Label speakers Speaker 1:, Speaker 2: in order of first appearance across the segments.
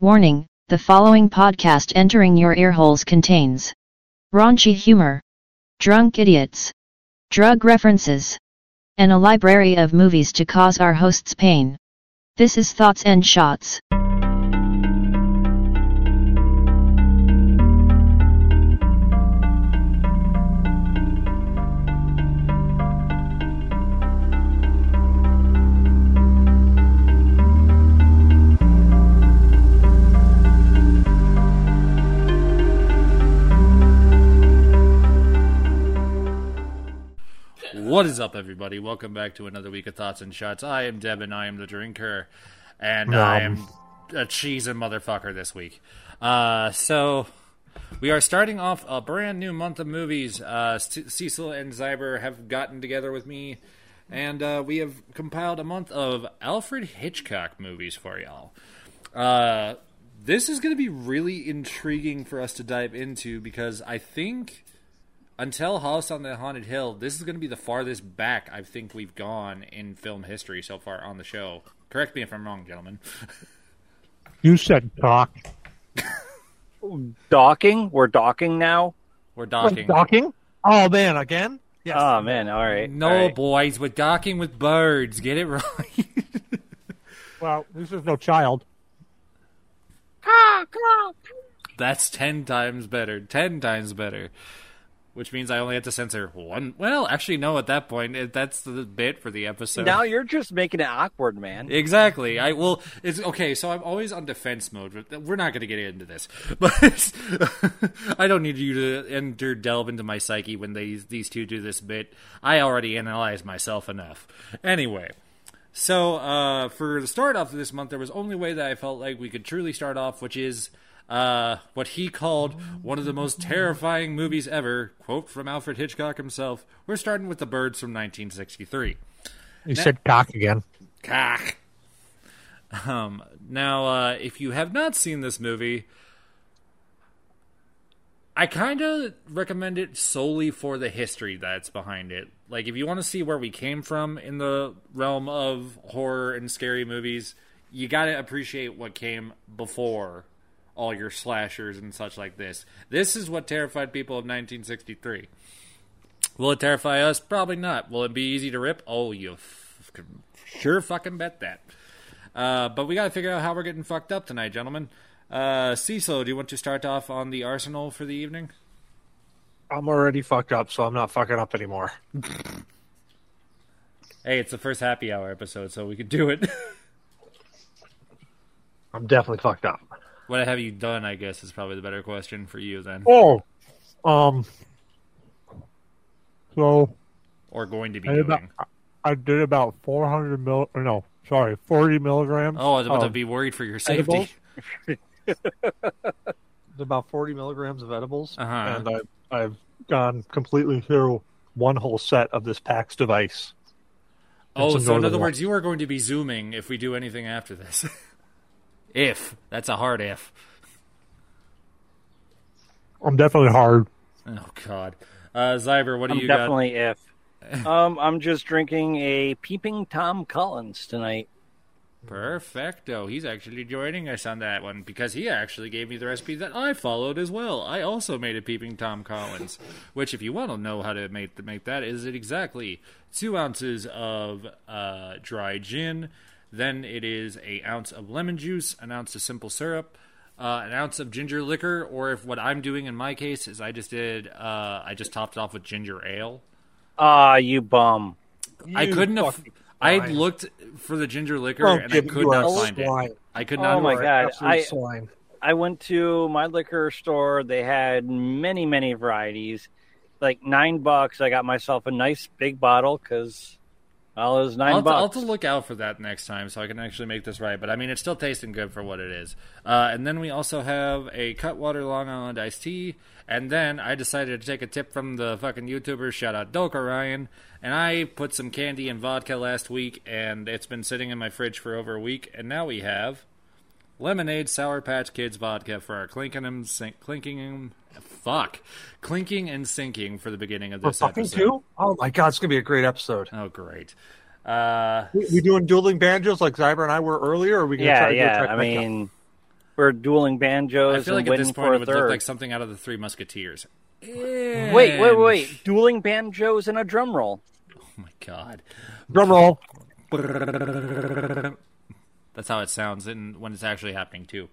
Speaker 1: Warning the following podcast entering your earholes contains raunchy humor, drunk idiots, drug references, and a library of movies to cause our hosts pain. This is Thoughts and Shots.
Speaker 2: What is up, everybody? Welcome back to another week of Thoughts and Shots. I am Deb, and I am the drinker, and I am a cheese and motherfucker this week. Uh, so we are starting off a brand new month of movies. Uh, C- Cecil and Zyber have gotten together with me, and uh, we have compiled a month of Alfred Hitchcock movies for y'all. Uh, this is going to be really intriguing for us to dive into because I think until House on the Haunted Hill, this is going to be the farthest back I think we've gone in film history so far on the show. Correct me if I'm wrong, gentlemen.
Speaker 3: You said cock.
Speaker 4: docking. We're docking now.
Speaker 2: We're docking.
Speaker 3: Docking? Oh man, again? Yes.
Speaker 4: Oh man! All right.
Speaker 2: No,
Speaker 4: all right.
Speaker 2: boys, we're docking with birds. Get it right.
Speaker 3: well, at least there's no child.
Speaker 2: That's ten times better. Ten times better. Which means I only have to censor one. Well, actually, no. At that point, it- that's the bit for the episode.
Speaker 4: now you're just making it awkward, man.
Speaker 2: Exactly. I will. It's okay. So I'm always on defense mode. but We're not going to get into this, but I don't need you to enter delve into my psyche when these these two do this bit. I already analyzed myself enough. Anyway, so uh, for the start off of this month, there was only way that I felt like we could truly start off, which is uh, what he called one of the most terrifying movies ever. Quote from Alfred Hitchcock himself. We're starting with The Birds from 1963.
Speaker 3: You said cock again.
Speaker 2: Cock. Um, now, uh, if you have not seen this movie, I kind of recommend it solely for the history that's behind it. Like, if you want to see where we came from in the realm of horror and scary movies, you got to appreciate what came before all your slashers and such like this. This is what terrified people of 1963. Will it terrify us? Probably not. Will it be easy to rip? Oh, you f- can sure fucking bet that. Uh, but we got to figure out how we're getting fucked up tonight, gentlemen. Uh, Cecil, do you want to start off on the arsenal for the evening?
Speaker 3: I'm already fucked up, so I'm not fucking up anymore.
Speaker 2: Hey, it's the first happy hour episode, so we could do it.
Speaker 3: I'm definitely fucked up.
Speaker 2: what have you done? I guess is probably the better question for you then,
Speaker 3: Oh. Um so
Speaker 2: or going to be
Speaker 3: I did, about,
Speaker 2: doing.
Speaker 3: I did about 400 mil. Or no, sorry, 40 milligrams.
Speaker 2: Oh, I was about to
Speaker 3: of-
Speaker 2: be worried for your
Speaker 3: edibles?
Speaker 2: safety.
Speaker 3: about 40 milligrams of edibles,
Speaker 2: Uh-huh.
Speaker 3: and I've I've gone completely through one whole set of this PAX device.
Speaker 2: Oh,
Speaker 3: That's
Speaker 2: so in
Speaker 3: another
Speaker 2: other
Speaker 3: one.
Speaker 2: words, you are going to be zooming if we do anything after this. if that's a hard if.
Speaker 3: I'm definitely hard.
Speaker 2: Oh God, uh, Zyber, what do
Speaker 4: I'm
Speaker 2: you got?
Speaker 4: definitely if. um, I'm just drinking a peeping Tom Collins tonight.
Speaker 2: Perfecto. He's actually joining us on that one because he actually gave me the recipe that I followed as well. I also made a peeping Tom Collins, which, if you want to know how to make make that, is it exactly two ounces of uh, dry gin, then it is a ounce of lemon juice, an ounce of simple syrup, uh, an ounce of ginger liquor, or if what I'm doing in my case is I just did, uh, I just topped it off with ginger ale.
Speaker 4: Ah, you bum.
Speaker 2: I
Speaker 3: You
Speaker 2: couldn't have.
Speaker 3: fucking
Speaker 2: I
Speaker 3: swine.
Speaker 2: looked for the ginger liquor
Speaker 3: Well,
Speaker 2: and I
Speaker 3: Jim,
Speaker 2: could
Speaker 3: you are
Speaker 2: not
Speaker 3: a
Speaker 2: find
Speaker 3: swine.
Speaker 2: it. I could not.
Speaker 4: Oh my
Speaker 2: find it.
Speaker 4: God,
Speaker 3: Absolute
Speaker 4: I-
Speaker 3: slime.
Speaker 4: I went to my liquor store. They had many, many varieties. Like nine bucks, I got myself a nice big bottle because, well, it was 9
Speaker 2: I'll, have to- I'll have
Speaker 4: bucks.
Speaker 2: to look out for that next time so I can actually make this right. But I mean, it's still tasting good for what it is. Uh, and then we also have a Cutwater Long Island iced tea. And then I decided to take a tip from the fucking YouTuber, shout out Doka Ryan. And I put some candy and vodka last week, and it's been sitting in my fridge for over a week. And now we have lemonade, Sour Patch Kids vodka for our clinking and sink, clinking and fuck, clinking and sinking for the beginning of
Speaker 3: For
Speaker 2: this
Speaker 3: fucking
Speaker 2: episode.
Speaker 3: two? Oh my god, it's gonna be a great episode.
Speaker 2: Oh, great. Uh,
Speaker 3: We, we doing dueling banjos like Zyber and I were earlier, or are we gonna
Speaker 4: yeah,
Speaker 3: try to do a
Speaker 4: yeah. I
Speaker 3: trifecta?
Speaker 4: mean, We're dueling
Speaker 2: I
Speaker 4: banjos
Speaker 2: feel like
Speaker 4: and
Speaker 2: at
Speaker 4: winning
Speaker 2: this
Speaker 4: for
Speaker 2: point
Speaker 4: a
Speaker 2: it would look
Speaker 4: third.
Speaker 2: like something out of the Three Musketeers. Wait,
Speaker 4: wait, wait, wait! Dueling banjos and a drum roll.
Speaker 2: Oh my god.
Speaker 5: Drum roll.
Speaker 2: That's how it sounds and when it's actually happening too.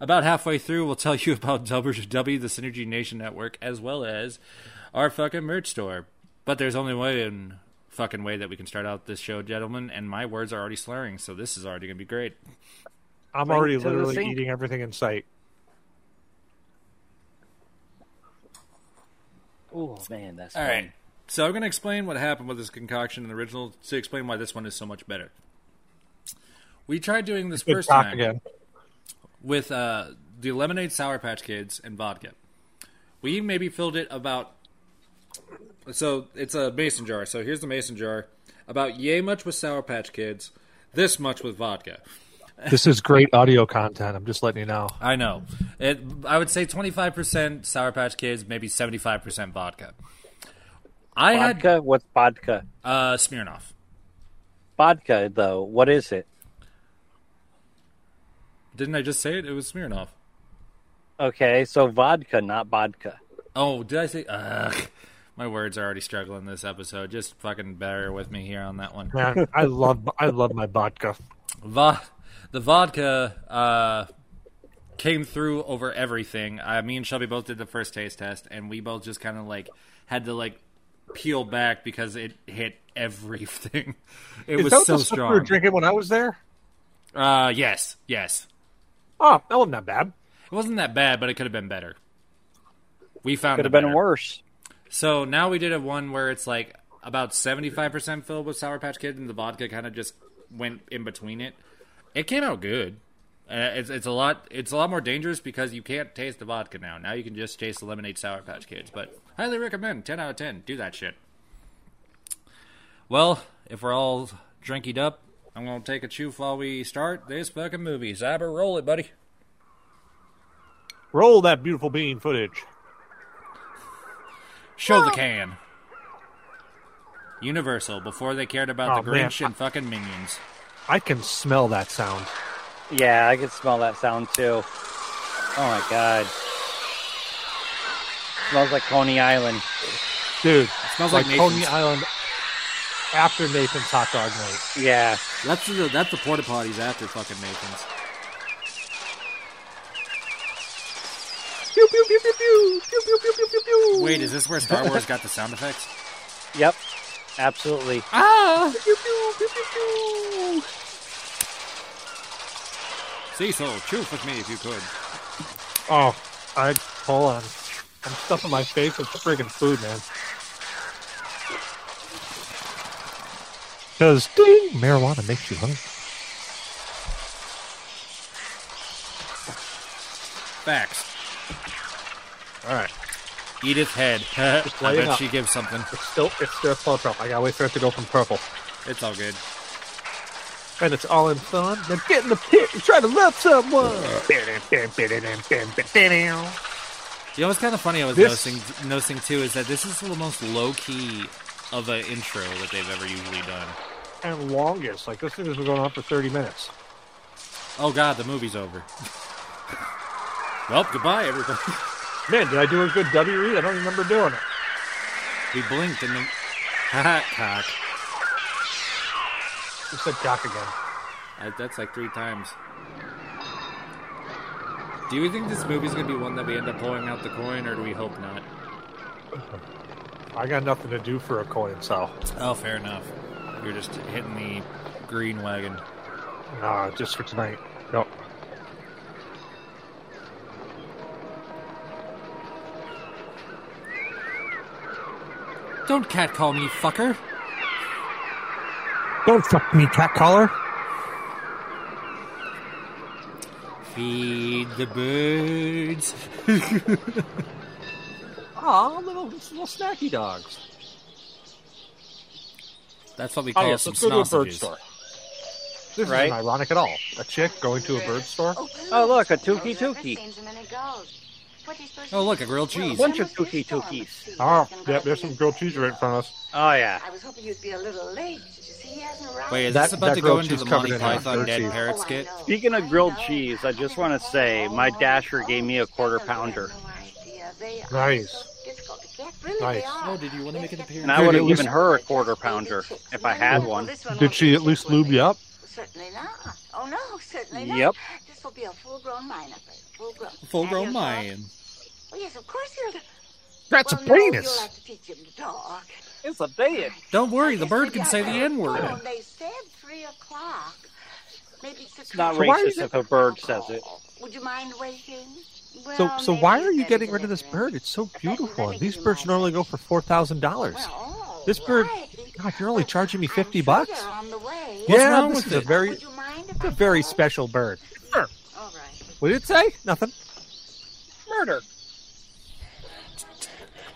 Speaker 2: About halfway through, we'll tell you about WW, the Synergy Nation Network, as well as our fucking merch store. But there's only one fucking way that we can start out this show, gentlemen, and my words are already slurring, so this is already going to be great.
Speaker 5: I'm
Speaker 4: Right
Speaker 5: already
Speaker 4: to the
Speaker 5: literally
Speaker 4: sink.
Speaker 5: eating everything in sight.
Speaker 4: Oh man, that's
Speaker 2: All
Speaker 4: fun.
Speaker 2: right. Um, So I'm going to explain what happened with this concoction in the original to explain why this one is so much better. We tried doing this
Speaker 5: Good
Speaker 2: first
Speaker 5: cock
Speaker 2: time.
Speaker 5: again.
Speaker 2: with uh, the lemonade sour patch kids and vodka we maybe filled it about so it's a mason jar so here's the mason jar about yay much with sour patch kids this much with vodka
Speaker 5: This is great audio content. I'm just letting you know.
Speaker 2: i know it, i would say 25% sour patch kids maybe 75% vodka i had
Speaker 4: Vodka? What's vodka?
Speaker 2: uh, smirnoff
Speaker 4: Vodka, though. What is it?
Speaker 2: didn't i just say it it was smirnoff
Speaker 4: Okay, so vodka, not vodka.
Speaker 2: Oh, did I say? Ugh. My words are already struggling this episode. Just fucking bear with me here on that one.
Speaker 5: Man, I love I love my vodka.
Speaker 2: Va- the vodka uh, came through over everything. Uh, me and Shelby both did the first taste test, and we both just kind of like had to like peel back because it hit everything. It
Speaker 5: Is
Speaker 2: was
Speaker 5: that what
Speaker 2: so
Speaker 5: the stuff We were
Speaker 2: strong.
Speaker 5: drinking when I was there.
Speaker 2: Uh, yes, yes.
Speaker 5: Oh, that wasn't that bad.
Speaker 2: It wasn't that bad, but it could have been better. We found
Speaker 4: Could
Speaker 2: it
Speaker 4: have been
Speaker 2: better.
Speaker 4: worse.
Speaker 2: So now we did a one where it's like about seventy five percent filled with Sour Patch Kid, and the vodka kind of just went in between it. It came out good. Uh, it's it's a lot it's a lot more dangerous because you can't taste the vodka now. Now you can just taste the lemonade Sour Patch Kids. But highly recommend. Ten out of ten. Do that shit. Well, if we're all drinkied up, I'm gonna take a chew while we start this fucking movie. Cyber, roll it, buddy.
Speaker 5: Roll that beautiful bean footage.
Speaker 2: Show the can. Universal, before they cared about
Speaker 5: Oh,
Speaker 2: the
Speaker 5: man.
Speaker 2: Grinch and fucking minions.
Speaker 5: I can smell that sound.
Speaker 4: Yeah, I could smell that sound too. Oh my god. Smells like Coney Island.
Speaker 5: Dude,
Speaker 2: smells
Speaker 5: like,
Speaker 2: like
Speaker 5: Coney
Speaker 2: Nathan's.
Speaker 5: Island after Nathan's hot dog night.
Speaker 4: Yeah.
Speaker 2: That's the that's the porta potties after fucking Nathan's.
Speaker 5: Pew, pew, pew, pew, pew. Pew, pew, pew, pew, pew, pew.
Speaker 2: Wait, is this where Star Wars got the sound effects?
Speaker 4: Yep. Absolutely.
Speaker 2: Ah!
Speaker 5: Pew, pew, pew, pew, pew.
Speaker 2: Cecil, truth with me if you could.
Speaker 5: Oh, I hold on. I'm stuffing my face with friggin' food, man. Because ding, marijuana makes you hungry.
Speaker 2: Facts.
Speaker 5: All right,
Speaker 2: Edith Head. I
Speaker 5: light it
Speaker 2: bet
Speaker 5: up.
Speaker 2: she gives something.
Speaker 5: it's still it's still purple. I gotta wait for it to go from purple,
Speaker 2: It's all good.
Speaker 5: and it's all in fun. Now get in the pit and try to love someone.
Speaker 2: You know what's kind of funny? I was
Speaker 5: This-
Speaker 2: noticing noticing too is that this is the most low key of an intro that they've ever usually done.
Speaker 5: And longest, like this thing has been going on for 30 minutes.
Speaker 2: Oh God, the movie's over. well, goodbye, everybody.
Speaker 5: Man, did I do a good W read? I don't remember doing it.
Speaker 2: we blinked and then. Haha, cock.
Speaker 5: You said cock again.
Speaker 2: I, that's like three times. Do you think this movie's gonna be one that we end up pulling out the coin, or do we hope not?
Speaker 5: I got nothing to do for a coin, so
Speaker 2: Oh, fair enough. You're just hitting the green wagon.
Speaker 5: nah, uh, just for tonight. Nope.
Speaker 2: Don't catcall me, fucker.
Speaker 5: Don't fuck me, cat collar.
Speaker 2: Feed the birds.
Speaker 5: Aw, little little snacky dogs.
Speaker 2: That's what we
Speaker 5: Oh
Speaker 2: call
Speaker 5: yes,
Speaker 2: some
Speaker 5: let's go to a bird
Speaker 2: snossages.
Speaker 5: store. This
Speaker 4: Right?
Speaker 5: isn't ironic at all. A chick going to a bird store.
Speaker 4: Oh, look, a Oh, Tukey Tukey.
Speaker 6: Seems a minute ago.
Speaker 2: Oh, look, a grilled cheese.
Speaker 4: Bunch of cookie cookies.
Speaker 3: Oh, yep, there's some grilled cheese right in front of us.
Speaker 4: Oh yeah.
Speaker 6: I was hoping you'd be a little late. Did you see he hasn't arrived? Oh,
Speaker 2: Wait, is
Speaker 3: That-
Speaker 2: this about
Speaker 3: that
Speaker 2: to go
Speaker 3: grilled
Speaker 2: into
Speaker 3: cheese
Speaker 2: the
Speaker 3: covered
Speaker 2: Monty
Speaker 3: in ham,
Speaker 2: Python
Speaker 3: Oh, grilled
Speaker 2: Dead
Speaker 3: cheese.
Speaker 2: Parrot skit?
Speaker 4: Speaking of grilled cheese, I just want to say my dasher gave me a quarter pounder,
Speaker 3: Nice. Nice.
Speaker 2: Oh, did you want to make an appearance?
Speaker 4: and I
Speaker 3: Dude,
Speaker 4: would have
Speaker 3: it was-
Speaker 4: given her a quarter pounder if I had one.
Speaker 3: Did she at least lube you up?
Speaker 6: Certainly not. Oh no, certainly not.
Speaker 4: Yep.
Speaker 6: This will be a full-grown mine up there. Full-grown.
Speaker 2: Full grown
Speaker 6: And he'll talk.
Speaker 2: mine.
Speaker 6: Oh, yes, of course he'll.
Speaker 3: That's
Speaker 6: well,
Speaker 3: a
Speaker 6: no, You'll
Speaker 3: penis.
Speaker 6: have to teach him to talk.
Speaker 4: It's a day.
Speaker 2: Don't worry, the
Speaker 6: Yes,
Speaker 2: bird
Speaker 6: we
Speaker 2: can
Speaker 6: got
Speaker 2: say the
Speaker 6: that.
Speaker 2: N word.
Speaker 6: Oh, They said three o'clock. Maybe it's six
Speaker 4: not
Speaker 6: o'clock.
Speaker 4: racist if a bird says it.
Speaker 6: Would you mind waiting?
Speaker 5: So,
Speaker 6: Well,
Speaker 5: so
Speaker 6: maybe
Speaker 5: why are you
Speaker 6: better
Speaker 5: getting rid of this
Speaker 6: deliver it.
Speaker 5: bird? It's so
Speaker 6: Affecting
Speaker 5: beautiful. And these
Speaker 6: living
Speaker 5: birds
Speaker 6: life.
Speaker 5: normally go for four thousand dollars.
Speaker 6: Well,
Speaker 5: This bird-
Speaker 6: right.
Speaker 5: God, you're only
Speaker 6: Well,
Speaker 5: charging me
Speaker 6: I'm
Speaker 5: 50
Speaker 6: sure
Speaker 5: bucks?
Speaker 6: they're on the way.
Speaker 2: What's
Speaker 5: yeah,
Speaker 2: wrong
Speaker 5: this
Speaker 2: with
Speaker 5: is
Speaker 2: it?
Speaker 5: a very,
Speaker 6: Would you mind if
Speaker 5: it's a
Speaker 6: I
Speaker 5: very
Speaker 6: called?
Speaker 5: special bird.
Speaker 6: All right.
Speaker 5: What did it say? Nothing.
Speaker 4: Murder.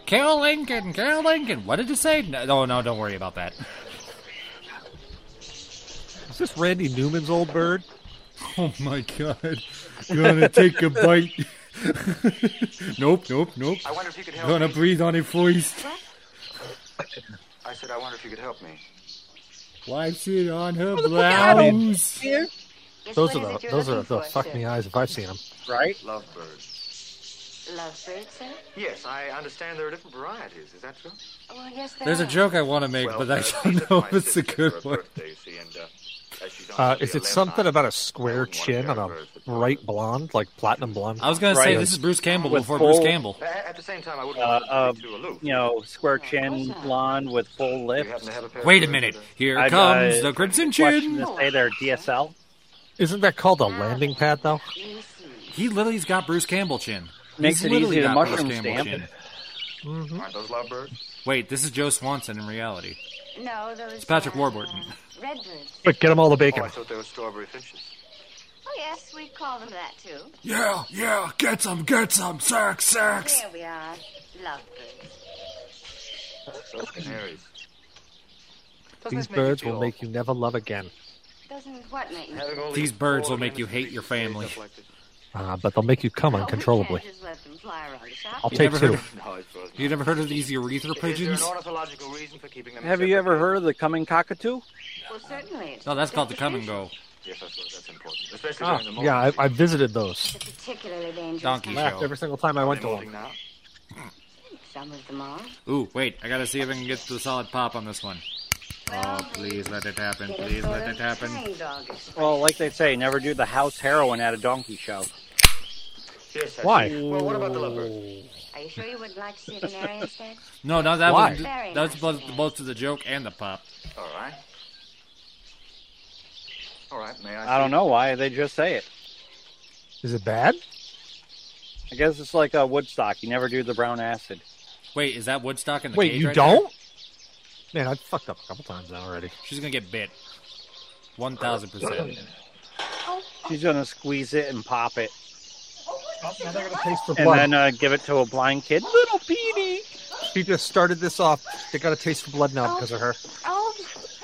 Speaker 2: Kill Lincoln, kill Lincoln. What did it say? No, no, no, don't worry about that.
Speaker 5: Is this Randy Newman's old bird?
Speaker 2: Oh my god. Gonna take a bite. nope, nope, nope.
Speaker 7: I wonder if you could help
Speaker 2: Gonna
Speaker 7: me.
Speaker 2: breathe on it first.
Speaker 7: I said, I wonder if you could help me.
Speaker 2: Wipe it on her
Speaker 5: I don't
Speaker 2: blouse.
Speaker 6: Yes,
Speaker 5: Those
Speaker 6: what
Speaker 5: are
Speaker 6: is
Speaker 5: the
Speaker 6: it you're
Speaker 5: those are
Speaker 6: looking
Speaker 5: the
Speaker 6: for,
Speaker 5: fuck
Speaker 6: sir?
Speaker 5: me eyes if I've seen them.
Speaker 4: Right?
Speaker 7: Lovebird.
Speaker 6: Lovebird, sir?
Speaker 7: Yes, I understand there are different varieties. Is that true?
Speaker 6: Well, yes, there
Speaker 2: There's a
Speaker 6: are.
Speaker 2: joke I want to make,
Speaker 7: Well,
Speaker 2: but I
Speaker 7: uh,
Speaker 2: don't know
Speaker 7: my
Speaker 2: if it's a
Speaker 7: sister for her
Speaker 2: good one.
Speaker 7: birthday, you see, and, uh, as she's
Speaker 5: Uh,
Speaker 7: only
Speaker 5: is it
Speaker 7: 11,
Speaker 5: something
Speaker 7: I-
Speaker 5: about a
Speaker 7: Oh
Speaker 5: square chin and a bright blonde, like platinum blonde?
Speaker 2: I was gonna say
Speaker 4: Right.
Speaker 2: this is Bruce Campbell
Speaker 4: With
Speaker 2: before
Speaker 4: full-
Speaker 2: Bruce Campbell.
Speaker 7: A- At the same time, I wouldn't
Speaker 4: Uh,
Speaker 7: want
Speaker 4: uh,
Speaker 7: to be too aloof.
Speaker 4: You know, square chin, blonde with full
Speaker 7: Do you
Speaker 4: lips.
Speaker 7: happen to have a pair
Speaker 2: Wait a
Speaker 7: of, uh,
Speaker 2: minute. Here
Speaker 4: I've,
Speaker 2: comes
Speaker 4: uh,
Speaker 2: the Crimson
Speaker 4: Question
Speaker 2: Chin.
Speaker 4: to say they're DSL.
Speaker 5: Isn't that called a landing pad though?
Speaker 6: Let me see.
Speaker 2: He literally's got Bruce Campbell chin.
Speaker 4: Makes
Speaker 2: He's
Speaker 4: it
Speaker 2: literally
Speaker 4: easy to
Speaker 2: got Bruce
Speaker 4: mushroom
Speaker 2: Campbell
Speaker 4: stamp.
Speaker 2: chin.
Speaker 7: Aren't those lovebirds?
Speaker 2: Wait, this is Joe Swanson in reality.
Speaker 6: No, those It's
Speaker 2: Patrick Warburton.
Speaker 6: Redbirds.
Speaker 5: But get them all the
Speaker 7: Oh,
Speaker 5: bacon.
Speaker 7: I thought they were strawberry finches.
Speaker 6: Oh, yes, we call them that, too.
Speaker 2: Yeah, yeah, get some, get some, sex, sex.
Speaker 6: There we are. Lovebirds.
Speaker 7: Those canaries. Doesn't
Speaker 5: These
Speaker 7: that make you
Speaker 5: birds
Speaker 7: feel
Speaker 5: will make you never love again.
Speaker 6: Doesn't what make me...
Speaker 7: Having all
Speaker 2: These birds will make you
Speaker 7: ornaments
Speaker 2: hate
Speaker 7: and
Speaker 2: your
Speaker 7: things and
Speaker 2: family.
Speaker 7: stuff like this?
Speaker 5: Uh, but they'll make you come
Speaker 6: Oh, we
Speaker 5: uncontrollably.
Speaker 6: can't just let them fly around the shop.
Speaker 5: I'll
Speaker 2: You
Speaker 5: take
Speaker 2: never
Speaker 5: two.
Speaker 2: heard
Speaker 7: No, I suppose not.
Speaker 2: You never heard of these urethra
Speaker 7: Is there an
Speaker 2: pigeons?
Speaker 7: ornithological reason for keeping them
Speaker 4: Have you ever
Speaker 7: separate?
Speaker 4: heard of the coming cockatoo?
Speaker 6: Well, certainly. it's
Speaker 2: No, that's called the come and
Speaker 6: different
Speaker 2: go.
Speaker 7: Yes, I suppose that's important. Especially
Speaker 5: Ah,
Speaker 7: during the
Speaker 5: yeah, I, I visited those.
Speaker 6: species. Particularly dangerous.
Speaker 2: Donkey
Speaker 6: kind.
Speaker 5: Laughed every single time I went to
Speaker 7: molting
Speaker 5: them.
Speaker 7: now.
Speaker 6: Some of them are.
Speaker 2: Ooh, wait, I gotta see if I can get the solid pop on this one. Oh, please let it happen,
Speaker 6: They're
Speaker 2: please
Speaker 6: sort
Speaker 2: let
Speaker 6: of
Speaker 2: it happen.
Speaker 6: tiny doggish.
Speaker 4: Well, like they say, never do the house heroin at a donkey show.
Speaker 7: Yes, I
Speaker 5: Why?
Speaker 7: see. Well, what about the lovebirds?
Speaker 6: Are you sure you would like to see an area instead?
Speaker 2: No, no, that
Speaker 5: Why?
Speaker 2: was
Speaker 6: Very
Speaker 2: that's
Speaker 6: nice
Speaker 2: both
Speaker 6: man.
Speaker 2: both to the joke and the pop.
Speaker 5: Oh.
Speaker 7: All right. All right, may I?
Speaker 4: I don't know why they just say it.
Speaker 5: Is it bad?
Speaker 4: I guess it's like a Woodstock. You never do the brown acid.
Speaker 2: Wait, is that Woodstock in the
Speaker 5: Wait,
Speaker 2: cage
Speaker 5: you
Speaker 2: right there?
Speaker 5: don't? Man, I fucked up a couple times now already.
Speaker 2: She's gonna get bit. One thousand percent.
Speaker 4: She's gonna squeeze it and pop it,
Speaker 5: Now they're gonna taste for
Speaker 4: and
Speaker 5: blood.
Speaker 4: then uh, give it to a blind kid. Little Petey.
Speaker 5: she just started this off. They got a taste for blood now because of her.
Speaker 6: Oh,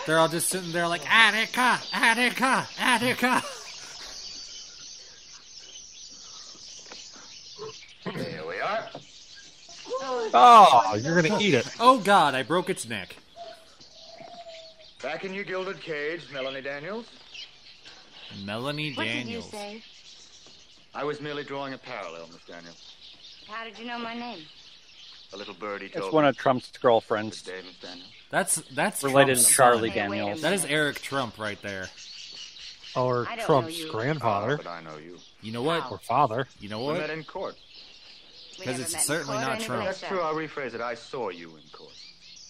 Speaker 2: They're all just sitting there like Attica, Attica, Attica.
Speaker 7: There we are.
Speaker 5: Oh, you're gonna eat it.
Speaker 2: Oh God, I broke its neck.
Speaker 7: Back in your gilded cage, Melanie Daniels.
Speaker 2: Melanie
Speaker 6: what did you
Speaker 2: Daniels.
Speaker 6: say?
Speaker 7: I was merely drawing a parallel, Miss Daniels.
Speaker 6: How did you know my name?
Speaker 7: A little birdie told
Speaker 4: It's one
Speaker 7: me.
Speaker 4: of Trump's girlfriends.
Speaker 7: Today, Miss Daniels.
Speaker 2: That's that's
Speaker 4: Related
Speaker 2: Trump's
Speaker 4: to Charlie
Speaker 2: son.
Speaker 4: Daniels.
Speaker 2: That is Eric Trump right there.
Speaker 5: Or
Speaker 6: I don't know
Speaker 5: Trump's
Speaker 6: you.
Speaker 5: grandfather
Speaker 7: But I know you.
Speaker 2: You know what?
Speaker 5: or father.
Speaker 2: You know
Speaker 7: We met
Speaker 2: what?
Speaker 7: in court.
Speaker 6: We
Speaker 2: 'Cause
Speaker 6: never
Speaker 2: it's
Speaker 6: met in
Speaker 2: certainly
Speaker 6: court or
Speaker 2: not
Speaker 6: anything
Speaker 4: Oh.
Speaker 2: Trump.
Speaker 6: like
Speaker 7: That's
Speaker 6: that.
Speaker 7: true. I'll rephrase it. I saw you in court.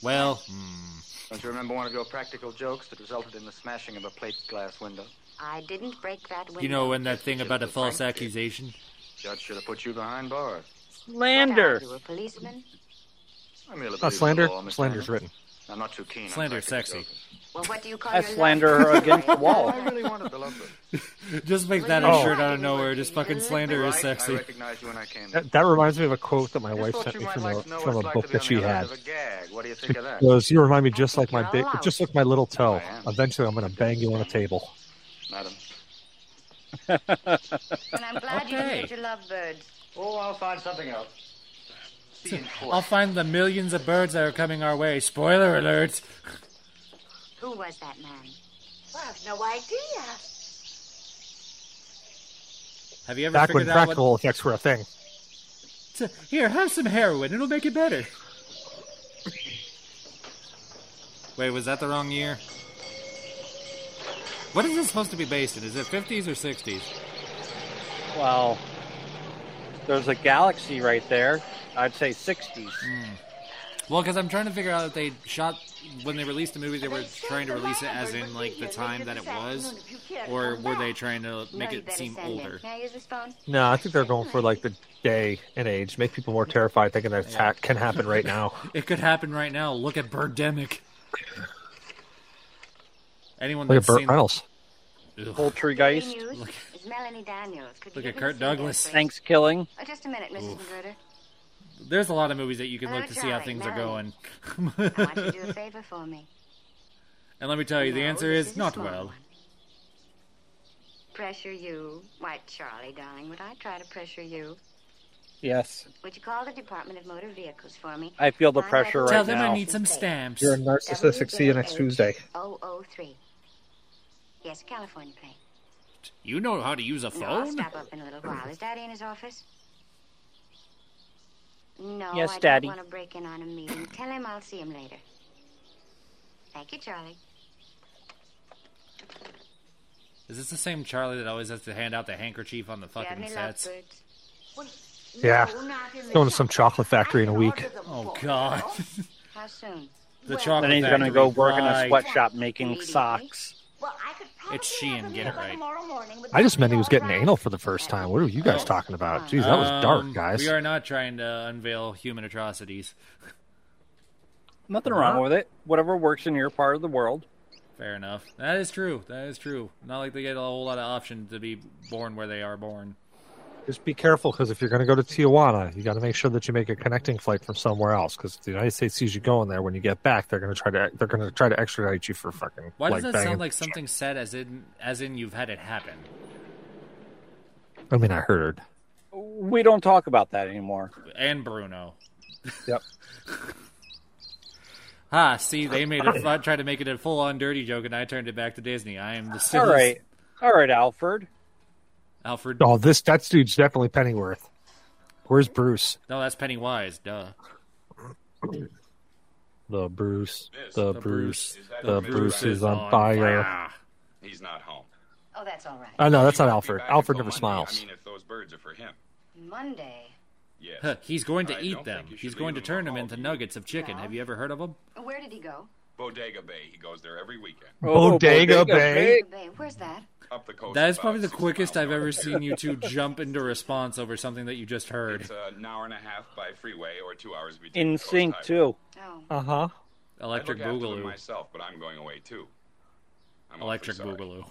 Speaker 2: Well, hmm.
Speaker 7: Don't you remember one of your practical jokes that resulted in the smashing of a plate glass window?
Speaker 6: I didn't break that window.
Speaker 2: you know, and that thing about a false accusation.
Speaker 7: Judge should have put you behind bars.
Speaker 4: Slander.
Speaker 6: You a policeman?
Speaker 7: I'm merely
Speaker 5: Not
Speaker 7: believing the
Speaker 5: Uh, slander.
Speaker 7: law, Miss
Speaker 5: Slander's
Speaker 7: Daniels.
Speaker 5: written.
Speaker 7: I'm not too keen. on
Speaker 2: Slander is
Speaker 7: practical
Speaker 2: sexy.
Speaker 7: jokes.
Speaker 6: Well, what do you call
Speaker 4: I
Speaker 6: your
Speaker 4: slander her
Speaker 6: love?
Speaker 4: against the wall.
Speaker 7: I really wanted the lovebird.
Speaker 2: Just make that
Speaker 5: Oh.
Speaker 2: a shirt out of nowhere. Just fucking slander is
Speaker 7: Right, I
Speaker 2: sexy.
Speaker 7: recognize you when I came. in.
Speaker 5: That, that reminds me of a quote that my
Speaker 7: Just
Speaker 5: wife
Speaker 7: thought
Speaker 5: sent
Speaker 7: you
Speaker 5: me
Speaker 7: might
Speaker 5: from
Speaker 7: like
Speaker 5: a,
Speaker 7: to know what
Speaker 5: from
Speaker 7: it's
Speaker 5: a
Speaker 7: like
Speaker 5: book
Speaker 7: to be
Speaker 5: that
Speaker 7: on
Speaker 5: she
Speaker 7: the other
Speaker 5: had.
Speaker 7: end of a gag. What do you think of that?
Speaker 5: It was, you remind me just
Speaker 6: I
Speaker 5: like
Speaker 6: think
Speaker 5: my
Speaker 6: you're
Speaker 5: big,
Speaker 6: allowed."
Speaker 5: just like my little toe.
Speaker 7: I am.
Speaker 5: Eventually, I'm gonna bang you on a table.
Speaker 7: Madam,
Speaker 6: And I'm glad you
Speaker 2: Okay.
Speaker 6: didn't get your lovebirds.
Speaker 7: Oh, I'll find something else. See you in court.
Speaker 2: I'll find the millions of birds that are coming our way. Spoiler alert!
Speaker 6: Who was that man? Well, I have no idea.
Speaker 2: Have you ever
Speaker 5: Back when
Speaker 2: figured out
Speaker 5: practical effects were a thing.
Speaker 2: what? Here, have some heroin. It'll make it better. Wait, was that the wrong year? What is this supposed to be based in? Is it 50s or 60s?
Speaker 4: Well, there's a galaxy right there. I'd say 60s.
Speaker 2: Well, because I'm trying to figure out if they shot when they released the movie, they were
Speaker 6: They said
Speaker 2: trying to
Speaker 6: the
Speaker 2: release it
Speaker 6: Lion
Speaker 2: as
Speaker 6: Bird
Speaker 2: in
Speaker 6: would
Speaker 2: like
Speaker 6: be
Speaker 2: the
Speaker 6: here
Speaker 2: time
Speaker 6: later
Speaker 2: that it
Speaker 6: this afternoon
Speaker 2: was,
Speaker 6: if you care to
Speaker 2: or
Speaker 6: come
Speaker 2: were they
Speaker 6: back.
Speaker 2: trying to
Speaker 6: No,
Speaker 2: make
Speaker 6: you
Speaker 2: it
Speaker 6: better
Speaker 2: seem
Speaker 6: send
Speaker 2: older?
Speaker 6: Can I use this phone?
Speaker 5: No, I think they're going for like the day and age. Make people more terrified thinking that it's ha- can happen right now.
Speaker 2: It could happen right now. Look at Birdemic. Anyone
Speaker 5: Look at
Speaker 2: that's
Speaker 5: Burt
Speaker 2: seen
Speaker 5: Reynolds.
Speaker 2: Ugh.
Speaker 4: Poultry
Speaker 6: Good
Speaker 4: Geist,
Speaker 6: news. It's Melanie Daniels. Could
Speaker 2: Look
Speaker 6: you
Speaker 2: at
Speaker 6: give me
Speaker 2: Kirk
Speaker 6: some of that,
Speaker 2: Douglas.
Speaker 6: please?
Speaker 4: Thanks Killing.
Speaker 6: Oh, just a minute, Mrs. Magruder.
Speaker 2: There's a lot of movies that you can look
Speaker 6: Oh,
Speaker 2: to see how
Speaker 6: darling,
Speaker 2: things are going.
Speaker 6: Melanie. I want you to do a favor for me.
Speaker 2: and let me tell you, the
Speaker 6: No,
Speaker 2: answer
Speaker 6: this
Speaker 2: is,
Speaker 6: a
Speaker 2: not
Speaker 6: small
Speaker 2: well.
Speaker 6: one. Pressure you. Why, Charlie, darling, would I try to pressure you?
Speaker 4: Yes.
Speaker 6: Would you call the Department of Motor Vehicles for me?
Speaker 4: I feel the
Speaker 6: Find out
Speaker 4: pressure
Speaker 6: if
Speaker 4: right
Speaker 2: Tell them
Speaker 4: now.
Speaker 2: I need some stamps.
Speaker 5: You're a narcissistic. See you next Tuesday.
Speaker 6: WJH003. Yes, California plane.
Speaker 2: You know how to use a
Speaker 6: No, I'll
Speaker 2: phone?
Speaker 6: stop up in a little while. Is Daddy in his office? No,
Speaker 4: Yes,
Speaker 6: I
Speaker 4: Daddy.
Speaker 6: don't want to break in on a meeting. Tell him I'll see him later. Thank you, Charlie.
Speaker 2: Is this the same Charlie that always has to hand out the handkerchief on the
Speaker 6: Give
Speaker 2: fucking
Speaker 6: me
Speaker 2: sets?
Speaker 6: lovebirds. Well,
Speaker 5: Yeah.
Speaker 6: no, not in the
Speaker 5: Going to some
Speaker 6: shop.
Speaker 5: chocolate factory in a
Speaker 6: I
Speaker 5: week.
Speaker 6: ordered them
Speaker 2: Oh
Speaker 6: for you.
Speaker 2: god.
Speaker 6: How soon?
Speaker 2: the
Speaker 6: Well,
Speaker 2: chocolate
Speaker 4: Then he's going to
Speaker 2: factory,
Speaker 4: go work in a
Speaker 2: right.
Speaker 4: sweatshop making socks.
Speaker 6: Well, I could probably
Speaker 2: It's she
Speaker 6: have
Speaker 2: and
Speaker 6: them
Speaker 2: get
Speaker 6: here
Speaker 2: it
Speaker 6: by
Speaker 2: right.
Speaker 6: tomorrow morning, but
Speaker 5: I just
Speaker 6: that'll
Speaker 5: meant
Speaker 6: be
Speaker 5: he was
Speaker 6: all
Speaker 5: getting
Speaker 6: right.
Speaker 5: anal for the first time. What are you guys talking about? Jeez, that was
Speaker 2: Um,
Speaker 5: dark, guys.
Speaker 2: We are not trying to unveil human atrocities.
Speaker 4: Nothing
Speaker 2: Uh-huh.
Speaker 4: wrong with it. Whatever works in your part of the world.
Speaker 2: Fair enough. That is true. That is true. Not like they get a whole lot of option to be born where they are born.
Speaker 5: Just be careful because if you're going to go to Tijuana, you got to make sure that you make a connecting flight from somewhere else. Because the United States sees you going there, when you get back, they're going to try to they're going to try to extradite you for fucking.
Speaker 2: Why
Speaker 5: like,
Speaker 2: does that
Speaker 5: banging-
Speaker 2: sound like something said as in as in you've had it happen?
Speaker 5: I mean, I heard.
Speaker 4: We don't talk about that anymore.
Speaker 2: And Bruno.
Speaker 5: Yep.
Speaker 2: Ah, see, they made it fun, tried to make it a full on dirty joke, and I turned it back to Disney. I am the
Speaker 4: All
Speaker 2: silliest
Speaker 4: right. All right, Alfred.
Speaker 2: Alfred.
Speaker 5: Oh, this that dude's definitely Pennyworth. Where's Bruce?
Speaker 2: No, that's Pennywise. Duh.
Speaker 5: The Bruce.
Speaker 2: The
Speaker 5: The, Bruce.
Speaker 2: Bruce.
Speaker 5: The Bruce is on fire.
Speaker 8: He's not home.
Speaker 6: Oh, that's all right.
Speaker 5: Oh no, that's
Speaker 8: He
Speaker 5: not
Speaker 8: won't be
Speaker 5: Alfred.
Speaker 8: back
Speaker 5: Alfred
Speaker 8: until
Speaker 5: never
Speaker 8: Monday.
Speaker 5: smiles.
Speaker 8: I mean, if those birds are for him.
Speaker 6: Monday.
Speaker 8: Yes.
Speaker 2: Huh, he's going
Speaker 8: I
Speaker 2: to
Speaker 8: don't
Speaker 2: eat
Speaker 8: think
Speaker 2: them.
Speaker 8: you should
Speaker 2: He's
Speaker 8: leave
Speaker 2: going to
Speaker 8: them
Speaker 2: turn them
Speaker 8: alone.
Speaker 2: into nuggets of chicken.
Speaker 6: Yeah.
Speaker 2: Have you ever heard of them?
Speaker 6: Where did he go?
Speaker 8: Bodega Bay. He goes there every weekend.
Speaker 4: Oh,
Speaker 5: Bodega
Speaker 4: Bodega
Speaker 5: Bay.
Speaker 6: Babe, where's that?
Speaker 8: Up the coast.
Speaker 2: That is
Speaker 8: about
Speaker 2: probably the
Speaker 8: six
Speaker 2: quickest
Speaker 8: miles
Speaker 2: I've ever
Speaker 8: north.
Speaker 2: seen you two jump into response over something that you just heard.
Speaker 8: It's uh, an hour and a half by freeway or two hours between.
Speaker 4: In
Speaker 8: the coast
Speaker 4: sync,
Speaker 8: highway.
Speaker 4: too.
Speaker 6: Oh,
Speaker 5: Uh huh.
Speaker 8: I'd look
Speaker 2: Electric
Speaker 8: after them
Speaker 2: Boogaloo.
Speaker 8: myself, but I'm going away too. I'm awfully
Speaker 2: Electric
Speaker 8: sorry.
Speaker 2: Boogaloo.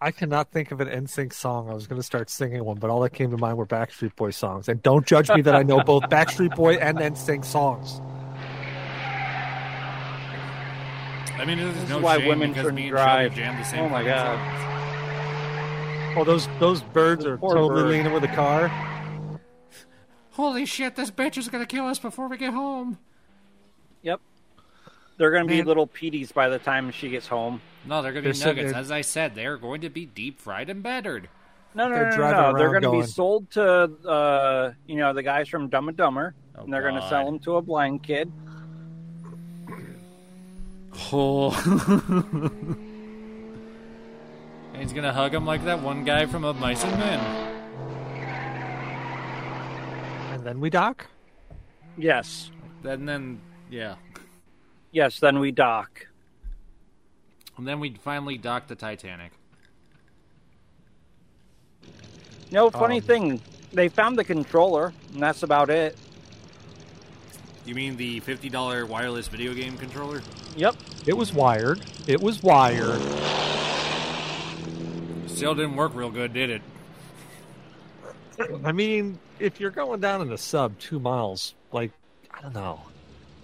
Speaker 5: I cannot think of an NSYNC song. I was going to start singing one, but all that came to mind were Backstreet Boy songs. And don't judge me that I know both Backstreet Boy and NSYNC songs.
Speaker 2: I mean,
Speaker 4: This
Speaker 2: there's
Speaker 4: is
Speaker 2: no
Speaker 4: why
Speaker 2: shame
Speaker 4: women
Speaker 2: because
Speaker 4: shouldn't
Speaker 2: me and
Speaker 4: drive.
Speaker 2: Shaggy jammed the same.
Speaker 4: Oh, my
Speaker 2: fucking
Speaker 4: God.
Speaker 2: songs.
Speaker 5: Well, Oh, those those birds are
Speaker 4: Poor
Speaker 5: totally
Speaker 4: bird.
Speaker 5: leaning with a car.
Speaker 2: Holy shit! This bitch is gonna kill us before we get home.
Speaker 4: Yep. They're going to be
Speaker 5: Man.
Speaker 4: little Petey's by the time she gets home.
Speaker 2: No, they're gonna be
Speaker 5: They're sitting
Speaker 2: nuggets.
Speaker 5: there-
Speaker 2: As I said, they are going to be deep fried and battered.
Speaker 4: No, no,
Speaker 5: They're
Speaker 4: no, no,
Speaker 5: driving
Speaker 4: no. They're
Speaker 5: around
Speaker 4: going
Speaker 5: going-
Speaker 4: to be sold to, uh, you know, the guys from Dumb and Dumber,
Speaker 2: Oh,
Speaker 4: and they're going to
Speaker 2: God.
Speaker 4: sell them to a blind kid.
Speaker 2: Oh. and he's gonna hug him like that one guy from Of Mice and Men.
Speaker 5: And then we dock.
Speaker 4: Yes,
Speaker 2: And then, yeah.
Speaker 4: yes. Then we dock.
Speaker 2: And then we finally dock the Titanic.
Speaker 4: No,
Speaker 5: Um,
Speaker 4: funny thing, they found the controller, and that's about it.
Speaker 2: You mean the $50 wireless video game controller?
Speaker 4: Yep.
Speaker 5: It was wired. It was wired.
Speaker 2: Still didn't work real good, did it?
Speaker 5: I mean, if you're going down in a sub two miles, like I don't know,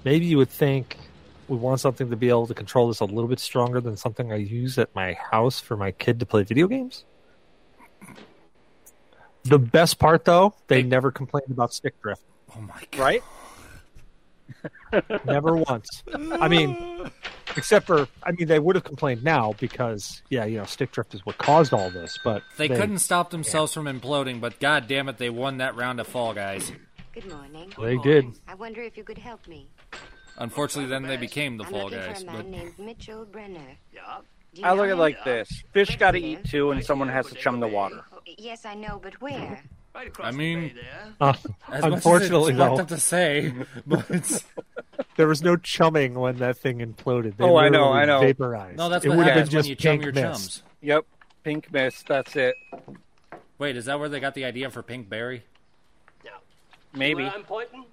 Speaker 5: maybe you would think we want something to be able to control this a little bit stronger than something I use at my house for my kid to play video games. The best part, though, they never complained about stick drift.
Speaker 2: Oh my god.
Speaker 4: right?
Speaker 5: Never once. I mean, except for, I mean, they would have complained now because, yeah, you know, stick drift is what caused all this, but
Speaker 2: They, couldn't stop themselves from imploding, but god damn it, they won that round of Fall Guys.
Speaker 6: Good morning.
Speaker 5: They did.
Speaker 6: I wonder if you could help me.
Speaker 2: Unfortunately, then they became the
Speaker 6: I'm
Speaker 2: Fall
Speaker 6: looking
Speaker 2: Guys.
Speaker 6: for a man
Speaker 2: But
Speaker 6: named Mitchell Brenner. Do you
Speaker 4: I look at
Speaker 6: know
Speaker 4: it like
Speaker 6: him?
Speaker 4: this: fish got to eat too, and someone has to chum the water.
Speaker 6: Oh, Yes, I know, but where?
Speaker 2: I mean,
Speaker 5: Uh,
Speaker 2: as
Speaker 5: unfortunately,
Speaker 2: much as it's reluctant
Speaker 5: though,
Speaker 2: to say, but
Speaker 5: there was no chumming when that thing imploded. They
Speaker 4: Oh, I know,
Speaker 5: literally
Speaker 4: I know.
Speaker 5: Vaporized.
Speaker 2: no, that's
Speaker 5: it
Speaker 2: what
Speaker 5: would have been
Speaker 2: happens when
Speaker 5: just
Speaker 2: you chum
Speaker 5: pink
Speaker 2: your
Speaker 5: mist.
Speaker 2: chums.
Speaker 4: Yep, pink mist. That's it.
Speaker 2: Wait, is that where they got the idea for Pink Berry?
Speaker 4: Maybe.
Speaker 9: I'm pointing.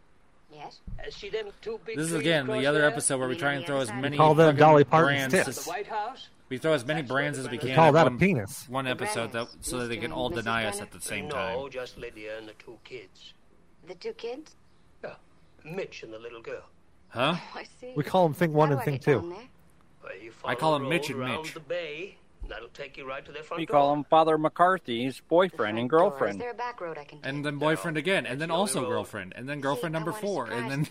Speaker 6: Yes.
Speaker 9: I see them two big
Speaker 2: This is
Speaker 9: trees
Speaker 2: again the
Speaker 9: across
Speaker 2: other
Speaker 9: there?
Speaker 2: episode where we try and throw as many
Speaker 5: call them
Speaker 2: fucking
Speaker 5: Dolly Parton's
Speaker 2: brands.
Speaker 9: The
Speaker 5: tits.
Speaker 2: As,
Speaker 9: White House.
Speaker 2: we throw as many brands as we
Speaker 9: They
Speaker 2: can.
Speaker 5: Call
Speaker 2: at
Speaker 5: that a
Speaker 2: one,
Speaker 5: penis.
Speaker 2: One episode that so that they can all
Speaker 6: Mrs.
Speaker 2: deny us
Speaker 6: Brenner?
Speaker 2: at the same
Speaker 9: no,
Speaker 2: time.
Speaker 9: just Lydia and the two kids.
Speaker 6: The two kids?
Speaker 9: Yeah, Mitch and the little girl.
Speaker 2: Huh?
Speaker 6: Oh, I see.
Speaker 5: We call them thing one
Speaker 6: How
Speaker 5: and
Speaker 6: do I
Speaker 5: thing
Speaker 6: get
Speaker 5: two.
Speaker 6: down there?
Speaker 9: Well, you
Speaker 2: I
Speaker 9: follow
Speaker 2: call
Speaker 9: the
Speaker 2: him Mitch
Speaker 9: road
Speaker 2: and
Speaker 9: round
Speaker 2: Mitch.
Speaker 9: The bay. and That'll take you right to their front
Speaker 4: We
Speaker 9: door.
Speaker 4: call him Father McCarthy's boyfriend and
Speaker 6: Front door. Is
Speaker 4: girlfriend.
Speaker 6: there a back road I can take?
Speaker 2: And then boyfriend again, and then also
Speaker 9: road.
Speaker 2: girlfriend, and then girlfriend
Speaker 6: I
Speaker 2: number
Speaker 6: wanna
Speaker 2: four, and then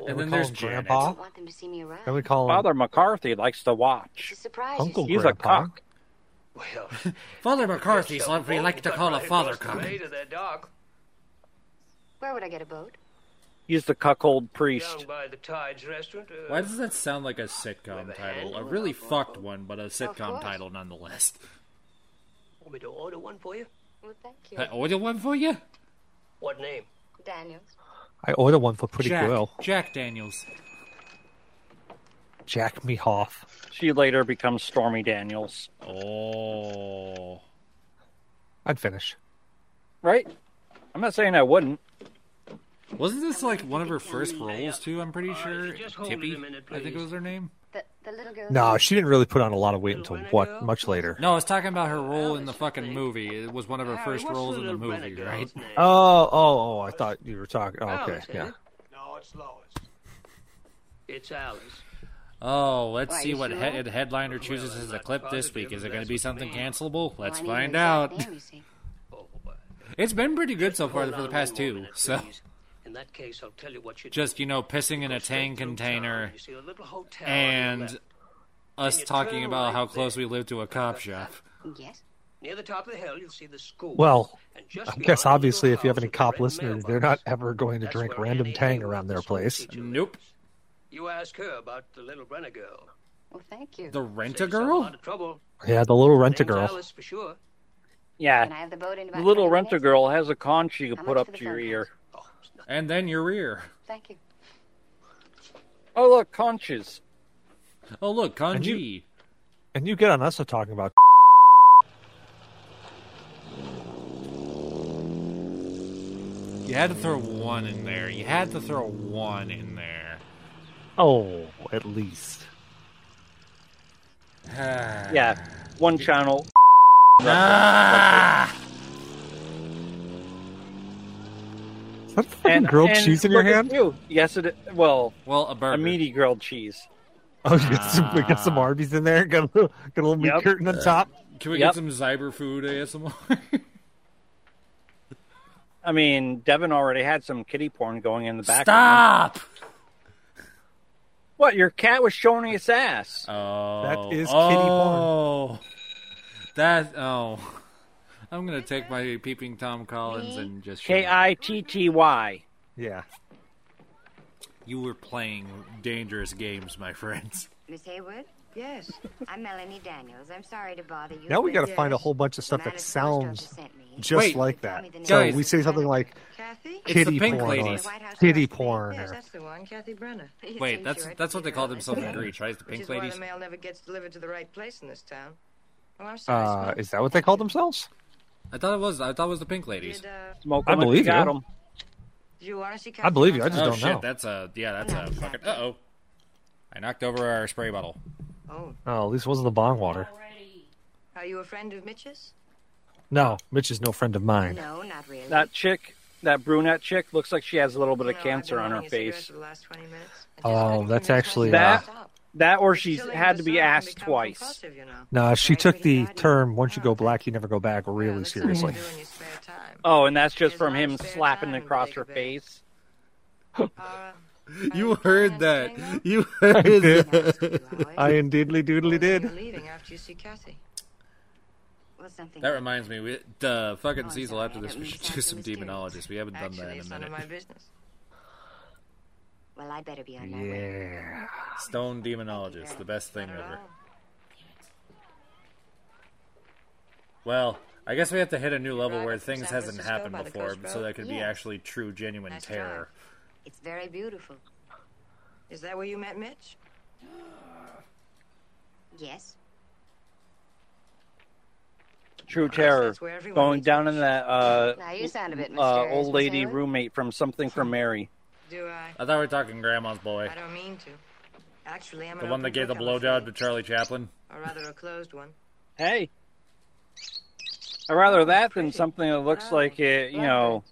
Speaker 2: and
Speaker 5: we
Speaker 2: then
Speaker 5: call
Speaker 2: there's
Speaker 5: him
Speaker 2: Janet.
Speaker 6: I
Speaker 5: Grandpa?
Speaker 6: don't want them to see me around.
Speaker 5: Then we call them
Speaker 4: Father McCarthy likes to watch.
Speaker 6: It's a surprise. you
Speaker 5: Uncle
Speaker 6: see.
Speaker 4: He's a
Speaker 5: Oh, Grandpa.
Speaker 4: cock.
Speaker 9: Well,
Speaker 2: Father McCarthy's what we
Speaker 9: boat
Speaker 2: like to
Speaker 9: got
Speaker 2: call a
Speaker 9: right
Speaker 2: father
Speaker 9: across the bay
Speaker 2: cock.
Speaker 9: to their dock,
Speaker 6: Where would I get a boat?
Speaker 4: He's the cuckold
Speaker 9: down
Speaker 4: priest.
Speaker 9: by the Tides restaurant. uh,
Speaker 2: Why does that sound like a sitcom title? A really fucked one, but a sitcom
Speaker 6: course.
Speaker 2: title nonetheless.
Speaker 9: Want me to order one for you?
Speaker 6: Well, thank you.
Speaker 2: I order one for Uh, you,
Speaker 9: What name?
Speaker 6: Daniel.
Speaker 5: I ordered one for Pretty
Speaker 2: Jack.
Speaker 5: Girl.
Speaker 2: Jack Daniels.
Speaker 5: Jack Mehoff.
Speaker 4: She later becomes Stormy Daniels.
Speaker 2: Oh,
Speaker 5: I'd finish.
Speaker 4: Right? I'm not saying I wouldn't.
Speaker 2: wasn't this like one of her first roles too? I'm pretty sure.
Speaker 9: just hold it a
Speaker 2: Tippy,
Speaker 9: minute,
Speaker 2: I think
Speaker 9: please.
Speaker 2: was her name.
Speaker 6: The, the little girl.
Speaker 5: No, she didn't really put on a lot of weight until what? Much later.
Speaker 2: No, I was talking about her role in the fucking movie. It was one of her first roles in the movie, right?
Speaker 5: Oh, oh, oh! I thought you were talking. Oh, okay,
Speaker 9: Alice,
Speaker 5: yeah.
Speaker 9: eh? No, it's Lois. It's Alice.
Speaker 2: Oh, let's
Speaker 6: Why,
Speaker 2: see
Speaker 6: you
Speaker 2: what
Speaker 6: sure?
Speaker 2: head- headliner chooses
Speaker 9: Well,
Speaker 2: as
Speaker 9: I'm
Speaker 2: a
Speaker 9: not
Speaker 2: clip this
Speaker 9: positive,
Speaker 2: week. Is
Speaker 9: but
Speaker 2: it going to
Speaker 9: that's
Speaker 2: be
Speaker 9: what
Speaker 2: something
Speaker 9: they are.
Speaker 2: cancelable?
Speaker 6: Well,
Speaker 2: Let's
Speaker 6: I need an
Speaker 2: find
Speaker 6: exact
Speaker 2: out.
Speaker 6: name, you see.
Speaker 9: Oh, well,
Speaker 2: It's been pretty good so
Speaker 9: hold
Speaker 2: far for the
Speaker 9: on
Speaker 2: past
Speaker 9: one more
Speaker 2: two.
Speaker 9: minute,
Speaker 2: So
Speaker 9: please. in that case, I'll tell you what you do.
Speaker 2: just you know, pissing in a
Speaker 9: Straight
Speaker 2: tang
Speaker 9: through town.
Speaker 2: container
Speaker 9: You see a little hotel on your
Speaker 2: and
Speaker 9: left,
Speaker 2: us
Speaker 9: And you
Speaker 2: talking
Speaker 9: turn
Speaker 2: about
Speaker 9: right
Speaker 2: how close
Speaker 9: there.
Speaker 2: we live to a cop shop.
Speaker 6: Yes.
Speaker 9: near the top of the hill, you'll see the school.
Speaker 5: Well,
Speaker 9: And just
Speaker 5: I
Speaker 9: beyond
Speaker 5: guess
Speaker 9: the little
Speaker 5: obviously, if you have
Speaker 9: house
Speaker 5: any
Speaker 9: with the
Speaker 5: cop
Speaker 9: red
Speaker 5: listeners, they're not
Speaker 9: mailbox.
Speaker 5: ever going to
Speaker 9: That's
Speaker 5: drink
Speaker 9: where
Speaker 5: random
Speaker 9: Annie
Speaker 5: tang
Speaker 9: Haywood,
Speaker 5: around
Speaker 9: the
Speaker 5: their
Speaker 9: school
Speaker 5: place.
Speaker 9: teacher,
Speaker 2: Nope.
Speaker 9: lives. You ask her about the little Brenner girl.
Speaker 6: Well, thank you.
Speaker 2: The rent a
Speaker 9: Saves her lot
Speaker 2: girl?
Speaker 9: of trouble.
Speaker 5: Yeah, the little rent a
Speaker 9: Name's
Speaker 5: girl.
Speaker 9: Alice for sure.
Speaker 6: Can I
Speaker 4: Yeah.
Speaker 6: have the boat in about
Speaker 4: The little
Speaker 6: 20 minutes?
Speaker 4: renter girl has a con she can
Speaker 6: How
Speaker 4: put
Speaker 6: much
Speaker 4: up
Speaker 6: for the
Speaker 4: to your
Speaker 6: phone
Speaker 4: ear.
Speaker 9: Oh, it's not
Speaker 2: And then your ear.
Speaker 6: Thank you.
Speaker 4: Oh, look, conches.
Speaker 2: Oh look,
Speaker 5: And you-
Speaker 2: kanji.
Speaker 5: And you get on us for talking about.
Speaker 2: You had to throw one in there. You had to throw one in there.
Speaker 5: Oh, at least.
Speaker 4: Yeah. One channel.
Speaker 2: Ah!
Speaker 5: Is that fucking grilled
Speaker 4: and
Speaker 5: cheese in your
Speaker 4: look at
Speaker 5: hand?
Speaker 4: you. Yes, it. Well,
Speaker 2: Well, a
Speaker 4: a
Speaker 2: burger.
Speaker 4: meaty grilled cheese.
Speaker 5: Oh, we got some, we got some Arby's in there. Got a little, got a little meat
Speaker 4: Yep.
Speaker 5: curtain on top.
Speaker 2: Can we get
Speaker 4: Yep.
Speaker 2: some Zyber food ASMR?
Speaker 4: I mean, Devin already had some kitty porn going in the background.
Speaker 2: Stop!
Speaker 4: What? Your cat was showing his ass.
Speaker 2: Oh,
Speaker 5: That is kitty
Speaker 2: oh, That oh, I'm gonna take my peeping Tom Collins and just shut
Speaker 4: K
Speaker 2: up.
Speaker 4: I T T Y.
Speaker 5: Yeah.
Speaker 2: You were playing dangerous games, my friends.
Speaker 6: Miss Hayward? Yes. I'm Melanie Daniels. I'm sorry to bother you.
Speaker 5: Now we
Speaker 6: but-
Speaker 5: got to find a whole bunch of
Speaker 6: The
Speaker 5: stuff
Speaker 6: man
Speaker 5: that
Speaker 6: at the post office
Speaker 5: sounds
Speaker 6: sent me.
Speaker 5: just
Speaker 2: Wait.
Speaker 5: like that. So
Speaker 2: Guys.
Speaker 5: we say something like
Speaker 6: Kathy?
Speaker 2: It's
Speaker 5: kitty
Speaker 2: the pink
Speaker 5: porn
Speaker 2: lady.
Speaker 5: or
Speaker 2: Yes,
Speaker 5: kitty porn. Or,
Speaker 10: the one, Kathy Brenner.
Speaker 6: Please
Speaker 2: Wait,
Speaker 6: ensure
Speaker 2: that's
Speaker 6: it's
Speaker 2: that's what they
Speaker 6: clear
Speaker 2: call
Speaker 6: on this
Speaker 2: themselves in
Speaker 6: end.
Speaker 2: Greece, right? The
Speaker 10: Which
Speaker 2: pink
Speaker 10: is why
Speaker 2: ladies.
Speaker 10: the mail never gets delivered to the right place in this town. Oh, I'm sorry.
Speaker 5: uh,
Speaker 10: Smoke.
Speaker 5: is that what they call themselves?
Speaker 2: I thought it was. I thought it was the pink ladies.
Speaker 10: Did, uh,
Speaker 4: Smoke
Speaker 5: I
Speaker 4: 'em if
Speaker 5: believe
Speaker 4: got
Speaker 5: you.
Speaker 4: 'em.
Speaker 10: did you honestly,
Speaker 5: I believe you. I just
Speaker 2: Oh
Speaker 5: don't
Speaker 2: shit,
Speaker 5: know.
Speaker 2: that's a yeah, that's a fucking. Uh oh, I knocked over our spray bottle.
Speaker 10: Oh,
Speaker 5: Oh, at least it wasn't the bong water.
Speaker 10: are you a friend of Mitch's?
Speaker 5: No, Mitch is no friend of mine.
Speaker 6: No, not really.
Speaker 4: That chick, that brunette chick, looks like she has a little bit of
Speaker 10: No, I've
Speaker 4: cancer
Speaker 10: been
Speaker 4: on her
Speaker 10: wanting a cigarette
Speaker 4: face.
Speaker 10: For the last 20 minutes. I just
Speaker 5: Oh,
Speaker 10: couldn't
Speaker 5: that's
Speaker 10: convince
Speaker 5: actually,
Speaker 10: myself
Speaker 4: uh,
Speaker 10: to stop.
Speaker 4: That or
Speaker 10: It's
Speaker 4: she's
Speaker 10: killing
Speaker 4: had
Speaker 10: the
Speaker 4: to be
Speaker 10: soul and
Speaker 4: asked
Speaker 10: become
Speaker 4: twice.
Speaker 10: compulsive, you know.
Speaker 5: No, she
Speaker 10: Right,
Speaker 5: took
Speaker 10: pretty
Speaker 5: the
Speaker 10: body.
Speaker 5: term "once you
Speaker 10: Oh,
Speaker 5: go black, you never go back" really
Speaker 10: Yeah, that's what you
Speaker 5: seriously.
Speaker 10: do in your spare time.
Speaker 4: Oh, and that's just
Speaker 10: There's
Speaker 4: from
Speaker 10: not a
Speaker 4: him
Speaker 10: spare
Speaker 4: slapping
Speaker 10: time,
Speaker 4: across
Speaker 10: Big
Speaker 4: her
Speaker 10: Bear.
Speaker 4: face.
Speaker 10: Uh,
Speaker 2: You heard that. You
Speaker 5: I
Speaker 2: heard
Speaker 5: did.
Speaker 2: that.
Speaker 5: I indeedly doodly
Speaker 10: you're
Speaker 5: did.
Speaker 10: leaving after you see Kathy.
Speaker 6: Well, something.
Speaker 2: That reminds me, we, the fucking
Speaker 6: Oh,
Speaker 2: seasonal
Speaker 6: sorry,
Speaker 2: after
Speaker 6: I
Speaker 2: this,
Speaker 6: don't
Speaker 2: we
Speaker 6: mean to
Speaker 2: should
Speaker 6: sound
Speaker 2: do
Speaker 6: so
Speaker 2: some
Speaker 6: mysterious.
Speaker 2: demonologist. We haven't done that
Speaker 10: Actually,
Speaker 2: in a
Speaker 10: it's none
Speaker 2: minute.
Speaker 10: of my business.
Speaker 6: Well, I better be on my way.
Speaker 5: Yeah.
Speaker 2: Stone demonologist, the best thing
Speaker 10: Not at
Speaker 2: ever.
Speaker 10: all.
Speaker 2: Well, I guess we have to hit a new level
Speaker 10: Arrive
Speaker 2: where
Speaker 10: at
Speaker 2: things
Speaker 10: San
Speaker 2: hasn't
Speaker 10: Francisco
Speaker 2: happened
Speaker 10: by the
Speaker 2: before,
Speaker 10: coast
Speaker 2: so
Speaker 10: road?
Speaker 2: that could be
Speaker 6: Yeah.
Speaker 2: actually true, genuine
Speaker 10: Nice try.
Speaker 2: terror.
Speaker 6: It's very beautiful.
Speaker 10: Is that where you met Mitch?
Speaker 6: Yes.
Speaker 4: True
Speaker 10: guess
Speaker 4: terror.
Speaker 10: that's where everyone
Speaker 4: Going
Speaker 10: meets
Speaker 4: down
Speaker 10: Mitch.
Speaker 4: in that uh,
Speaker 6: Now you sound a bit mysterious.
Speaker 4: uh, old
Speaker 6: Miss
Speaker 4: lady
Speaker 6: Haley.
Speaker 4: roommate from Something from Mary.
Speaker 10: Do I?
Speaker 2: I thought we were talking Grandma's boy,
Speaker 10: I don't mean to. Actually, I'm
Speaker 2: the
Speaker 10: an
Speaker 2: one that
Speaker 10: open
Speaker 2: gave the
Speaker 10: book,
Speaker 2: blowjob
Speaker 10: I'm
Speaker 2: to
Speaker 10: afraid.
Speaker 2: Charlie Chaplin.
Speaker 10: Or rather, a closed one.
Speaker 4: Hey. I'd rather that than something that looks
Speaker 10: Oh,
Speaker 4: like it, you know,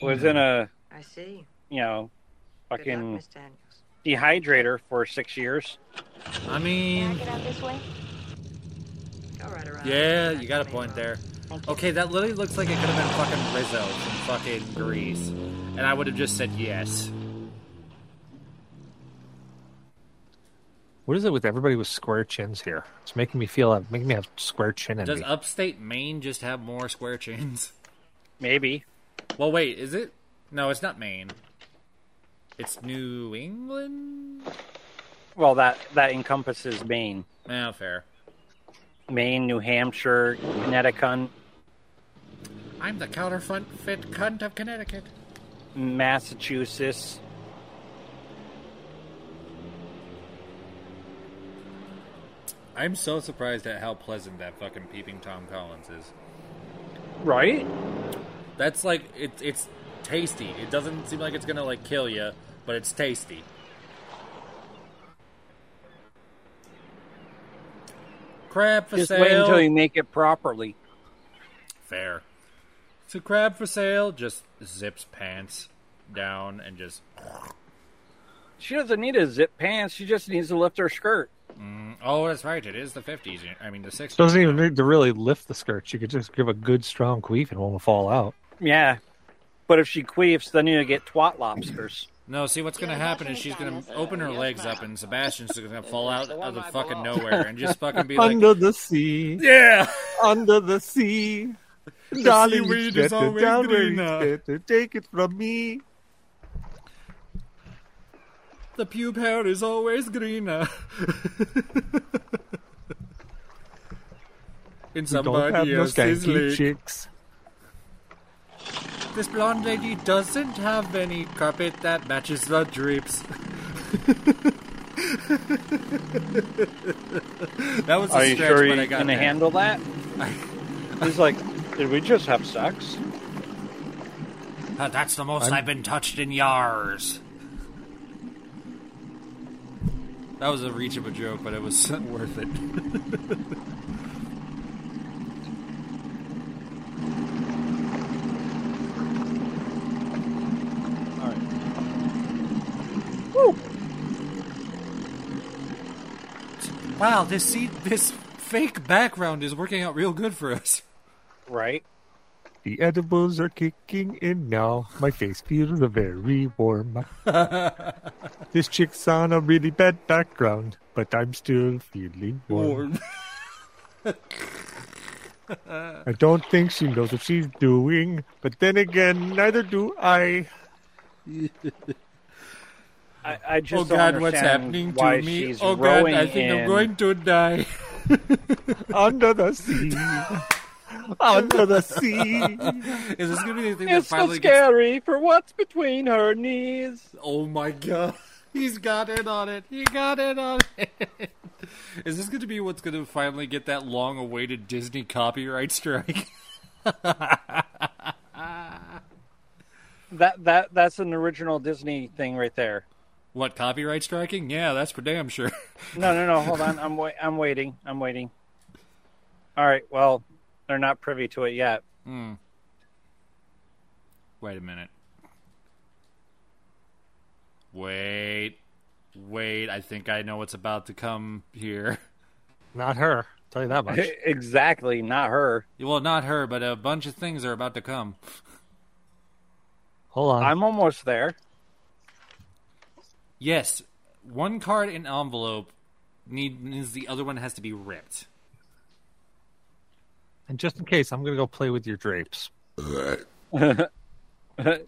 Speaker 4: was in a,
Speaker 10: I see.
Speaker 4: you know,
Speaker 10: Good luck,
Speaker 4: fucking
Speaker 10: Miss Daniels.
Speaker 4: dehydrator for six years.
Speaker 2: I
Speaker 6: Can I
Speaker 2: mean,
Speaker 6: get out this way?
Speaker 10: Go right around.
Speaker 2: yeah,
Speaker 10: That's
Speaker 2: you got a
Speaker 10: the main
Speaker 2: point
Speaker 10: road.
Speaker 2: there.
Speaker 6: Thank you.
Speaker 2: Okay, that literally looks like it could have been fucking Rizzo from fucking Grease, and I would have just said yes.
Speaker 5: What is it with everybody with square chins here? It's making me feel making me have square chin envy.
Speaker 2: Does upstate Maine just have more square chins?
Speaker 4: Maybe.
Speaker 2: Well, wait, is it? No, it's not Maine. It's New England.
Speaker 4: Well, that, that encompasses Maine.
Speaker 2: Yeah, fair.
Speaker 4: Maine, New Hampshire, Connecticut,
Speaker 2: I'm the counterfeit fit cunt of Connecticut.
Speaker 4: Massachusetts.
Speaker 2: I'm so surprised at how pleasant that fucking peeping Tom Collins is.
Speaker 4: Right?
Speaker 2: That's like it's it's tasty. It doesn't seem like it's gonna like kill you, but it's tasty. Crab for
Speaker 4: Just
Speaker 2: sale.
Speaker 4: wait until you make it properly.
Speaker 2: Fair. It's a crab for sale. Just zips pants down and just.
Speaker 4: She doesn't need to zip pants. She just needs to lift her skirt.
Speaker 2: Mm, oh, that's right. It is the fifties. I mean the sixties.
Speaker 5: Doesn't even need to really lift the skirt. You could just give a good strong queef and it won't fall out.
Speaker 4: Yeah. But if she queefs, then you get twat lobsters.
Speaker 2: No, see what's going to
Speaker 6: You're
Speaker 2: happen
Speaker 6: not
Speaker 2: is she's
Speaker 6: gonna
Speaker 2: going to
Speaker 6: die.
Speaker 2: open her
Speaker 6: You're
Speaker 2: legs
Speaker 6: fine.
Speaker 2: up, and Sebastian's going to fall out
Speaker 9: one
Speaker 2: of the
Speaker 9: right
Speaker 2: fucking
Speaker 9: below.
Speaker 2: nowhere and just fucking be like,
Speaker 5: Under the sea,
Speaker 2: "Yeah,
Speaker 5: under the sea, darling,
Speaker 2: seaweed
Speaker 5: it's
Speaker 2: is
Speaker 5: better,
Speaker 2: always
Speaker 5: darling,
Speaker 2: green
Speaker 5: it's
Speaker 2: now.
Speaker 5: better. Take it from me.
Speaker 2: the pube hair is always greener." In
Speaker 5: You don't have
Speaker 2: somebody
Speaker 5: no
Speaker 2: else's
Speaker 5: skanky
Speaker 2: league.
Speaker 5: chicks.
Speaker 2: This blonde lady doesn't have any carpet that matches the drapes. that was a
Speaker 4: Are you
Speaker 2: stretch,
Speaker 4: sure
Speaker 2: but
Speaker 4: you're
Speaker 2: I got
Speaker 4: going to
Speaker 2: there.
Speaker 4: handle that? He's like, did we just have sex?
Speaker 2: Uh, that's the most i have been touched in years. That was a reach of a joke, but it was worth it. Wow, this see this fake background is working out real good for us.
Speaker 4: Right?
Speaker 5: The edibles are kicking in now. My face feels very warm. this chick's on a really bad background, but I'm still feeling warm. I don't think she knows what she's doing, but then again, neither do I.
Speaker 4: I, I
Speaker 2: Oh
Speaker 4: just don't
Speaker 2: God, what's
Speaker 4: understand
Speaker 2: happening
Speaker 4: why
Speaker 2: to me?
Speaker 4: she's
Speaker 2: Oh God,
Speaker 4: rowing
Speaker 2: I think
Speaker 4: in.
Speaker 2: I'm going to die.
Speaker 5: Under the sea. Under the sea.
Speaker 2: Is this gonna be the thing that
Speaker 4: It's so
Speaker 2: finally gets
Speaker 4: scary for what's between her knees.
Speaker 2: Oh my god. He's got in on it. He got in on it. Is this going to be what's going to finally get that long awaited Disney copyright strike?
Speaker 4: That that that's an original Disney thing right there.
Speaker 2: what, copyright striking? Yeah, that's for damn sure.
Speaker 4: No, no, no. Hold on. I'm wait. I'm waiting. I'm waiting. All right. Well, they're not privy to it yet.
Speaker 2: Wait a minute. Wait. Wait, I think I know what's about to come here.
Speaker 5: Not her. Tell you that much.
Speaker 4: exactly, not her.
Speaker 2: Well, not her, but a bunch of things are about to come.
Speaker 5: Hold on.
Speaker 4: I'm almost there.
Speaker 2: Yes, one card in envelope need, means the other one has to be ripped.
Speaker 5: And just in case, I'm going to go play with your drapes.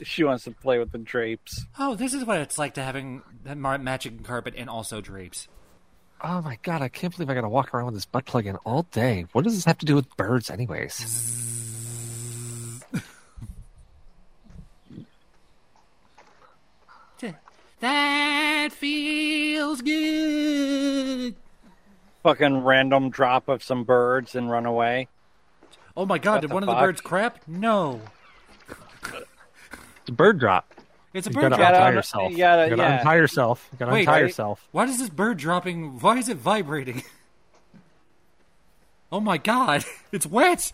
Speaker 4: she wants to play with the drapes.
Speaker 2: Oh, this is what it's like to having that ma- matching carpet and also drapes.
Speaker 5: Oh my god, I can't believe I gotta walk around with this butt plug in all day. What does this have to do with birds, anyways?
Speaker 2: That feels good.
Speaker 4: Fucking random drop of some birds and run away.
Speaker 2: Oh my god,
Speaker 4: What
Speaker 2: did
Speaker 4: the
Speaker 2: one of the
Speaker 4: fuck?
Speaker 2: birds crap? No.
Speaker 5: It's a bird drop.
Speaker 2: It's a
Speaker 5: you
Speaker 2: bird
Speaker 5: gotta
Speaker 2: drop.
Speaker 5: Untie
Speaker 4: Gotta-
Speaker 5: yourself.
Speaker 4: you gotta-
Speaker 5: gotta
Speaker 4: yeah.
Speaker 5: untie yourself. You gotta
Speaker 2: Wait,
Speaker 5: untie
Speaker 2: wait.
Speaker 5: yourself.
Speaker 2: Why is this bird dropping? Why is it vibrating? Oh my god, it's wet.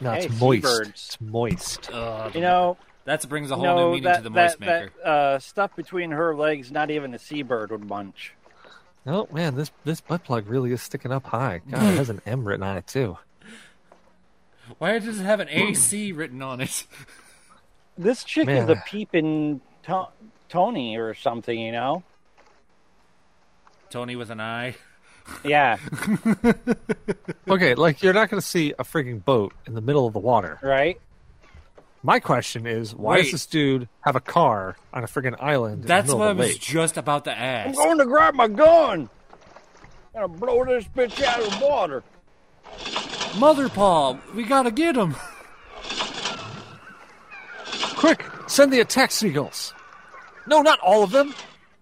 Speaker 5: No, it's
Speaker 4: Hey,
Speaker 5: moist.
Speaker 4: seabirds.
Speaker 5: It's moist.
Speaker 2: Uh,
Speaker 4: You know,
Speaker 2: that brings a whole
Speaker 4: no,
Speaker 2: new meaning
Speaker 4: that,
Speaker 2: to the moist
Speaker 4: that,
Speaker 2: maker.
Speaker 4: that uh, stuff between her legs, not even a seabird would munch.
Speaker 5: Oh man, this this butt plug really is sticking up high. God, it has an M written on it too.
Speaker 2: Why does it have an AC written on it?
Speaker 4: This chick is
Speaker 5: Man.
Speaker 4: a peeping to- Tony or something, you know?
Speaker 2: Tony with an eye.
Speaker 4: Yeah,
Speaker 5: Okay, like you're not gonna see a frigging boat in the middle of the water.
Speaker 4: right?
Speaker 5: My question is, why
Speaker 2: Wait.
Speaker 5: does this dude have a car on a friggin' island?
Speaker 2: That's
Speaker 5: in the
Speaker 2: what I
Speaker 5: middle of the
Speaker 2: was
Speaker 5: lake?
Speaker 2: just about to
Speaker 4: I'm
Speaker 2: ask.
Speaker 4: going to grab my gun. Gonna blow this bitch out of the water.
Speaker 2: Mother Paw, we gotta get him.
Speaker 5: Quick, send the attack seagulls. No, not all of them.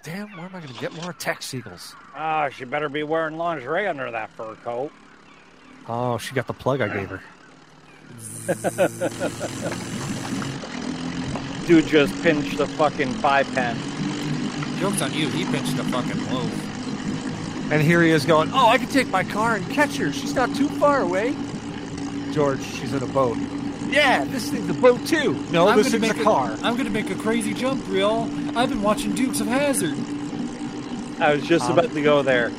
Speaker 5: Damn, where am I going to get more attack seagulls?
Speaker 4: Ah, she better be wearing lingerie under that fur coat.
Speaker 5: Oh, she got the plug I gave her.
Speaker 4: Dude just pinched the fucking five pen.
Speaker 2: Joke's on you, he pinched a fucking loaf.
Speaker 5: And here he is going, Oh, I can take my car and catch her. She's not too far away. George, she's in a boat. Yeah, this thing's a boat too.
Speaker 4: Oh,
Speaker 5: No,
Speaker 2: I'm
Speaker 5: this
Speaker 2: gonna
Speaker 5: thing's
Speaker 2: make
Speaker 5: a car.
Speaker 2: I'm gonna make a crazy jump, real. I've been watching Dukes of Hazard.
Speaker 4: I was just
Speaker 5: Um,
Speaker 4: about to go there.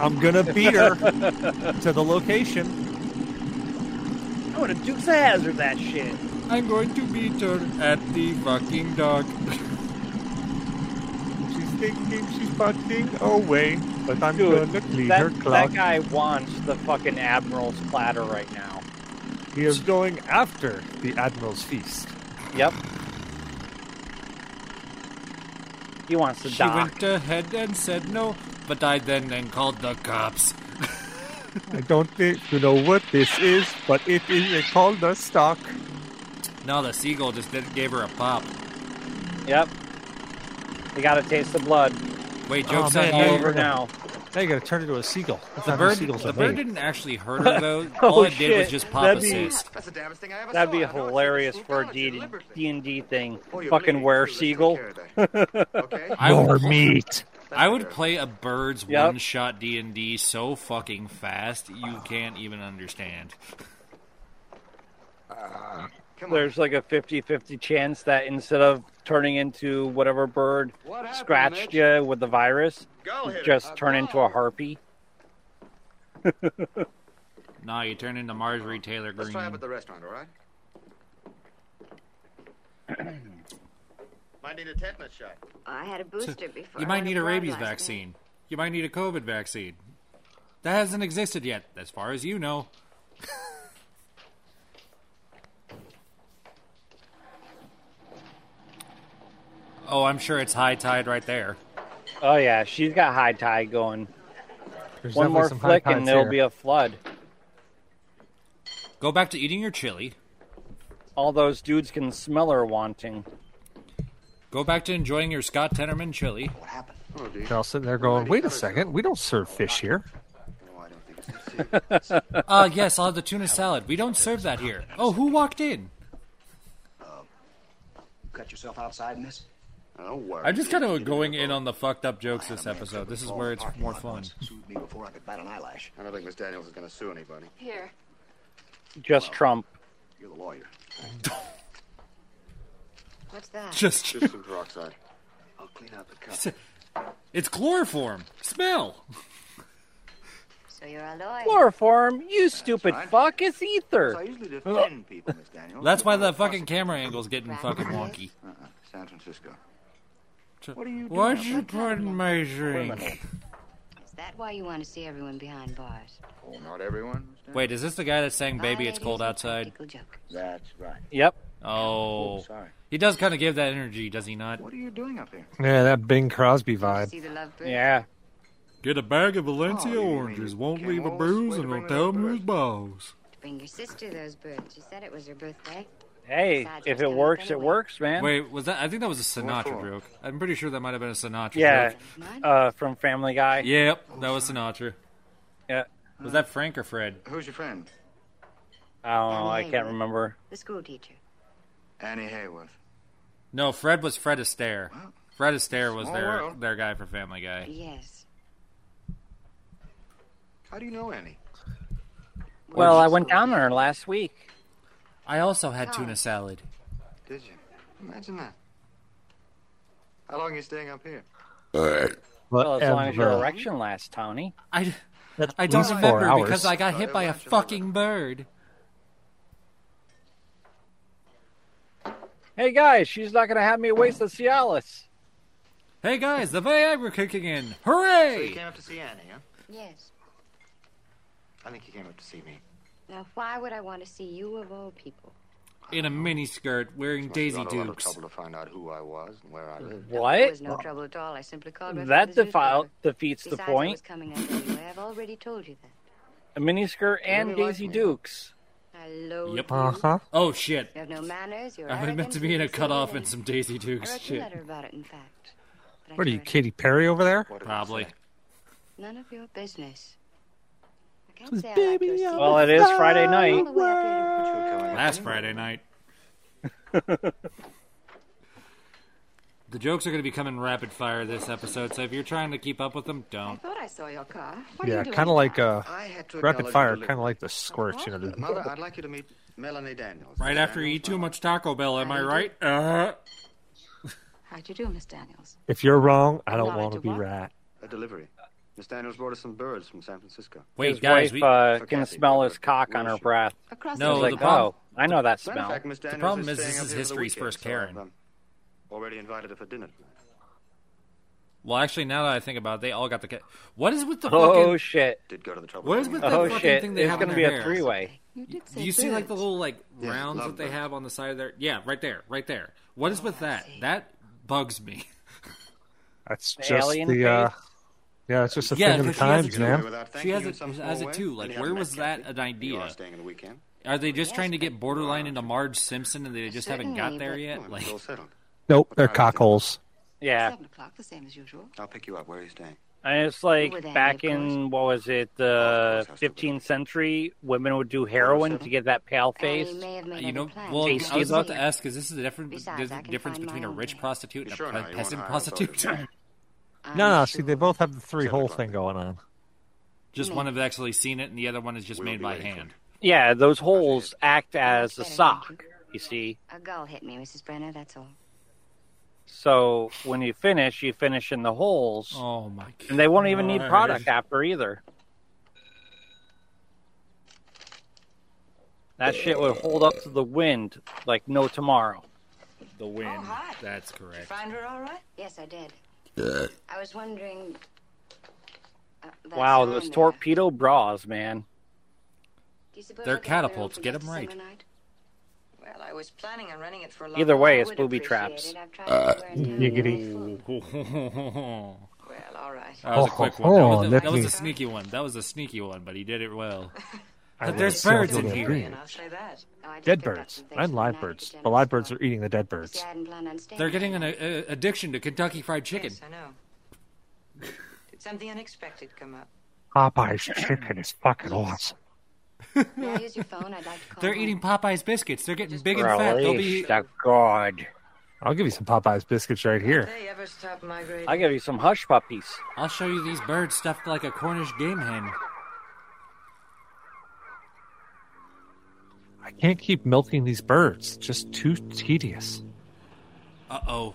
Speaker 5: I'm going to beat her to the location.
Speaker 4: I would have Dukes of Hazard that shit.
Speaker 2: I'm going to beat her at the fucking dock.
Speaker 5: She's thinking she's butting away, but I'm
Speaker 4: Dude,
Speaker 5: gonna clean
Speaker 4: That,
Speaker 5: her
Speaker 4: that
Speaker 5: clock.
Speaker 4: guy wants the fucking Admiral's platter right now.
Speaker 5: He is going after the Admiral's Feast.
Speaker 4: Yep. He wants to
Speaker 2: She
Speaker 4: die.
Speaker 2: went ahead and said no, but I then then called the cops.
Speaker 5: I don't think you know what this is, but it is a called a stock.
Speaker 2: No, the seagull just did, gave her a pop.
Speaker 4: Yep. You gotta taste the blood.
Speaker 2: Wait, joke's
Speaker 5: Oh,
Speaker 2: on
Speaker 5: man,
Speaker 2: you.
Speaker 4: All
Speaker 5: Yeah,
Speaker 4: over
Speaker 5: you're-
Speaker 4: now.
Speaker 5: Now you gotta turn into a seagull. That's
Speaker 2: The
Speaker 5: not how
Speaker 2: bird,
Speaker 5: seagulls
Speaker 2: the
Speaker 5: are
Speaker 2: bird
Speaker 5: made.
Speaker 2: didn't actually hurt her though.
Speaker 4: Oh,
Speaker 2: All it did was
Speaker 4: shit.
Speaker 2: just pop
Speaker 4: That'd
Speaker 2: a
Speaker 4: be-
Speaker 2: cyst.
Speaker 7: That's the damnedest thing I ever
Speaker 4: That'd be
Speaker 7: saw. I know it's
Speaker 4: hilarious
Speaker 7: sneak
Speaker 4: for a
Speaker 7: down at your
Speaker 4: D
Speaker 7: liberty.
Speaker 4: and D thing.
Speaker 7: Oh, you're
Speaker 4: Fucking
Speaker 7: bleeding,
Speaker 4: wear
Speaker 7: too. Let's take
Speaker 4: seagull.
Speaker 7: care of that. Okay?
Speaker 2: I would,
Speaker 5: meat.
Speaker 2: I would play a bird's
Speaker 4: Yep.
Speaker 2: one shot D and D so fucking fast you can't even understand.
Speaker 7: Come on.
Speaker 4: There's like a 50-50 chance that instead of turning into whatever bird
Speaker 7: What happened,
Speaker 4: scratched
Speaker 7: Mitch?
Speaker 4: you with the virus,
Speaker 7: Go
Speaker 4: you
Speaker 7: hit
Speaker 4: just
Speaker 7: it.
Speaker 4: turn into a harpy.
Speaker 2: Nah, you turn into Marjorie Taylor
Speaker 7: Let's
Speaker 2: Greene.
Speaker 7: try up at the restaurant, all right? Might need a tetanus shot.
Speaker 6: I had a booster before.
Speaker 2: You
Speaker 6: I
Speaker 2: might
Speaker 6: went
Speaker 2: need a
Speaker 6: abroad
Speaker 2: rabies
Speaker 6: last night.
Speaker 2: vaccine. You might need a COVID vaccine. That hasn't existed yet, as far as you know. oh, I'm sure it's high tide right there.
Speaker 4: Oh yeah, she's got high tide going.
Speaker 5: There's
Speaker 4: One
Speaker 5: definitely
Speaker 4: more
Speaker 5: some high
Speaker 4: flick
Speaker 5: tides
Speaker 4: and there'll
Speaker 5: here.
Speaker 4: be a flood.
Speaker 2: Go back to eating your chili.
Speaker 4: All those dudes can smell her wanting.
Speaker 2: Go back to enjoying your Scott Tenorman chili.
Speaker 7: What happened? Oh, dude.
Speaker 5: They're all sitting there going, "Wait a second, we don't serve fish here."
Speaker 7: No, Oh, I don't think it's that serious.
Speaker 2: Ah, yes, I'll have the tuna salad. We don't serve that here. Oh, who walked in?
Speaker 7: Cut yourself outside in this? No worry.
Speaker 2: I'm just kind of going in on the fucked up jokes this episode. This is where it's more fun.
Speaker 7: Sued me before I could bat an eyelash. I don't think Miss Daniels is going to sue anybody.
Speaker 6: Here.
Speaker 4: Just Trump.
Speaker 7: You're the lawyer.
Speaker 6: What's that?
Speaker 2: Just,
Speaker 7: Just some peroxide. I'll clean out the cup.
Speaker 2: it's chloroform. Smell.
Speaker 6: So you're a lawyer.
Speaker 4: Chloroform, you stupid
Speaker 6: right.
Speaker 4: fuck, it's ether.
Speaker 6: So I
Speaker 7: usually
Speaker 6: defend
Speaker 7: people, Miss Daniels.
Speaker 2: That's why the fucking camera angle's getting fucking wonky.
Speaker 7: Uh-uh. San Francisco.
Speaker 6: What are you
Speaker 2: Why'd
Speaker 6: doing?
Speaker 2: you put in my
Speaker 6: Criminal.
Speaker 2: drink?
Speaker 6: Is that why you want to see everyone behind bars?
Speaker 7: Oh, not everyone. Miss Daniels.
Speaker 2: Wait, is this the guy that's saying "Baby, it's cold outside"?
Speaker 6: Practical joke.
Speaker 7: That's right.
Speaker 4: Yep.
Speaker 2: Oh,
Speaker 7: Oh, sorry.
Speaker 2: he does kind of give that energy, does he not?
Speaker 7: What are you doing up here?
Speaker 5: Yeah, that Bing Crosby vibe.
Speaker 6: See the lovebird?
Speaker 4: Yeah.
Speaker 2: Get a bag of Valencia
Speaker 7: Oh, you mean
Speaker 2: oranges,
Speaker 7: you
Speaker 2: won't
Speaker 7: came
Speaker 2: leave a
Speaker 7: all this
Speaker 2: bruise,
Speaker 7: way to
Speaker 2: and
Speaker 7: bring
Speaker 2: will
Speaker 7: it
Speaker 2: tell
Speaker 7: up
Speaker 2: me
Speaker 7: to
Speaker 2: his
Speaker 7: us?
Speaker 2: balls.
Speaker 6: Bring your sister those birds. She said it was her birthday.
Speaker 4: Hey,
Speaker 6: Besides,
Speaker 4: if
Speaker 6: it's
Speaker 4: it
Speaker 6: gonna
Speaker 4: works,
Speaker 6: happen
Speaker 4: it
Speaker 6: anyway.
Speaker 4: works, man.
Speaker 2: Wait, was that? I think that was a Sinatra
Speaker 7: for?
Speaker 2: joke. I'm pretty sure that might have been a Sinatra
Speaker 4: Yeah.
Speaker 2: joke.
Speaker 6: Mine?
Speaker 4: Uh, from Family Guy.
Speaker 2: Yep, that was Sinatra.
Speaker 4: Yeah.
Speaker 2: Was that Frank or Fred?
Speaker 7: Who's your friend?
Speaker 4: I don't know. I
Speaker 6: Annie
Speaker 4: can't
Speaker 6: Haywood.
Speaker 4: remember.
Speaker 6: The school teacher.
Speaker 7: Annie Hayworth.
Speaker 2: No, Fred was Fred Astaire. Fred Astaire was
Speaker 7: Small
Speaker 2: their
Speaker 7: world.
Speaker 2: their guy for Family Guy.
Speaker 6: Yes.
Speaker 7: How do you know Annie?
Speaker 4: Well, I went down there last week.
Speaker 2: I also had tuna salad.
Speaker 7: Did you? Imagine that. How long are you staying up here?
Speaker 4: Well, as long as your
Speaker 5: Whatever.
Speaker 4: erection lasts, Tony.
Speaker 2: I
Speaker 5: That's
Speaker 2: I
Speaker 5: at
Speaker 2: don't
Speaker 5: least four
Speaker 2: remember
Speaker 5: hours.
Speaker 2: because I got hit
Speaker 7: I
Speaker 2: by a
Speaker 7: watched it over.
Speaker 2: fucking bird.
Speaker 4: Hey guys, she's not gonna have me waste the Cialis.
Speaker 2: Hey guys, the Viagra kicking in!
Speaker 7: So you
Speaker 2: Hooray!
Speaker 7: came up to see Annie, huh?
Speaker 6: Yes.
Speaker 7: I think you came up to see me.
Speaker 6: Now, why would I want to see you of all people?
Speaker 2: In a miniskirt, wearing
Speaker 7: Must have
Speaker 2: Daisy
Speaker 7: gone to a lot of
Speaker 2: Dukes.
Speaker 7: trouble to find out who I was and where I lived.
Speaker 6: There
Speaker 4: What?
Speaker 6: was no trouble at all. I simply called my
Speaker 4: That
Speaker 6: father's
Speaker 4: defi-
Speaker 6: newspaper.
Speaker 4: defeats the
Speaker 6: Besides, I was
Speaker 4: point.
Speaker 6: coming up anyway. I've already told you that.
Speaker 4: A miniskirt and
Speaker 7: really like
Speaker 4: Daisy
Speaker 7: me.
Speaker 4: Dukes.
Speaker 6: Hello.
Speaker 2: Yep.
Speaker 6: you.
Speaker 5: Uh huh.
Speaker 2: Oh shit!
Speaker 6: You have no manners. You're
Speaker 2: I was meant
Speaker 6: arrogant,
Speaker 2: to be in a
Speaker 6: you're
Speaker 2: cutoff
Speaker 6: conceited,
Speaker 2: and some Daisy
Speaker 6: I
Speaker 2: Dukes.
Speaker 6: wrote you a
Speaker 2: Shit.
Speaker 6: letter about it, in fact. But I
Speaker 5: What are you,
Speaker 6: can't-
Speaker 5: Katy Perry over there?
Speaker 7: What did it
Speaker 2: Probably.
Speaker 7: say?
Speaker 6: None of your business. I can't
Speaker 5: This
Speaker 6: say I like
Speaker 5: baby
Speaker 6: your
Speaker 5: on
Speaker 4: Well,
Speaker 5: the
Speaker 4: it is Friday
Speaker 6: scene.
Speaker 4: night.
Speaker 6: All the way up here.
Speaker 7: You were coming up
Speaker 2: Last
Speaker 7: anyway.
Speaker 2: Friday night. the jokes are going to be coming rapid fire this episode, so if you're trying to keep up with them,
Speaker 6: I
Speaker 2: don't.
Speaker 6: thought I saw your car. What are you
Speaker 5: Yeah,
Speaker 6: doing
Speaker 5: kind of
Speaker 6: now?
Speaker 5: like uh,
Speaker 7: I had to
Speaker 5: rapid
Speaker 7: acknowledge
Speaker 5: fire,
Speaker 7: the delivery.
Speaker 5: kind of like the squirt, you know. the-
Speaker 7: Mother, I'd like you to meet Melanie Daniels.
Speaker 2: Right
Speaker 7: Miss
Speaker 2: after E you
Speaker 7: Daniels,
Speaker 2: eat too
Speaker 7: my
Speaker 2: much Taco Bell, am I right? Uh,
Speaker 6: How'd you do, Miss Daniels?
Speaker 5: If you're wrong, I don't
Speaker 6: Not
Speaker 5: want to be
Speaker 6: into what?
Speaker 5: rat.
Speaker 7: A delivery. Miss Daniels brought us some birds from San Francisco.
Speaker 2: wait,
Speaker 4: His
Speaker 2: guys,
Speaker 4: wife
Speaker 2: we,
Speaker 4: uh,
Speaker 7: Forget
Speaker 4: can
Speaker 7: it.
Speaker 4: smell his cock on her
Speaker 7: Bullshit.
Speaker 4: breath.
Speaker 6: Across
Speaker 2: No,
Speaker 4: I was
Speaker 2: the
Speaker 4: like,
Speaker 2: problem-
Speaker 4: oh, I know that
Speaker 7: Matter of
Speaker 4: smell.
Speaker 7: fact, Miss Daniels
Speaker 2: problem is
Speaker 7: is,
Speaker 2: this
Speaker 7: staying
Speaker 2: is
Speaker 7: up here for the
Speaker 2: history's
Speaker 7: weekend,
Speaker 2: first
Speaker 7: so
Speaker 2: Karen.
Speaker 7: I've, um, already invited her for dinner. tonight.
Speaker 2: well, actually, now that I think about it, they all got the. Ca- what is with the
Speaker 4: Oh
Speaker 2: fucking?
Speaker 4: shit!
Speaker 7: Did go to the trouble.
Speaker 2: What
Speaker 7: to
Speaker 2: is
Speaker 7: clean
Speaker 2: with
Speaker 7: up.
Speaker 2: that
Speaker 4: Oh
Speaker 2: fucking
Speaker 4: shit!
Speaker 2: thing they
Speaker 4: It's
Speaker 2: have
Speaker 4: gonna
Speaker 2: on
Speaker 4: be
Speaker 2: their
Speaker 4: a
Speaker 2: hair?
Speaker 4: three-way.
Speaker 6: You did say
Speaker 2: Do you see like the
Speaker 6: birds.
Speaker 2: little like
Speaker 7: Yeah,
Speaker 2: rounds
Speaker 7: love
Speaker 2: that they
Speaker 7: birds.
Speaker 2: have on the side of their? Yeah, right there, right there. What
Speaker 6: Oh,
Speaker 2: is with that? That bugs me.
Speaker 5: That's
Speaker 4: The
Speaker 5: just
Speaker 4: alien
Speaker 5: the. Uh,
Speaker 4: face?
Speaker 5: yeah, it's just a
Speaker 2: Yeah,
Speaker 5: thing of the
Speaker 2: 'cause she has a-
Speaker 5: times,
Speaker 7: Away
Speaker 5: man.
Speaker 7: without
Speaker 2: She
Speaker 7: thanking
Speaker 2: has
Speaker 7: you in
Speaker 2: it,
Speaker 7: some
Speaker 2: has
Speaker 7: small
Speaker 2: it
Speaker 7: way?
Speaker 2: too.
Speaker 7: And
Speaker 2: Like,
Speaker 7: you
Speaker 2: where
Speaker 7: haven't
Speaker 2: was
Speaker 7: met
Speaker 2: that
Speaker 7: Kathy.
Speaker 2: an
Speaker 7: You are
Speaker 2: idea?
Speaker 7: staying in the weekend.
Speaker 2: Are they just
Speaker 6: Oh, Yes,
Speaker 2: trying to
Speaker 6: but-
Speaker 2: get borderline into Marge Simpson and they just haven't got
Speaker 6: Certainly,
Speaker 2: there
Speaker 6: but-
Speaker 7: Oh,
Speaker 2: yet?
Speaker 7: it's
Speaker 2: Like,
Speaker 7: all settled.
Speaker 5: Nope,
Speaker 7: What
Speaker 5: they're
Speaker 7: time is it?
Speaker 5: cockholes.
Speaker 4: Yeah,
Speaker 6: Seven o'clock, the same as usual.
Speaker 7: I'll pick you up. Where are you staying?
Speaker 4: and it's
Speaker 6: Over there,
Speaker 4: like back
Speaker 6: of course.
Speaker 4: in what was it, the
Speaker 7: Oh, of course, that's
Speaker 4: 15th century? Women would
Speaker 2: Oh,
Speaker 4: do heroin to get that pale face.
Speaker 6: Annie may have made
Speaker 2: you know,
Speaker 6: other plans.
Speaker 2: well,
Speaker 6: but
Speaker 2: I was
Speaker 6: she's
Speaker 2: about to
Speaker 6: here.
Speaker 2: ask: Is this the different
Speaker 6: Besides,
Speaker 2: there's a
Speaker 6: I can
Speaker 2: difference
Speaker 6: find
Speaker 2: between
Speaker 6: my
Speaker 2: a
Speaker 6: own
Speaker 2: rich
Speaker 6: way.
Speaker 2: prostitute and
Speaker 7: Sure,
Speaker 2: a
Speaker 7: no,
Speaker 2: pe-
Speaker 7: you
Speaker 2: peasant
Speaker 7: won't hire a
Speaker 2: prostitute?
Speaker 7: prostitute.
Speaker 6: I'm
Speaker 5: No, no. See,
Speaker 6: sure.
Speaker 5: they both have the three
Speaker 7: Seven
Speaker 5: hole
Speaker 7: o'clock.
Speaker 5: thing going on.
Speaker 2: just one have actually seen it, and the other one is just
Speaker 7: We'll
Speaker 2: made
Speaker 7: be
Speaker 2: by
Speaker 7: waiting for
Speaker 2: hand.
Speaker 4: Yeah, those holes act as a
Speaker 6: Better, thank
Speaker 4: sock. You see.
Speaker 6: A gull hit me, Mrs. Brenner. That's all.
Speaker 4: So when you finish, you finish in the holes,
Speaker 2: Oh my god! Oh,
Speaker 4: and they won't even need product after either. That shit would hold up to the wind like no tomorrow.
Speaker 2: The wind.
Speaker 10: hi.
Speaker 2: That's correct.
Speaker 10: Find her all right?
Speaker 6: Yes, I did. I was wondering. Uh, that
Speaker 4: wow,
Speaker 6: sign
Speaker 4: those
Speaker 6: there.
Speaker 4: torpedo bras, man.
Speaker 6: Do you suppose
Speaker 2: They're
Speaker 6: I could have it
Speaker 2: catapults.
Speaker 6: open
Speaker 2: Get
Speaker 6: just
Speaker 2: 'em
Speaker 6: a
Speaker 2: right.
Speaker 6: summer night?
Speaker 10: Well, I was planning on running it for a long
Speaker 4: Either way,
Speaker 10: I
Speaker 4: it's
Speaker 10: would
Speaker 4: booby
Speaker 10: appreciate
Speaker 4: traps.
Speaker 6: Appreciate it. I've tried
Speaker 5: Uh,
Speaker 6: to wear down the
Speaker 5: Giggity.
Speaker 6: food.
Speaker 2: that
Speaker 10: it. Well, all right.
Speaker 2: was a
Speaker 5: Oh,
Speaker 2: quick
Speaker 5: oh,
Speaker 2: one. That was a,
Speaker 5: let
Speaker 2: that was
Speaker 5: me-
Speaker 2: a sneaky one. That was a sneaky one, but he did it well.
Speaker 5: I
Speaker 2: But
Speaker 5: would
Speaker 2: there's
Speaker 5: still
Speaker 2: birds
Speaker 5: feel
Speaker 2: in
Speaker 5: that
Speaker 2: here.
Speaker 5: way.
Speaker 10: I'll say that.
Speaker 6: Oh, I just
Speaker 5: Dead
Speaker 6: picked up
Speaker 5: birds
Speaker 6: some things
Speaker 5: and
Speaker 6: for
Speaker 5: live
Speaker 6: tonight
Speaker 5: birds.
Speaker 6: at
Speaker 5: The
Speaker 6: the
Speaker 5: live
Speaker 6: general
Speaker 5: birds are eating the dead
Speaker 6: store. You
Speaker 5: birds.
Speaker 6: see, I hadn't planned on staying
Speaker 2: They're getting an
Speaker 6: here.
Speaker 2: uh, uh, addiction to Kentucky Fried Chicken.
Speaker 10: Yes, I know. Did something unexpected come up?
Speaker 5: Popeye's chicken is fucking awesome.
Speaker 6: May I use your phone? I'd like to call.
Speaker 2: They're
Speaker 6: home.
Speaker 2: eating Popeye's biscuits. They're getting big and fat. They'll be
Speaker 4: Release the god.
Speaker 5: I'll give you some Popeye's biscuits right
Speaker 10: Did
Speaker 5: here.
Speaker 10: they ever stop migrating?
Speaker 4: I'll give you some hush puppies.
Speaker 2: I'll show you these birds stuffed like a Cornish game hen.
Speaker 5: I can't keep milking these birds. Just too tedious.
Speaker 2: Uh oh.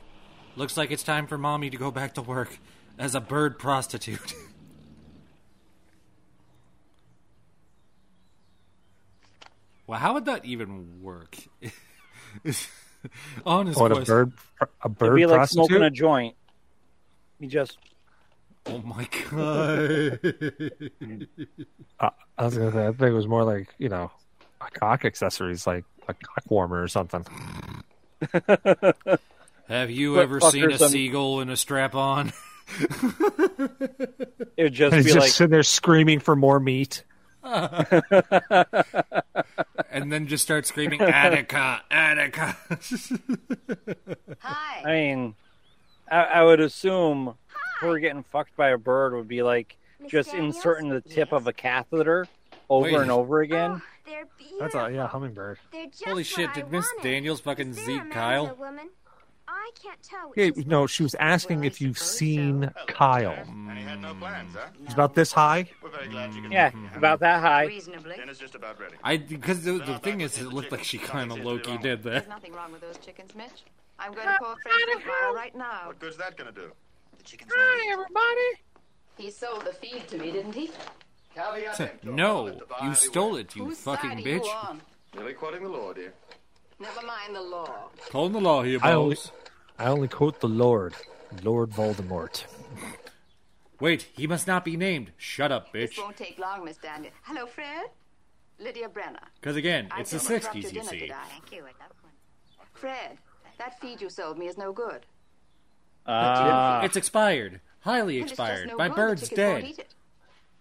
Speaker 2: Looks like it's time for mommy to go back to work as a bird prostitute. Well, how would that even work? Honest
Speaker 5: What Oh, a
Speaker 2: question.
Speaker 5: bird, a
Speaker 4: It'd
Speaker 5: bird
Speaker 4: be like
Speaker 5: prostitute.
Speaker 4: smoking a joint. You just
Speaker 2: Oh my god.
Speaker 5: Uh, I was gonna say I think it was more like you know, a cock accessories, like a cock warmer or something.
Speaker 2: Have you
Speaker 4: But
Speaker 2: ever seen a
Speaker 4: fuckers, I'm-
Speaker 2: seagull in a strap on?
Speaker 4: it would just
Speaker 5: And he's
Speaker 4: be
Speaker 5: just
Speaker 4: like
Speaker 5: sitting there screaming for more meat.
Speaker 2: and then just start screaming, Attica, Attica.
Speaker 8: Hi.
Speaker 4: I mean, I, I would assume her getting fucked by a bird would be like
Speaker 8: Miss
Speaker 4: just
Speaker 8: Daniels?
Speaker 4: inserting the tip
Speaker 8: Yes.
Speaker 4: of a catheter over
Speaker 2: Wait.
Speaker 4: and over again.
Speaker 8: Oh, they're beautiful.
Speaker 5: That's a yeah, hummingbird.
Speaker 8: They're just
Speaker 2: Holy
Speaker 8: what
Speaker 2: shit,
Speaker 8: I
Speaker 2: did Miss
Speaker 8: wanted.
Speaker 2: Daniels fucking
Speaker 8: Is there a
Speaker 2: Zeke
Speaker 8: man
Speaker 2: Kyle?
Speaker 8: or woman? I can't tell.
Speaker 5: Yeah,
Speaker 8: which is
Speaker 5: no, she was asking
Speaker 11: Well, I
Speaker 5: if you've
Speaker 11: suppose
Speaker 5: seen
Speaker 11: so.
Speaker 5: Kyle.
Speaker 7: And he had no plans, huh?
Speaker 5: He's about this high.
Speaker 7: We're very glad you could
Speaker 4: Yeah,
Speaker 2: Mm-hmm.
Speaker 7: make it happen.
Speaker 4: about that high.
Speaker 11: Reasonably.
Speaker 7: Dinner's just about ready.
Speaker 2: I because the, the thing is, it looked like she kind of low key did
Speaker 11: There's
Speaker 2: that.
Speaker 11: nothing wrong with those chickens, Mitch. I'm going to call Frederick Meyer right now.
Speaker 7: What good's that gonna do?
Speaker 11: The chickens Hi,
Speaker 6: He sold the feed to me, didn't he?
Speaker 2: No, you stole it, you
Speaker 6: Whose
Speaker 2: fucking
Speaker 6: side are
Speaker 2: bitch.
Speaker 6: you on?
Speaker 12: Really quoting the law, dear.
Speaker 6: Never mind the law.
Speaker 2: Calling the law here,
Speaker 5: I only,
Speaker 2: boys.
Speaker 5: I only quote the Lord, Lord Voldemort.
Speaker 2: Wait, he must not be named. Shut up,
Speaker 6: This
Speaker 2: bitch.
Speaker 6: won't take long, Miss Daniel. Hello, Fred. Lydia Brenner.
Speaker 2: Because again,
Speaker 6: I
Speaker 2: it's the
Speaker 6: didn't interrupt your
Speaker 2: '60s, you
Speaker 6: dinner,
Speaker 2: see.
Speaker 6: did I?
Speaker 8: Thank you, I love one.
Speaker 6: Fred, that feed you sold me is no good.
Speaker 4: Ah,
Speaker 2: It's expired, highly
Speaker 6: Well, it's just
Speaker 2: expired.
Speaker 6: no
Speaker 2: My
Speaker 6: good. The
Speaker 2: bird's
Speaker 6: chickens won't
Speaker 2: dead.
Speaker 6: eat it.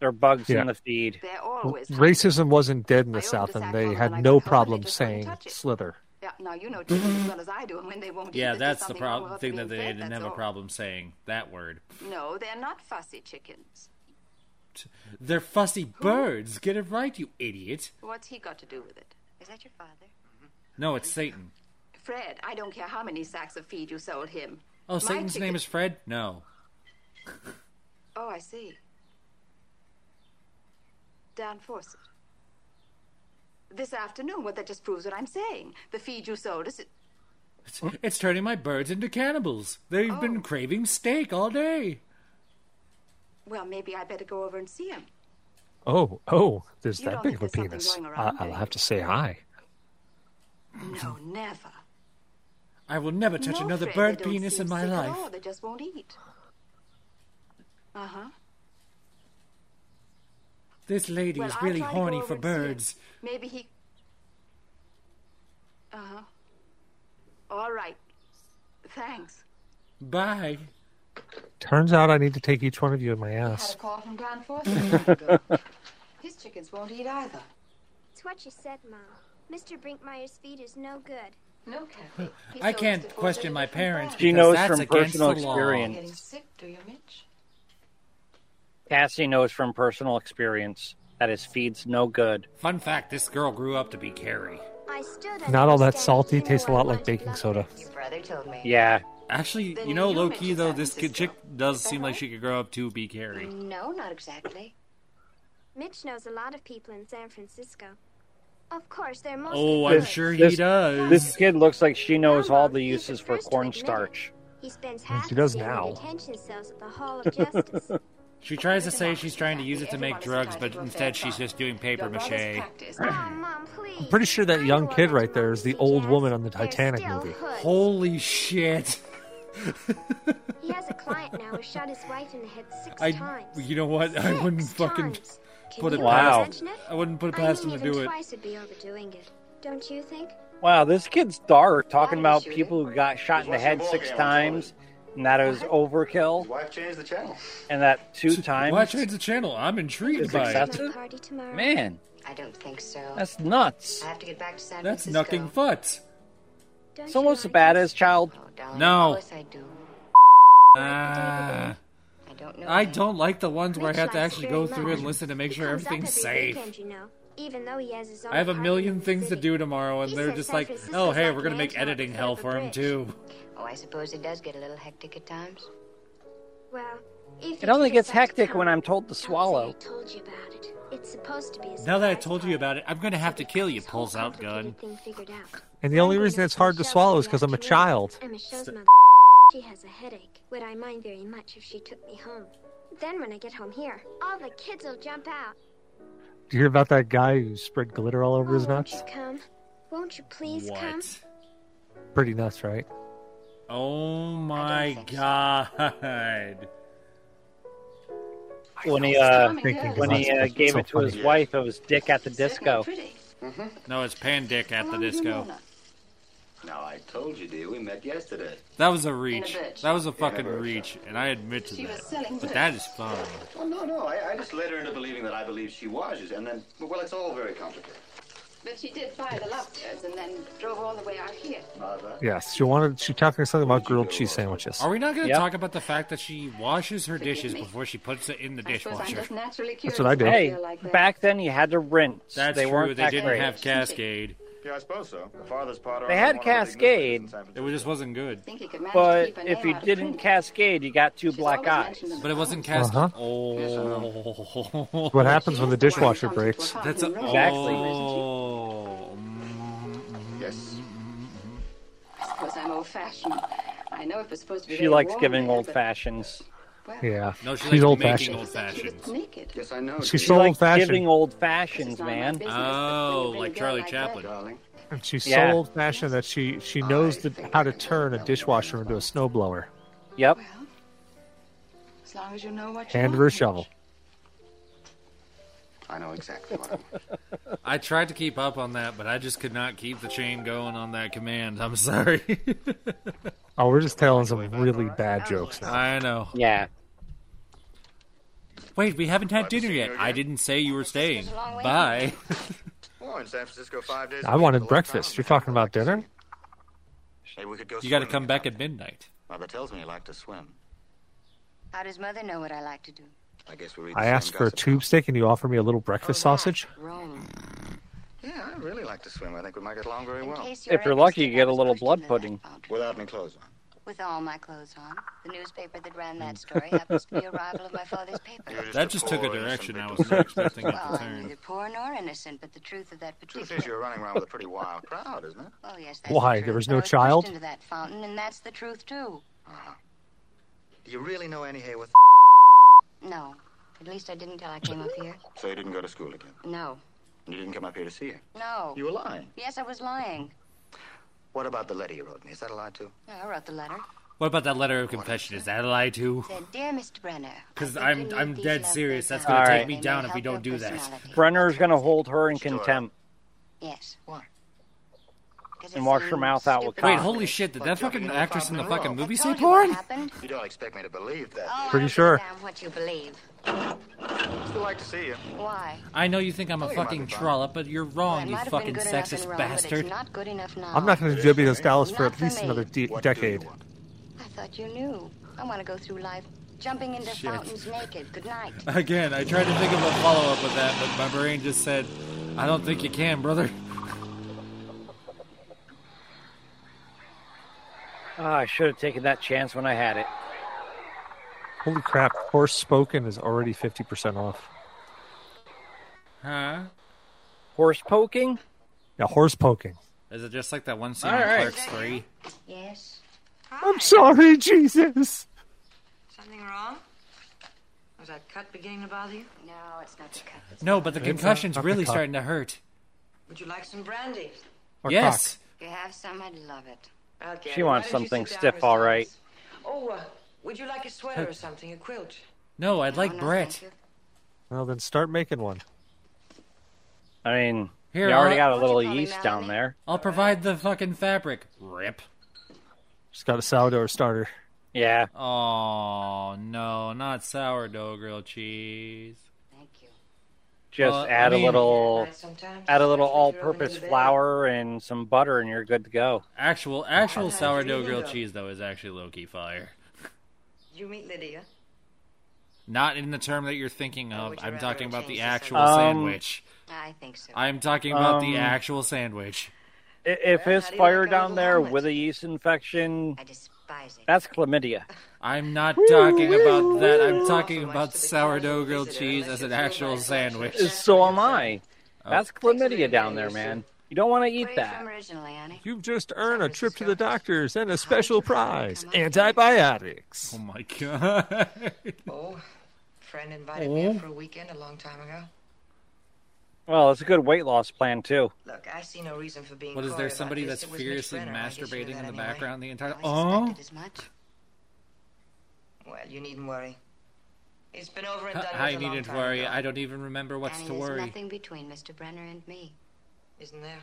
Speaker 4: there are bugs
Speaker 5: Yeah.
Speaker 4: in the feed.
Speaker 6: They're always
Speaker 5: Racism wasn't dead in
Speaker 6: I
Speaker 5: the
Speaker 6: opened
Speaker 5: South,
Speaker 6: the sack
Speaker 5: and they
Speaker 6: door when I
Speaker 5: had
Speaker 6: got
Speaker 5: no
Speaker 6: home,
Speaker 5: problem
Speaker 6: and they just wouldn't
Speaker 5: saying
Speaker 6: touch it.
Speaker 5: slither.
Speaker 6: Yeah, now you know chickens as well as I do, and when they won't eat
Speaker 2: Yeah,
Speaker 6: it,
Speaker 2: that's the
Speaker 6: something wrong
Speaker 2: problem
Speaker 6: with
Speaker 2: thing
Speaker 6: being
Speaker 2: that they
Speaker 6: fed,
Speaker 2: didn't
Speaker 6: that's
Speaker 2: have a
Speaker 6: all.
Speaker 2: problem saying that word.
Speaker 6: No, they're not fussy chickens.
Speaker 2: They're fussy birds. Get it right, you idiot.
Speaker 6: What's he got to do with it?
Speaker 8: Is that your father?
Speaker 2: No, it's Satan.
Speaker 6: Fred, I don't care how many sacks of feed you sold him.
Speaker 2: Oh,
Speaker 6: My
Speaker 2: Satan's
Speaker 6: chicken-
Speaker 2: name is Fred. No,
Speaker 6: Oh, I see. Dan Fawcett. This afternoon, well, that just proves what I'm saying. The feed you sold us.
Speaker 2: it's, it's turning my birds into cannibals. They've been
Speaker 6: Oh.
Speaker 2: craving steak all day.
Speaker 6: Well, maybe I better go over and see him.
Speaker 5: Oh, oh, there's
Speaker 6: You
Speaker 5: that
Speaker 6: don't
Speaker 5: big of
Speaker 6: think
Speaker 5: a
Speaker 6: there's something
Speaker 5: penis.
Speaker 6: going around,
Speaker 5: I, I'll
Speaker 6: do
Speaker 5: have to say hi.
Speaker 6: No, never.
Speaker 2: I will never touch
Speaker 6: No,
Speaker 2: another
Speaker 6: Fred,
Speaker 2: bird
Speaker 6: they don't
Speaker 2: penis
Speaker 6: seem
Speaker 2: in my
Speaker 6: sick at
Speaker 2: life.
Speaker 6: all. They just won't eat. Uh huh.
Speaker 2: This lady
Speaker 6: Well,
Speaker 2: is
Speaker 6: I'll
Speaker 2: really
Speaker 6: try to go
Speaker 2: horny
Speaker 6: over
Speaker 2: for
Speaker 6: and see him.
Speaker 2: birds.
Speaker 6: Maybe he. Uh huh. All right. Thanks.
Speaker 2: Bye.
Speaker 5: Turns out I need to take each one of you in my
Speaker 6: Had a
Speaker 5: ass.
Speaker 6: call from Dan Fawcett. His chickens won't eat either.
Speaker 8: It's what you said, Mom. Mr. Brinkmeyer's feed is no good.
Speaker 6: No, Kathy. He
Speaker 2: I
Speaker 6: sold us to
Speaker 2: can't
Speaker 6: four
Speaker 2: question my
Speaker 6: different
Speaker 2: parents
Speaker 6: brands.
Speaker 4: She
Speaker 2: because
Speaker 4: knows
Speaker 2: that's
Speaker 4: from
Speaker 2: against
Speaker 4: personal
Speaker 2: the law.
Speaker 4: experience.
Speaker 6: Getting sick, do you, Mitch?
Speaker 4: Cassie knows from personal experience that his feed's no good.
Speaker 2: Fun fact: This girl grew up to be Carrie.
Speaker 8: I still don't
Speaker 5: Not all that
Speaker 8: understand
Speaker 5: salty,
Speaker 8: even
Speaker 5: tastes a
Speaker 8: why
Speaker 5: lot like
Speaker 8: lunch
Speaker 5: baking
Speaker 8: lovers.
Speaker 5: soda.
Speaker 6: Your brother told me.
Speaker 4: Yeah,
Speaker 2: Actually,
Speaker 6: Then
Speaker 2: you know,
Speaker 6: you
Speaker 2: low
Speaker 6: mentioned
Speaker 2: key though,
Speaker 6: San
Speaker 2: this kid chick
Speaker 6: Francisco.
Speaker 2: does
Speaker 6: Is that
Speaker 2: seem like
Speaker 8: Uh-huh.
Speaker 6: right?
Speaker 2: she could grow up to be Carrie.
Speaker 6: No, not exactly.
Speaker 8: Mitch knows a lot of people in San Francisco. Of course, they're mostly
Speaker 2: Oh, I'm
Speaker 8: good.
Speaker 2: sure he
Speaker 4: This-
Speaker 2: does.
Speaker 4: this kid looks like she knows all the
Speaker 8: He's the
Speaker 4: uses for
Speaker 8: first to admit it.
Speaker 4: cornstarch.
Speaker 8: He spends half
Speaker 5: He does
Speaker 8: his day
Speaker 5: now.
Speaker 8: in detention cells at the Hall of Justice.
Speaker 2: She tries to say she's trying to use it to make drugs, but instead she's just doing paper mache.
Speaker 8: oh, Mom, please. I'm
Speaker 5: pretty sure that young kid right there is the old woman on the Titanic movie.
Speaker 2: Holy shit!
Speaker 8: He has a client now who shot his wife in the head six
Speaker 2: I,
Speaker 8: times.
Speaker 2: you know what? I
Speaker 8: Six
Speaker 2: wouldn't fucking,
Speaker 8: times.
Speaker 2: put
Speaker 8: Can
Speaker 2: it
Speaker 8: you
Speaker 4: Wow.
Speaker 8: imagine it?
Speaker 2: I wouldn't put it
Speaker 8: I
Speaker 2: past
Speaker 8: mean,
Speaker 2: him to
Speaker 8: even
Speaker 2: do it.
Speaker 8: twice would be overdoing it. Don't you think?
Speaker 4: Wow, this kid's dark talking
Speaker 6: Why
Speaker 4: about
Speaker 6: shoot
Speaker 4: people who got shot in the
Speaker 12: What's
Speaker 4: head
Speaker 12: the ball
Speaker 4: six
Speaker 12: game?
Speaker 4: times, and that is
Speaker 12: His
Speaker 13: Oh.
Speaker 4: overkill,
Speaker 12: wife changed the channel.
Speaker 4: and that two
Speaker 2: Why
Speaker 4: times.
Speaker 2: change the channel? I'm intrigued
Speaker 4: It's
Speaker 2: by
Speaker 8: My
Speaker 2: it.
Speaker 4: acceptable. That's it?
Speaker 8: party tomorrow.
Speaker 4: Man,
Speaker 6: I don't think so.
Speaker 4: that's nuts.
Speaker 6: I have to get back to San
Speaker 2: That's
Speaker 6: Francisco.
Speaker 2: nothing but.
Speaker 8: Don't
Speaker 4: It's
Speaker 8: you
Speaker 4: almost as
Speaker 8: like
Speaker 4: bad
Speaker 8: us?
Speaker 4: as child.
Speaker 6: Oh, darling,
Speaker 2: No.
Speaker 6: Of course I do.
Speaker 2: Ah.
Speaker 6: I don't know.
Speaker 2: I
Speaker 6: him.
Speaker 2: don't like the ones where I
Speaker 8: Mitch
Speaker 2: have to
Speaker 8: likes
Speaker 2: actually
Speaker 8: very
Speaker 2: go through and
Speaker 8: much.
Speaker 2: listen to make
Speaker 8: He
Speaker 2: sure
Speaker 8: comes up
Speaker 2: everything's
Speaker 8: every
Speaker 2: safe.
Speaker 8: Weekend, you know, even though he has his own
Speaker 2: I have a
Speaker 8: apartment in
Speaker 2: million
Speaker 8: the
Speaker 2: things to
Speaker 8: city.
Speaker 2: do tomorrow, and
Speaker 8: He
Speaker 2: they're
Speaker 8: said
Speaker 2: just
Speaker 8: San
Speaker 2: like,
Speaker 8: Francisco's
Speaker 2: oh, hey,
Speaker 8: like
Speaker 2: we're going to
Speaker 8: an
Speaker 2: make
Speaker 8: Antarctica
Speaker 2: editing
Speaker 8: with
Speaker 2: hell
Speaker 8: a
Speaker 2: for him,
Speaker 8: bridge.
Speaker 2: too.
Speaker 6: Oh, I suppose it does get a little hectic at times.
Speaker 8: Well, if
Speaker 4: It
Speaker 8: you
Speaker 4: only
Speaker 8: do
Speaker 4: gets
Speaker 8: decide to
Speaker 4: hectic when
Speaker 8: come,
Speaker 4: I'm told to
Speaker 8: don't say
Speaker 4: swallow.
Speaker 8: I told you about it. It's supposed to be a
Speaker 2: Now that I
Speaker 8: surprise
Speaker 2: told you
Speaker 8: party.
Speaker 2: about it, I'm going to have to kill you,
Speaker 8: This whole
Speaker 2: pulls out gun.
Speaker 8: complicated thing figured out.
Speaker 5: And the only
Speaker 8: I'm
Speaker 5: reason
Speaker 8: gonna
Speaker 5: it's hard to
Speaker 8: send Shel
Speaker 5: swallow is
Speaker 8: to
Speaker 5: 'cause I'm a
Speaker 8: afternoon.
Speaker 5: child.
Speaker 8: I'm a Shel's
Speaker 2: St-
Speaker 8: mother. She has a headache. Would I mind very much if she took me home? Then when I get home here, all the kids will jump out.
Speaker 5: Did you hear about that guy who spread glitter all over his
Speaker 8: Oh,
Speaker 14: won't you
Speaker 5: nuts?
Speaker 14: Oh, come? Won't you please
Speaker 2: What?
Speaker 14: come?
Speaker 5: Pretty nuts, right?
Speaker 2: Oh my god.
Speaker 4: When he uh,
Speaker 2: Thinking
Speaker 4: when he
Speaker 2: about
Speaker 4: uh,
Speaker 2: it.
Speaker 4: gave
Speaker 2: So
Speaker 4: it to his
Speaker 2: funny.
Speaker 4: wife, it was Dick at the disco.
Speaker 2: No, it's Pan Dick at the disco.
Speaker 13: Now I told you, dear, we met yesterday.
Speaker 2: That was a
Speaker 13: In
Speaker 2: reach.
Speaker 13: a bitch.
Speaker 2: That was a
Speaker 13: In a
Speaker 2: fucking
Speaker 13: bird
Speaker 2: reach, and I admit to
Speaker 13: She was
Speaker 2: that.
Speaker 13: selling
Speaker 2: But
Speaker 13: goods.
Speaker 2: that is fun.
Speaker 13: Well, Oh, no, no, I, I just led her into believing that I believed she was, and then, well, it's all very complicated.
Speaker 15: But she did buy the lovebirds and then drove all the way out here.
Speaker 5: Yes, she wanted. She talking something about grilled cheese sandwiches.
Speaker 2: Are we not going to
Speaker 5: Yep.
Speaker 2: talk about the fact that she washes her
Speaker 15: Forgive
Speaker 2: dishes
Speaker 15: me.
Speaker 2: before she puts it in the
Speaker 15: I suppose I'm
Speaker 2: dishwasher?
Speaker 15: just naturally curious.
Speaker 5: That's what I do.
Speaker 4: Hey, back then you had to rinse.
Speaker 2: That's
Speaker 4: they
Speaker 2: true.
Speaker 4: Weren't
Speaker 2: They
Speaker 4: that
Speaker 2: didn't
Speaker 4: great.
Speaker 2: have Cascade.
Speaker 8: Yeah, I suppose so. The farthest part
Speaker 4: They had Cascade,
Speaker 2: It just wasn't good.
Speaker 4: but if you didn't Cascade, you got two black eyes.
Speaker 2: But it wasn't cast.
Speaker 5: Uh-huh.
Speaker 2: Oh.
Speaker 5: What happens when the dishwasher breaks?
Speaker 2: That's a-
Speaker 4: Exactly.
Speaker 2: Oh.
Speaker 13: Yes.
Speaker 15: Because I'm old fashioned. I know it was supposed to be.
Speaker 4: She
Speaker 15: very
Speaker 4: likes
Speaker 15: warm
Speaker 4: giving
Speaker 15: there,
Speaker 4: old
Speaker 15: but-
Speaker 4: fashions.
Speaker 5: Yeah,
Speaker 2: No, she
Speaker 5: she's
Speaker 2: likes
Speaker 5: old
Speaker 2: making
Speaker 5: fashioned.
Speaker 2: old fashions.
Speaker 15: Naked.
Speaker 13: Yes, I know.
Speaker 5: She's
Speaker 4: She
Speaker 5: so
Speaker 4: likes
Speaker 5: old fashioned.
Speaker 4: Giving old fashions, man.
Speaker 2: Oh, like Charlie Chaplin.
Speaker 5: And she's
Speaker 4: Yeah.
Speaker 5: so old fashioned that she she knows the, how to turn a dishwasher into a snowblower.
Speaker 4: Yep.
Speaker 15: As long as you know what you
Speaker 5: Hand her a shovel.
Speaker 13: I know exactly what
Speaker 2: I tried to keep up on that, but I just could not keep the chain going on that command. I'm sorry.
Speaker 5: Oh, we're just telling some really bad jokes now.
Speaker 2: I know.
Speaker 4: Yeah.
Speaker 2: Wait, we haven't had dinner yet. I didn't say you were staying.
Speaker 8: long way.
Speaker 2: Bye.
Speaker 8: Oh, in San Francisco, five days.
Speaker 5: I wanted breakfast. You're talking about dinner?
Speaker 13: Hey, we could go
Speaker 2: You got to
Speaker 13: swimming.
Speaker 2: come back at midnight.
Speaker 13: Mother tells me you like to swim.
Speaker 6: How does Mother know what I like to do?
Speaker 13: I guess we read the
Speaker 5: I
Speaker 13: same
Speaker 5: asked for a
Speaker 13: gossip.
Speaker 5: tube steak and you offer me a little breakfast sausage.
Speaker 6: Rome.
Speaker 13: Yeah, I really like to swim. I think we might get along very well.
Speaker 6: case
Speaker 4: If you're lucky, you get a little blood pudding.
Speaker 13: Without any clothes on.
Speaker 6: With all my clothes on, the newspaper that ran that story happens to be a rival of my father's paper.
Speaker 13: You're
Speaker 2: That
Speaker 13: a
Speaker 2: just took a
Speaker 13: poor, innocent
Speaker 2: direction I
Speaker 13: victim.
Speaker 2: was not expecting it
Speaker 6: Well,
Speaker 2: to
Speaker 6: I'm
Speaker 2: turn.
Speaker 6: neither poor nor innocent, but the truth of that
Speaker 13: Truth
Speaker 6: particular.
Speaker 13: is, you're running around with a pretty wild crowd, isn't it?
Speaker 6: Oh yes, that's
Speaker 5: Why?
Speaker 6: The truth,
Speaker 5: There was
Speaker 6: but
Speaker 5: no
Speaker 6: I was
Speaker 5: child?
Speaker 6: Into that fountain, and that's the truth too.
Speaker 13: Do you really know any Hayworth?
Speaker 6: No, at least I didn't till I came up here.
Speaker 13: So you didn't go to school again?
Speaker 6: No,
Speaker 13: And you didn't come up here to see her?
Speaker 6: no.
Speaker 13: You were lying.
Speaker 6: Yes, I was lying.
Speaker 13: What about the letter you wrote me? Is that a lie, too?
Speaker 6: I wrote the letter.
Speaker 2: What about that letter of confession? Is that a lie too?
Speaker 6: Said, dear Mr. Brenner.
Speaker 2: Because I'm I'm dead serious. That's
Speaker 4: All
Speaker 2: gonna take
Speaker 4: right.
Speaker 2: me down if we don't do that.
Speaker 4: Brenner's going to hold her in contempt
Speaker 6: Yes. What?
Speaker 4: and wash her mouth out with
Speaker 2: Wait,
Speaker 4: cotton.
Speaker 2: holy shit! Did that fucking actress in the fucking movie say
Speaker 6: What
Speaker 2: porn?
Speaker 6: happened?
Speaker 13: You don't expect me to believe that.
Speaker 6: Oh,
Speaker 2: Pretty
Speaker 6: I don't
Speaker 2: sure.
Speaker 6: give a damn what you believe.
Speaker 13: Ah, I'd still like to see you.
Speaker 6: Why?
Speaker 2: I know you think I'm a
Speaker 6: Oh, you might
Speaker 2: fucking
Speaker 6: be fine.
Speaker 2: trollop, but you're
Speaker 6: It
Speaker 2: wrong, you
Speaker 6: might have been
Speaker 2: fucking
Speaker 6: good enough in
Speaker 2: sexist
Speaker 6: Rome, But
Speaker 2: bastard.
Speaker 6: it's not good enough now.
Speaker 5: I'm not going to do those Dallas for at least another de- decade.
Speaker 6: I thought you knew. I want to go through life jumping into
Speaker 2: Shit.
Speaker 6: fountains naked. Good night.
Speaker 2: Again, I tried to think of a follow up of that, but my brain just said, "I don't think you can, brother."
Speaker 4: Ah, I should have taken that chance when I had it.
Speaker 5: Holy crap! Horse spoken is already fifty percent off.
Speaker 2: Huh?
Speaker 4: Horse poking?
Speaker 5: Yeah, horse poking.
Speaker 2: Is it just like that one scene in
Speaker 4: All right.
Speaker 2: Clerks Three?
Speaker 6: Yes.
Speaker 5: I'm sorry, Jesus.
Speaker 10: Something wrong? Was that cut beginning to bother you?
Speaker 6: No, it's not the cut.
Speaker 2: No, but the
Speaker 5: It's not-
Speaker 2: concussion's
Speaker 5: not the
Speaker 2: really
Speaker 5: cock.
Speaker 2: starting to hurt.
Speaker 10: Would you like some brandy?
Speaker 5: Or
Speaker 2: yes.
Speaker 6: If you have some, I'd love it.
Speaker 10: Okay.
Speaker 4: She wants
Speaker 10: why don't you
Speaker 4: something
Speaker 10: sit down
Speaker 4: stiff,
Speaker 10: for a
Speaker 4: all right.
Speaker 10: second? Oh, uh, would you like a sweater or something? A quilt?
Speaker 2: No, I'd
Speaker 6: Oh,
Speaker 2: like Brett.
Speaker 5: Well, then start making one.
Speaker 4: I mean,
Speaker 2: Here,
Speaker 4: you already
Speaker 2: I'll-
Speaker 4: got a little yeast down there.
Speaker 2: I'll provide the fucking fabric. Rip.
Speaker 5: Just got a sourdough starter.
Speaker 4: Yeah.
Speaker 2: Oh no, not sourdough grilled cheese.
Speaker 4: Just
Speaker 2: Well, I
Speaker 4: add
Speaker 2: mean-
Speaker 4: a little,
Speaker 10: Sometimes.
Speaker 4: add a little all-purpose flour and some butter, and you're good to go.
Speaker 2: Actual actual sourdough grilled
Speaker 10: though.
Speaker 2: cheese though is actually low key fire.
Speaker 10: You meet Lydia.
Speaker 2: Not in the term that you're thinking of. I'm talking about the actual
Speaker 4: subject? Um,
Speaker 2: sandwich.
Speaker 6: I think so.
Speaker 2: I'm talking about
Speaker 4: Um,
Speaker 2: the actual sandwich.
Speaker 4: I- If it's fire down there with a yeast infection,
Speaker 6: despise it.
Speaker 4: that's chlamydia.
Speaker 2: I'm not talking about that. I'm talking about sourdough grilled cheese as an actual sandwich.
Speaker 4: So am I.
Speaker 2: Oh.
Speaker 4: That's chlamydia down there, man. You don't want to eat that.
Speaker 6: Originally, Annie.
Speaker 5: You've just earned a trip to the doctors and a special prize: antibiotics.
Speaker 2: Oh my god.
Speaker 10: Oh, friend invited me
Speaker 5: Oh.
Speaker 10: up for a weekend a long time ago.
Speaker 4: Well, it's a good weight loss plan too.
Speaker 10: Look, I see no reason for being.
Speaker 2: Well, is
Speaker 10: coy
Speaker 2: there
Speaker 10: about
Speaker 2: somebody
Speaker 10: this.
Speaker 2: that's
Speaker 10: It was Mitch
Speaker 2: furiously
Speaker 10: Renner. I just knew
Speaker 2: masturbating in
Speaker 10: that
Speaker 2: the
Speaker 10: anyway.
Speaker 2: background the entire?
Speaker 10: I
Speaker 2: Oh,
Speaker 10: suspected as much. Well, you needn't worry. It's been over and done.
Speaker 2: I
Speaker 10: with a long
Speaker 2: needn't
Speaker 10: time
Speaker 2: worry.
Speaker 10: ago.
Speaker 2: I don't even remember what's
Speaker 6: Danny,
Speaker 2: to
Speaker 6: there's
Speaker 2: worry.
Speaker 6: nothing between Mr. Brenner and me.
Speaker 10: Isn't there?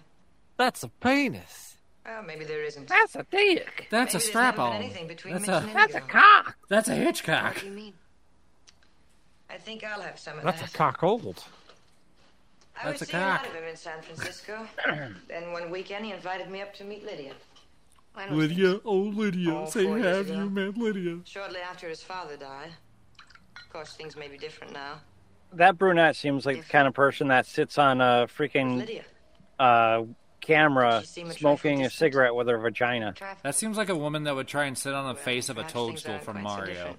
Speaker 16: That's a penis.
Speaker 10: Well, maybe there isn't.
Speaker 16: That's a dick.
Speaker 2: That's
Speaker 10: Maybe
Speaker 2: a
Speaker 10: there's
Speaker 2: strap
Speaker 10: never been
Speaker 2: on.
Speaker 10: anything between
Speaker 2: That's
Speaker 10: Mitch
Speaker 2: a
Speaker 10: and
Speaker 2: that's a
Speaker 10: Indigo.
Speaker 2: cock. That's a Hitchcock.
Speaker 10: you mean? I think I'll have some of
Speaker 5: That's
Speaker 10: that.
Speaker 5: a cock old.
Speaker 10: I was
Speaker 5: that's a
Speaker 10: seeing a lot
Speaker 5: cock.
Speaker 10: of him in San Francisco. then one weekend he invited me up to meet Lydia. When was this?
Speaker 5: Lydia, oh Lydia,
Speaker 10: Oh,
Speaker 5: say
Speaker 10: four years
Speaker 5: have
Speaker 10: ago.
Speaker 5: you met Lydia?
Speaker 10: Shortly after his father died. Of course, things may be different now.
Speaker 4: That brunette seems like the kind of person that sits on a freaking
Speaker 10: Lydia.
Speaker 4: uh, camera
Speaker 10: She seem a
Speaker 4: smoking a cigarette with her vagina.
Speaker 2: That seems like a woman that would try and sit on the face of a toadstool from Mario.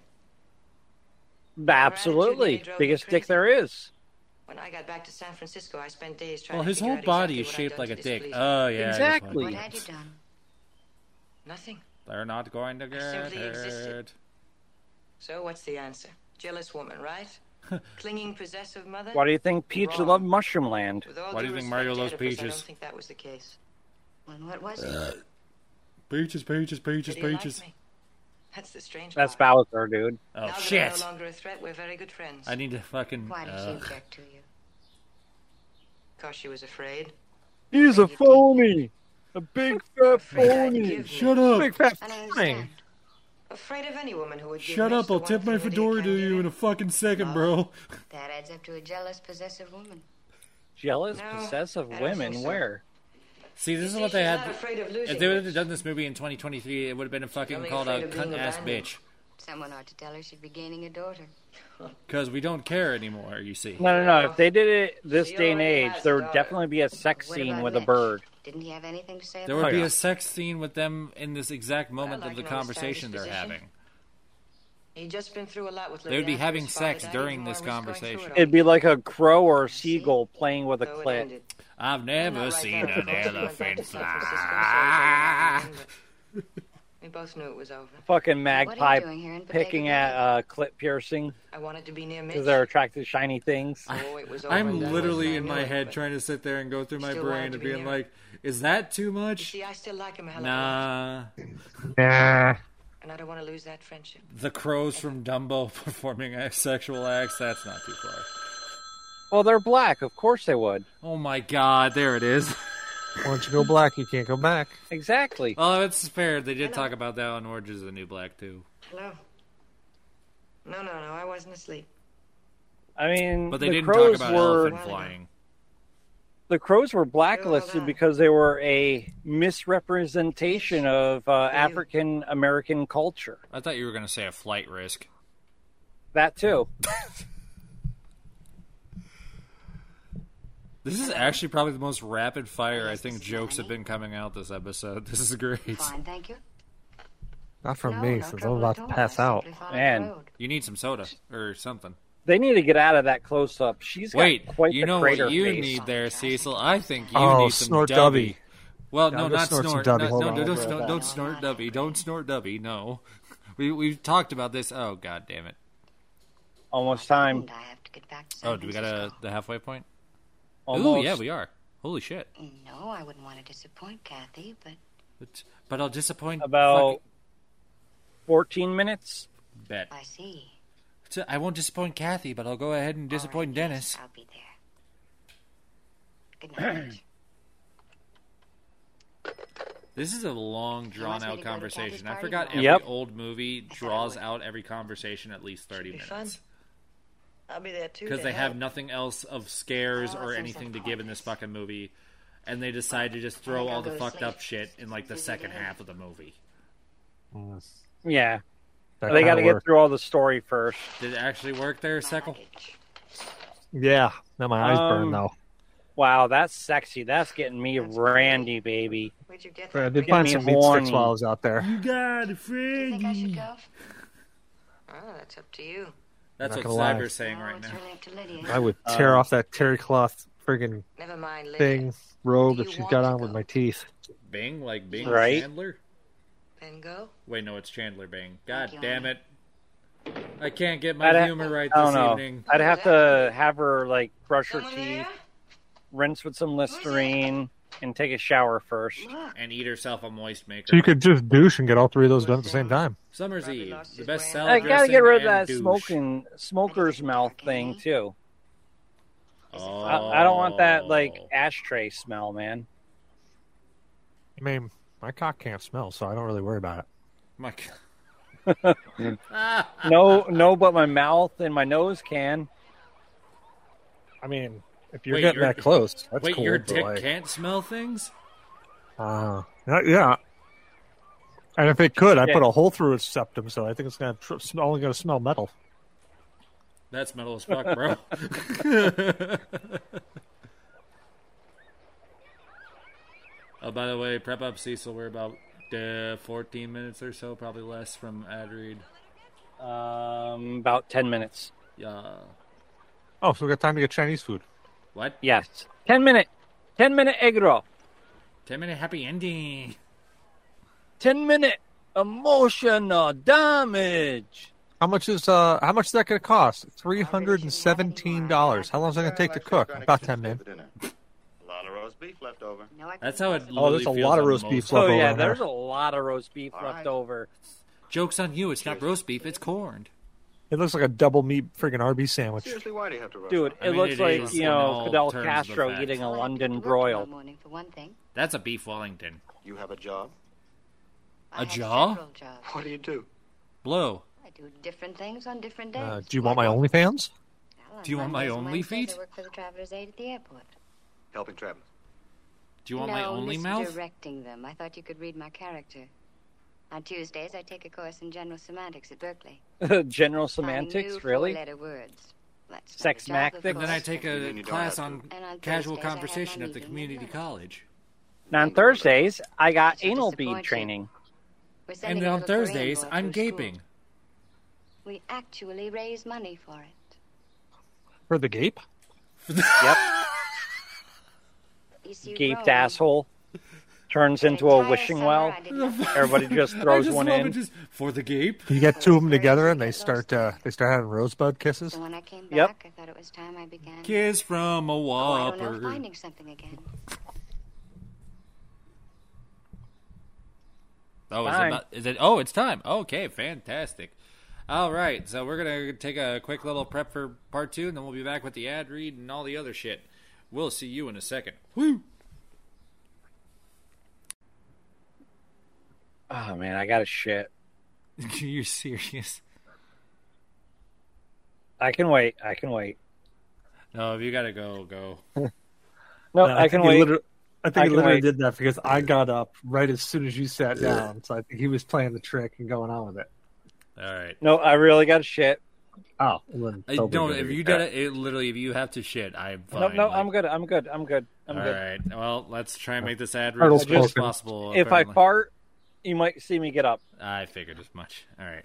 Speaker 4: Absolutely,
Speaker 10: drove me
Speaker 4: biggest dick there is.
Speaker 10: When I got back to San Francisco, I spent days trying
Speaker 2: Well,
Speaker 10: to
Speaker 2: his
Speaker 10: figure
Speaker 2: whole
Speaker 10: out
Speaker 2: body is
Speaker 10: exactly
Speaker 2: shaped
Speaker 10: what
Speaker 2: like
Speaker 10: I'd
Speaker 2: a
Speaker 10: done to
Speaker 2: dick.
Speaker 10: displease her.
Speaker 2: Oh yeah,
Speaker 10: What
Speaker 2: that's
Speaker 10: had
Speaker 2: fine.
Speaker 10: you done? Nothing.
Speaker 2: They're not going to get
Speaker 10: simply existed.
Speaker 2: hurt.
Speaker 10: So what's the answer? Jealous woman, right? Clinging, possessive mother.
Speaker 4: Why do you think Peach
Speaker 10: Wrong.
Speaker 4: loved Mushroom Land?
Speaker 10: With all due respect, Oedipus, I don't think that was the case. And what was
Speaker 5: Uh,
Speaker 2: it? Peaches, peaches, peaches,
Speaker 10: Did he like
Speaker 2: peaches.
Speaker 10: me? That's the strange
Speaker 4: That's
Speaker 10: part.
Speaker 4: Bowser, dude.
Speaker 2: Oh
Speaker 10: now That I'm
Speaker 2: shit!
Speaker 10: no longer a threat. We're very good friends.
Speaker 2: I need to fucking. uh,
Speaker 10: Why did you
Speaker 5: uh.
Speaker 2: ugh.
Speaker 10: object to you? Cause she was afraid.
Speaker 3: He's a phony. A big fat phony. Shut up. Big fat
Speaker 10: I don't understand. Afraid of any woman who would give
Speaker 2: Shut
Speaker 10: Mitch
Speaker 2: up!
Speaker 10: the
Speaker 2: I'll
Speaker 10: one
Speaker 2: tip my
Speaker 10: thing Lydia
Speaker 2: fedora
Speaker 10: can't
Speaker 2: to you in a fucking second, bro.
Speaker 6: That adds up to a jealous, possessive woman.
Speaker 4: Jealous,
Speaker 6: No,
Speaker 4: possessive
Speaker 6: I don't
Speaker 4: women.
Speaker 6: think so.
Speaker 4: Where?
Speaker 2: See, this is
Speaker 6: see,
Speaker 2: what they
Speaker 6: she's
Speaker 2: had.
Speaker 6: not
Speaker 10: afraid of
Speaker 2: If
Speaker 10: losing
Speaker 2: they would have done this movie in 2023, it would have been a fucking
Speaker 6: only
Speaker 2: called out
Speaker 6: afraid of being
Speaker 2: cunt ass
Speaker 6: abandoned.
Speaker 2: bitch.
Speaker 6: Someone ought to tell her she'd be gaining a daughter.
Speaker 2: Because we don't care anymore, you see.
Speaker 4: No, no, no. If they did it this
Speaker 6: She
Speaker 4: day and
Speaker 6: already
Speaker 4: age,
Speaker 6: has
Speaker 4: there
Speaker 6: a
Speaker 4: would
Speaker 6: daughter.
Speaker 4: definitely be a sex
Speaker 6: What
Speaker 4: scene
Speaker 6: about
Speaker 4: with a
Speaker 6: Mitch?
Speaker 4: bird.
Speaker 6: Didn't he have anything to say
Speaker 2: There
Speaker 6: about
Speaker 2: would be
Speaker 6: it?
Speaker 2: a sex scene with them in this exact moment
Speaker 10: Well, I
Speaker 2: of the
Speaker 10: can understand
Speaker 2: conversation
Speaker 10: his
Speaker 2: they're
Speaker 10: position.
Speaker 2: having.
Speaker 10: He'd just been through a lot with.
Speaker 2: They would
Speaker 10: Lydia
Speaker 2: be
Speaker 10: after
Speaker 2: having
Speaker 10: his father
Speaker 2: sex
Speaker 10: died,
Speaker 2: during
Speaker 10: even while
Speaker 2: this
Speaker 10: I was going through
Speaker 2: conversation.
Speaker 10: it all.
Speaker 4: It'd be like a crow or a seagull playing with a
Speaker 10: So it
Speaker 4: clit.
Speaker 10: ended.
Speaker 2: I've never seen an elephant Ah. fly.
Speaker 10: We both knew it was over.
Speaker 4: Fucking magpie
Speaker 10: doing here in Bodega
Speaker 4: picking at uh, clit piercing
Speaker 10: I wanted to be near Mitch.
Speaker 4: because they're attracted to shiny things.
Speaker 10: Oh, it was over. and
Speaker 2: I'm
Speaker 10: done with,
Speaker 2: literally
Speaker 10: and I
Speaker 2: in
Speaker 10: knew
Speaker 2: my
Speaker 10: it.
Speaker 2: head trying to sit there and go through my
Speaker 10: Still wanted
Speaker 2: brain
Speaker 10: to
Speaker 2: and
Speaker 10: be
Speaker 2: being
Speaker 10: near
Speaker 2: like, is that too
Speaker 10: You
Speaker 2: much?
Speaker 10: see, I still like him a hell of a lot,
Speaker 2: Nah.
Speaker 5: Nah.
Speaker 10: and I don't want to lose that friendship.
Speaker 2: The crows from Dumbo performing sexual acts, that's not too far.
Speaker 4: Well, they're black. Of course they would.
Speaker 2: Oh my god, there it is.
Speaker 5: Once you go black, you can't go back.
Speaker 4: Exactly.
Speaker 2: Oh, it's fair. They did talk about that on Orange is the New Black, too.
Speaker 10: No. No, no, no. I wasn't asleep.
Speaker 4: I mean,
Speaker 2: But they
Speaker 4: the
Speaker 2: didn't talk
Speaker 4: crows
Speaker 2: about
Speaker 4: were
Speaker 2: elephant flying.
Speaker 4: the crows were blacklisted because they were a misrepresentation of uh, African American culture.
Speaker 2: I thought you were going to say a flight risk.
Speaker 4: That too.
Speaker 2: This is actually probably the most rapid fire I think jokes have been coming out this episode. This is great.
Speaker 6: Fine, thank you.
Speaker 5: Not from me, since I'm about to pass out.
Speaker 4: Man,
Speaker 2: You need some soda or something.
Speaker 4: they need to get out of that close up. She's got
Speaker 2: Wait,
Speaker 4: quite
Speaker 2: you
Speaker 4: the
Speaker 2: know
Speaker 4: crater
Speaker 2: what you
Speaker 4: face.
Speaker 2: need there, Cecil? I think you
Speaker 5: Oh,
Speaker 2: need some
Speaker 5: snort
Speaker 2: dubby.
Speaker 5: dubby.
Speaker 2: Well,
Speaker 5: Yeah,
Speaker 2: no,
Speaker 5: I'll
Speaker 2: not
Speaker 5: just
Speaker 2: snort.
Speaker 5: snort some
Speaker 2: No,
Speaker 5: dubby. Hold
Speaker 2: no,
Speaker 5: on,
Speaker 2: don't,
Speaker 5: I'll
Speaker 2: snort,
Speaker 5: grab
Speaker 2: don't
Speaker 5: that.
Speaker 2: snort dubby. Don't snort dubby. No, we we've talked about this. Oh god damn it!
Speaker 4: Almost time.
Speaker 2: Oh, do we got a the halfway point? Oh
Speaker 4: Almost.
Speaker 2: yeah, we are. Holy shit!
Speaker 6: No, I wouldn't want to disappoint Kathy, but
Speaker 2: But, but I'll disappoint.
Speaker 4: About fourteen minutes.
Speaker 2: fucking- bet.
Speaker 6: I see.
Speaker 2: So I won't disappoint Kathy, but I'll go ahead and disappoint Dennis.
Speaker 6: I'll be there. Good night.
Speaker 2: This is a long, drawn
Speaker 6: wants me to
Speaker 2: out
Speaker 6: go to Kathy's
Speaker 2: conversation. I
Speaker 6: party
Speaker 2: forgot every
Speaker 6: tomorrow. Yep.
Speaker 2: old movie draws out every conversation at least thirty
Speaker 10: Be
Speaker 2: minutes.
Speaker 10: fun. I'll be there too.
Speaker 2: because
Speaker 10: to
Speaker 2: they
Speaker 10: help.
Speaker 2: have nothing else of scares
Speaker 6: Oh,
Speaker 2: or anything to give in this fucking movie, and they decide to just throw
Speaker 6: I'll
Speaker 2: all
Speaker 6: go
Speaker 2: the
Speaker 6: to
Speaker 2: fucked
Speaker 6: sleep.
Speaker 2: up shit in like the second half of the movie.
Speaker 4: Yeah,
Speaker 5: That
Speaker 4: they
Speaker 5: Mm, kinda
Speaker 4: got to get
Speaker 5: worked.
Speaker 4: through all the story first.
Speaker 2: Did it actually work there, Seckle?
Speaker 5: Yeah. Now my eyes burn
Speaker 4: Um,
Speaker 5: though.
Speaker 4: Wow, that's sexy. That's getting me randy, baby.
Speaker 10: Where'd you get
Speaker 5: I did
Speaker 4: Get
Speaker 5: find
Speaker 4: me
Speaker 5: some meat sticks
Speaker 4: horny.
Speaker 5: while I was out there.
Speaker 2: You got it, Fred.
Speaker 6: think I should go?
Speaker 10: Oh, that's up to you.
Speaker 2: That's
Speaker 5: Not
Speaker 2: what
Speaker 5: gonna lie.
Speaker 2: Cyber's saying right now.
Speaker 5: I would
Speaker 4: Uh,
Speaker 5: tear off that terry cloth friggin'
Speaker 10: Never mind, Lydia.
Speaker 5: thing robe that she's got on with my teeth.
Speaker 2: Bing, like Bing
Speaker 5: Right?
Speaker 2: Chandler.
Speaker 10: Then go.
Speaker 2: Wait, no, it's Chandler Bing. God damn it! I can't get my
Speaker 4: I'd ha-
Speaker 2: humor right
Speaker 4: I
Speaker 2: this
Speaker 4: don't know.
Speaker 2: evening.
Speaker 4: I'd have to have her like brush her teeth, rinse with some Listerine, and take a shower first.
Speaker 2: And eat herself a moist maker.
Speaker 5: So you could just douche and get all three of those done at the same time.
Speaker 2: Summer's Eve, the best salad
Speaker 4: I gotta
Speaker 2: dressing
Speaker 4: get rid of that
Speaker 2: and douche.
Speaker 4: smoking smoker's mouth thing too.
Speaker 2: Oh.
Speaker 4: I, I don't want that like ashtray smell, man.
Speaker 5: I mean, my cock can't smell, so I don't really worry about it.
Speaker 2: My
Speaker 4: no, no, but my mouth and my nose can.
Speaker 5: I mean, if you're getting that close, that's
Speaker 2: wait,
Speaker 5: cool,
Speaker 2: your
Speaker 5: but,
Speaker 2: dick
Speaker 5: like,
Speaker 2: can't smell things?
Speaker 5: Uh, yeah. And if it could, I
Speaker 2: Yeah.
Speaker 5: put a hole through its septum, so I think it's gonna tr- sm- only gonna smell metal.
Speaker 2: That's metal as fuck, bro. oh, by the way, prep up, Cecil. We're about uh, 14 minutes or so, probably less from ad read.
Speaker 4: Um, about 10 minutes.
Speaker 2: Yeah.
Speaker 5: Oh, so we got time to get Chinese food.
Speaker 2: What?
Speaker 4: Yes, ten minute, ten minute egg roll,
Speaker 2: 10 minute happy ending.
Speaker 4: ten minute emotional damage.
Speaker 5: How much is uh? How much is that gonna cost? Three hundred and seventeen dollars. How long is that gonna take to cook? About ten minutes.
Speaker 8: A lot of roast beef left over.
Speaker 6: No, I
Speaker 2: That's how it.
Speaker 5: Oh, there's
Speaker 2: literally
Speaker 5: a
Speaker 2: feels
Speaker 5: lot of
Speaker 2: on
Speaker 5: roast
Speaker 2: most-
Speaker 5: beef
Speaker 4: Oh
Speaker 5: left over
Speaker 4: yeah,
Speaker 5: in there.
Speaker 4: there's a lot of roast beef left over.
Speaker 2: Joke's on you. It's not roast beef, it's corned.
Speaker 5: It looks like a double meat friggin' Arby's sandwich.
Speaker 8: Seriously, why do you have to rush?
Speaker 4: Dude, it
Speaker 2: I mean,
Speaker 4: looks
Speaker 2: it
Speaker 4: like
Speaker 2: is
Speaker 4: you
Speaker 2: in
Speaker 4: know
Speaker 2: all
Speaker 4: Fidel
Speaker 2: terms of
Speaker 4: Castro
Speaker 2: fact.
Speaker 4: eating a London broil.
Speaker 6: morning for one thing.
Speaker 2: That's a beef Wellington.
Speaker 8: You have a job?
Speaker 2: A jaw?
Speaker 6: Several jobs.
Speaker 8: What do you do?
Speaker 2: Blow.
Speaker 6: I do different things on different days.
Speaker 5: Uh, do you want my OnlyFans?
Speaker 6: Well, on
Speaker 2: do you want my
Speaker 6: Mondays and
Speaker 2: only
Speaker 6: Wednesdays,
Speaker 2: feet?
Speaker 6: I work for the Travelers Aid at the airport.
Speaker 8: Helping travelers.
Speaker 2: Do you want
Speaker 6: no,
Speaker 2: my only mouth?
Speaker 6: Directing them. I thought you could read my character. On Tuesdays, I take a course in general semantics at Berkeley.
Speaker 4: General
Speaker 6: Finding
Speaker 4: semantics,
Speaker 6: new
Speaker 4: really?
Speaker 6: Four-letter words. That's not a
Speaker 4: Sexmactics?
Speaker 6: job, of
Speaker 4: Then
Speaker 2: And then I
Speaker 6: course.
Speaker 2: take
Speaker 8: You
Speaker 2: a
Speaker 8: mean you don't
Speaker 2: class
Speaker 8: have to?
Speaker 2: on
Speaker 6: And on
Speaker 2: casual
Speaker 6: Thursdays, I have
Speaker 2: conversation
Speaker 6: my
Speaker 2: at the
Speaker 6: meeting
Speaker 2: community college.
Speaker 4: Now, on Thursdays, I got anal bead training.
Speaker 6: We're sending
Speaker 2: And
Speaker 6: a
Speaker 2: on
Speaker 6: little Korean
Speaker 2: Thursdays,
Speaker 6: boy
Speaker 2: I'm
Speaker 6: through school.
Speaker 2: gaping.
Speaker 6: We actually raise money for it.
Speaker 5: For the gape?
Speaker 4: Yep,
Speaker 6: ECU
Speaker 4: gaped
Speaker 6: Rome.
Speaker 4: asshole turns into a wishing well. Everybody just
Speaker 2: I
Speaker 4: throws
Speaker 2: just
Speaker 4: one
Speaker 2: love
Speaker 4: in.
Speaker 2: it just- for the gape.
Speaker 5: You get two of them together, and they start uh, they start having rosebud kisses.
Speaker 6: So when I came
Speaker 4: Yep.
Speaker 6: back, I thought it was time I began.
Speaker 2: Kiss from a
Speaker 6: Oh, I don't know,
Speaker 2: whopper.
Speaker 6: finding something again.
Speaker 2: Oh, is it,
Speaker 4: Fine.
Speaker 2: not, is it? Oh, it's time. Okay, fantastic. All right, so we're gonna take a quick little prep for part two, and then we'll be back with the ad read and all the other shit. We'll see you in a second. Woo!
Speaker 4: Oh man, I got a shit.
Speaker 2: You're serious?
Speaker 4: I can wait. I can wait.
Speaker 2: No, if you gotta go, go.
Speaker 4: No,
Speaker 5: No,
Speaker 4: Oh, I can
Speaker 5: Uh, think he
Speaker 4: wait.
Speaker 5: liter- I think
Speaker 4: I
Speaker 5: he
Speaker 4: can
Speaker 5: literally
Speaker 4: wait.
Speaker 5: did that because I got up right as soon as you sat down. So I think he was playing the trick and going on with it.
Speaker 2: All right.
Speaker 4: No, I really got a shit.
Speaker 5: Oh, well, then
Speaker 2: I
Speaker 5: totally
Speaker 2: don't.
Speaker 5: good.
Speaker 2: If you gotta, it, literally, if you have to shit, I'm fine.
Speaker 4: Uh, No, no,
Speaker 2: like-
Speaker 4: I'm good. I'm good. I'm good. I'm
Speaker 2: All
Speaker 4: good.
Speaker 2: right. Well, let's try and make this ad read
Speaker 5: Turtle's
Speaker 2: as good as
Speaker 5: spoken.
Speaker 2: possible.
Speaker 4: If I
Speaker 2: apparently.
Speaker 4: fart, you might see me get up.
Speaker 2: I figured as much. All right.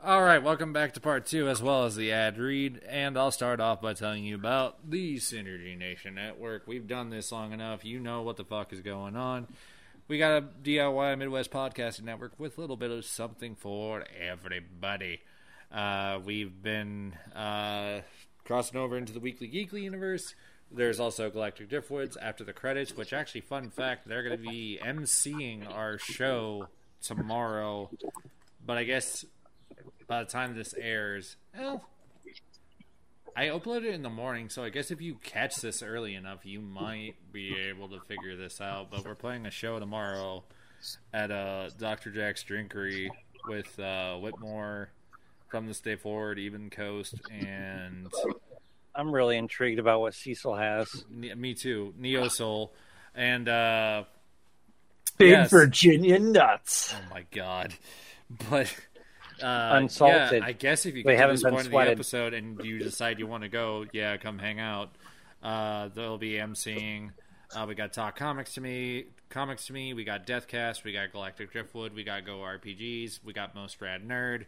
Speaker 2: All right, welcome back to part two, as well as the ad read. And I'll start off by telling you about the Synergy Nation Network. We've done this long enough. You know what the fuck is going on. We got a DIY Midwest Podcasting Network with a little bit of something for everybody. Uh, we've been uh, crossing over into the Weekly Geekly universe. There's also Galactic Diffwoods after the credits, which actually, fun fact, they're going to be emceeing our show tomorrow. But I guess by the time this airs, well, I upload it in the morning, so I guess if you catch this early enough, you might be able to figure this out. But we're playing a show tomorrow at uh, Dr. Jack's Drinkery with uh, Whitmore from this day forward, Even Coast, and
Speaker 4: I'm really intrigued about what Cecil has.
Speaker 2: Ne- me too, Neo Soul, and uh,
Speaker 5: Big
Speaker 2: yes.
Speaker 5: Virginia nuts.
Speaker 2: Oh my god! But uh,
Speaker 4: Unsalted.
Speaker 2: Yeah, I guess if you
Speaker 4: They
Speaker 2: get to
Speaker 4: haven't
Speaker 2: this
Speaker 4: been
Speaker 2: point of the
Speaker 4: sweated.
Speaker 2: episode and you decide you want to go, yeah, come hang out. Uh, they'll be emceeing. Uh, we got Talk Comics to me, Comics to me. We got Deathcast. We got Galactic Driftwood. We got Go RPGs. We got Most Rad Nerd.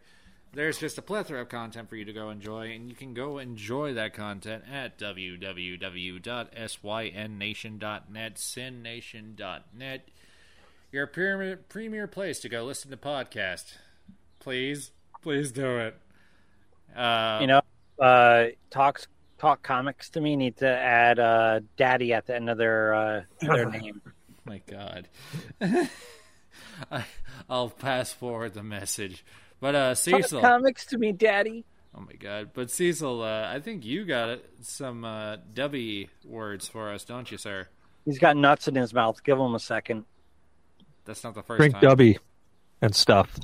Speaker 2: There's just a plethora of content for you to go enjoy, and you can go enjoy that content at www.synnation.net, sinnation.net your premier, premier place to go listen to podcast. Please, please do it. Uh,
Speaker 4: you know, uh, talks talk comics to me need to add uh, daddy at the end of their uh, their name.
Speaker 2: My God. I, I'll pass forward the message. But uh, Cecil.
Speaker 4: Talk comics to me, daddy.
Speaker 2: Oh my God! But Cecil, uh, I think you got it, some uh, dubby words for us, don't you, sir?
Speaker 4: He's got nuts in his mouth. Give him a second.
Speaker 2: That's not the first
Speaker 5: Drink
Speaker 2: time.
Speaker 5: Dubby and stuff.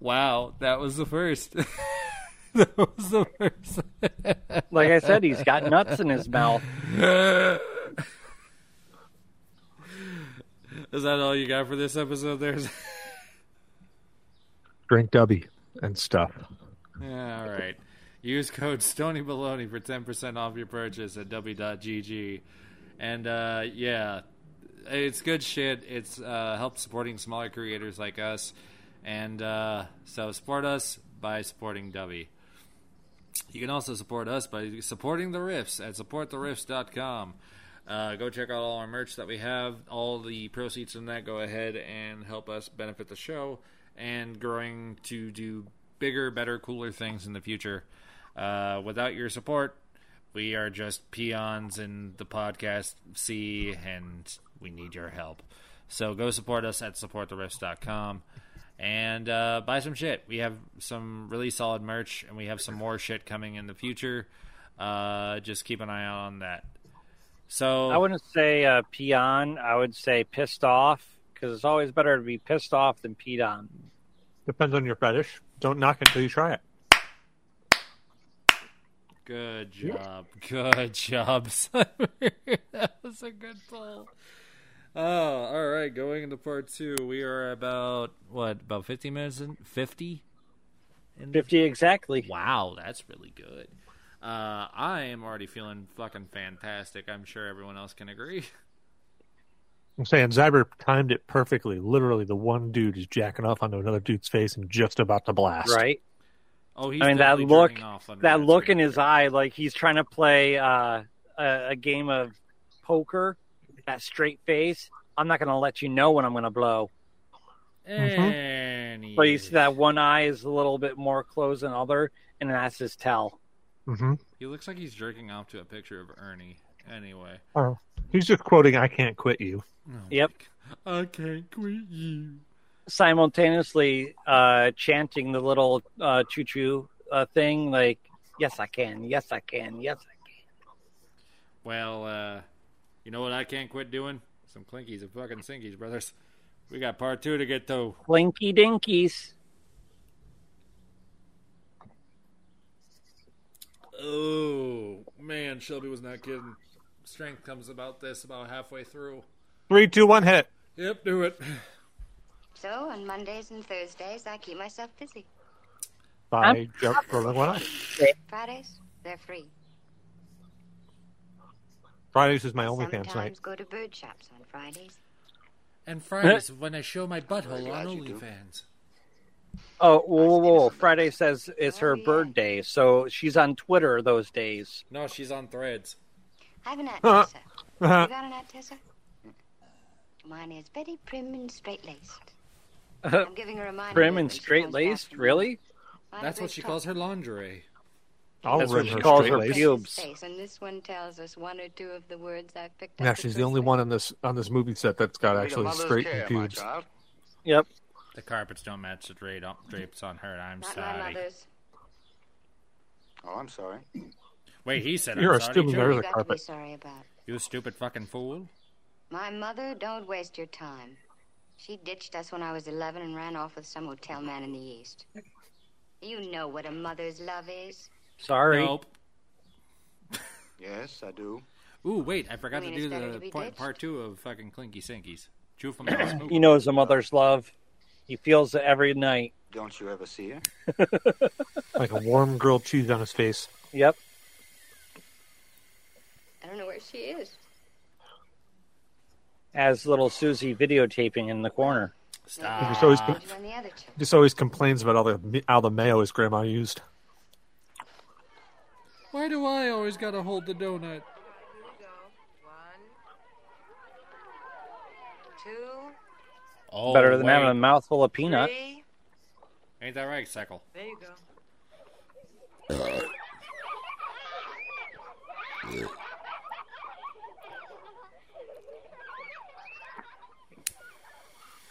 Speaker 2: Wow, that was the first. that was the first.
Speaker 4: Like I said, he's got nuts in his mouth.
Speaker 2: Is that all you got for this episode? There's.
Speaker 5: Drink Dubby and stuff.
Speaker 2: Yeah, all right. Use code Stony Baloney for ten percent off your purchase at w.gg, and uh, yeah, it's good shit. It's uh, helps supporting smaller creators like us, and uh, so support us by supporting W. You can also support us by supporting the riffs at supporttherifs.com. Uh, go check out all our merch that we have. All the proceeds from that go ahead and help us benefit the show and growing to do bigger, better, cooler things in the future. Uh, without your support, we are just peons in the podcast sea, and we need your help. So go support us at supporttherifts.com and uh, buy some shit. We have some really solid merch, and we have some more shit coming in the future. Uh, just keep an eye out on that. So
Speaker 4: I wouldn't say uh, peon. I would say pissed off because it's always better to be pissed off than peed on.
Speaker 3: Depends on your fetish. Don't knock it until you try it.
Speaker 2: Good job. Good job, Simon. that was a good pull. Oh, all right. Going into part two, we are about what? About fifty minutes in? Fifty?
Speaker 4: Fifty exactly.
Speaker 2: Wow, that's really good. Uh, I am already feeling fucking fantastic. I'm sure everyone else can agree.
Speaker 5: I'm saying Zyber timed it perfectly. Literally, the one dude is jacking off onto another dude's face and just about to blast.
Speaker 4: Right.
Speaker 2: Oh, he's
Speaker 4: I mean that
Speaker 2: definitely
Speaker 4: look,
Speaker 2: jerking off under
Speaker 4: that
Speaker 2: that
Speaker 4: look in his eye, like he's trying to play uh, a, a game of poker. That straight face. I'm not going to let you know when I'm going to blow.
Speaker 2: And
Speaker 4: But you see that one eye is a little bit more closed than other, and that's his tell.
Speaker 5: Mm-hmm.
Speaker 2: he looks like he's jerking off to a picture of Ernie. Anyway,
Speaker 5: Oh, he's just quoting, "I can't quit you."
Speaker 4: Yep.
Speaker 2: Oh I can't quit you.
Speaker 4: Simultaneously uh, chanting the little uh, choo choo uh, thing, like, yes, I can, yes, I can, yes, I
Speaker 2: Well, uh, you know what I can't quit doing? Some clinkies and fucking sinkies, brothers. We got part two to get to.
Speaker 4: can. Blinky dinkies.
Speaker 2: Oh man, Shelby was not kidding. Strength comes about this about halfway through.
Speaker 5: Three, two, one, hit.
Speaker 2: Yep, do it.
Speaker 6: So on Mondays and Thursdays, I keep myself busy.
Speaker 5: By jump rolling one eye.
Speaker 6: Fridays, they're free.
Speaker 5: Fridays is my OnlyFans
Speaker 6: Sometimes
Speaker 5: night.
Speaker 6: go to bird shops on Fridays.
Speaker 2: And Fridays when I show my butthole on OnlyFans.
Speaker 4: Oh, whoa, whoa, whoa. Friday says it's her bird day, so she's on Twitter those days.
Speaker 2: No, she's on Threads.
Speaker 6: I have an aunt
Speaker 4: Huh.
Speaker 6: Tessa.
Speaker 4: Huh.
Speaker 5: Uh, Uh-huh.
Speaker 6: You got an aunt Tessa? Mine is very prim and straight laced. I'm giving her a mind.
Speaker 4: Uh, Prim and straight laced? Really?
Speaker 2: That's what she calls her lingerie.
Speaker 5: I'll
Speaker 4: That's
Speaker 5: rim
Speaker 4: what she
Speaker 5: her
Speaker 4: calls
Speaker 5: straight
Speaker 4: her
Speaker 5: lace.
Speaker 4: pubes.
Speaker 6: And this one tells us one or two of the words I've picked
Speaker 5: Yeah,
Speaker 6: up.
Speaker 5: she's the only one on this on this movie set that's got actually straight pubes.
Speaker 4: Yep.
Speaker 2: The carpets don't match the dra- drapes on her. and I'm
Speaker 6: Not my
Speaker 2: sorry.
Speaker 6: mother's.
Speaker 8: Oh, I'm sorry.
Speaker 2: Wait, he said
Speaker 5: You're
Speaker 2: I'm sorry.
Speaker 5: assuming
Speaker 2: too.
Speaker 5: there's
Speaker 6: You got to be sorry about.
Speaker 2: You stupid fucking fool.
Speaker 6: My mother, don't waste your time. She ditched us when I was 11 and ran off with some hotel man in the East. You know what a mother's love is.
Speaker 4: Sorry.
Speaker 2: Nope.
Speaker 8: Yes, I do.
Speaker 2: Ooh, wait, I forgot to
Speaker 6: You mean
Speaker 2: do
Speaker 6: it's better
Speaker 2: the
Speaker 6: to be
Speaker 2: part,
Speaker 6: ditched?
Speaker 2: part two of fucking Clinky Sinkies. Chew from the
Speaker 4: He
Speaker 2: movie.
Speaker 4: knows a mother's love. He feels it every night.
Speaker 8: Don't you ever see her?
Speaker 5: Like a warm grilled cheese on his face.
Speaker 4: Yep.
Speaker 6: I don't know where she is.
Speaker 4: As little Susie videotaping in the corner.
Speaker 5: He just
Speaker 2: Ah.
Speaker 5: always, com-
Speaker 6: You and the other children.
Speaker 5: just always complains about all the all the mayo his grandma used.
Speaker 2: Why do I always gotta hold the donut?
Speaker 6: Two,
Speaker 2: Oh,
Speaker 4: Better than having
Speaker 2: wait.
Speaker 4: a mouthful of peanut.
Speaker 10: Three.
Speaker 2: Ain't that right, Seckle?
Speaker 10: There you go.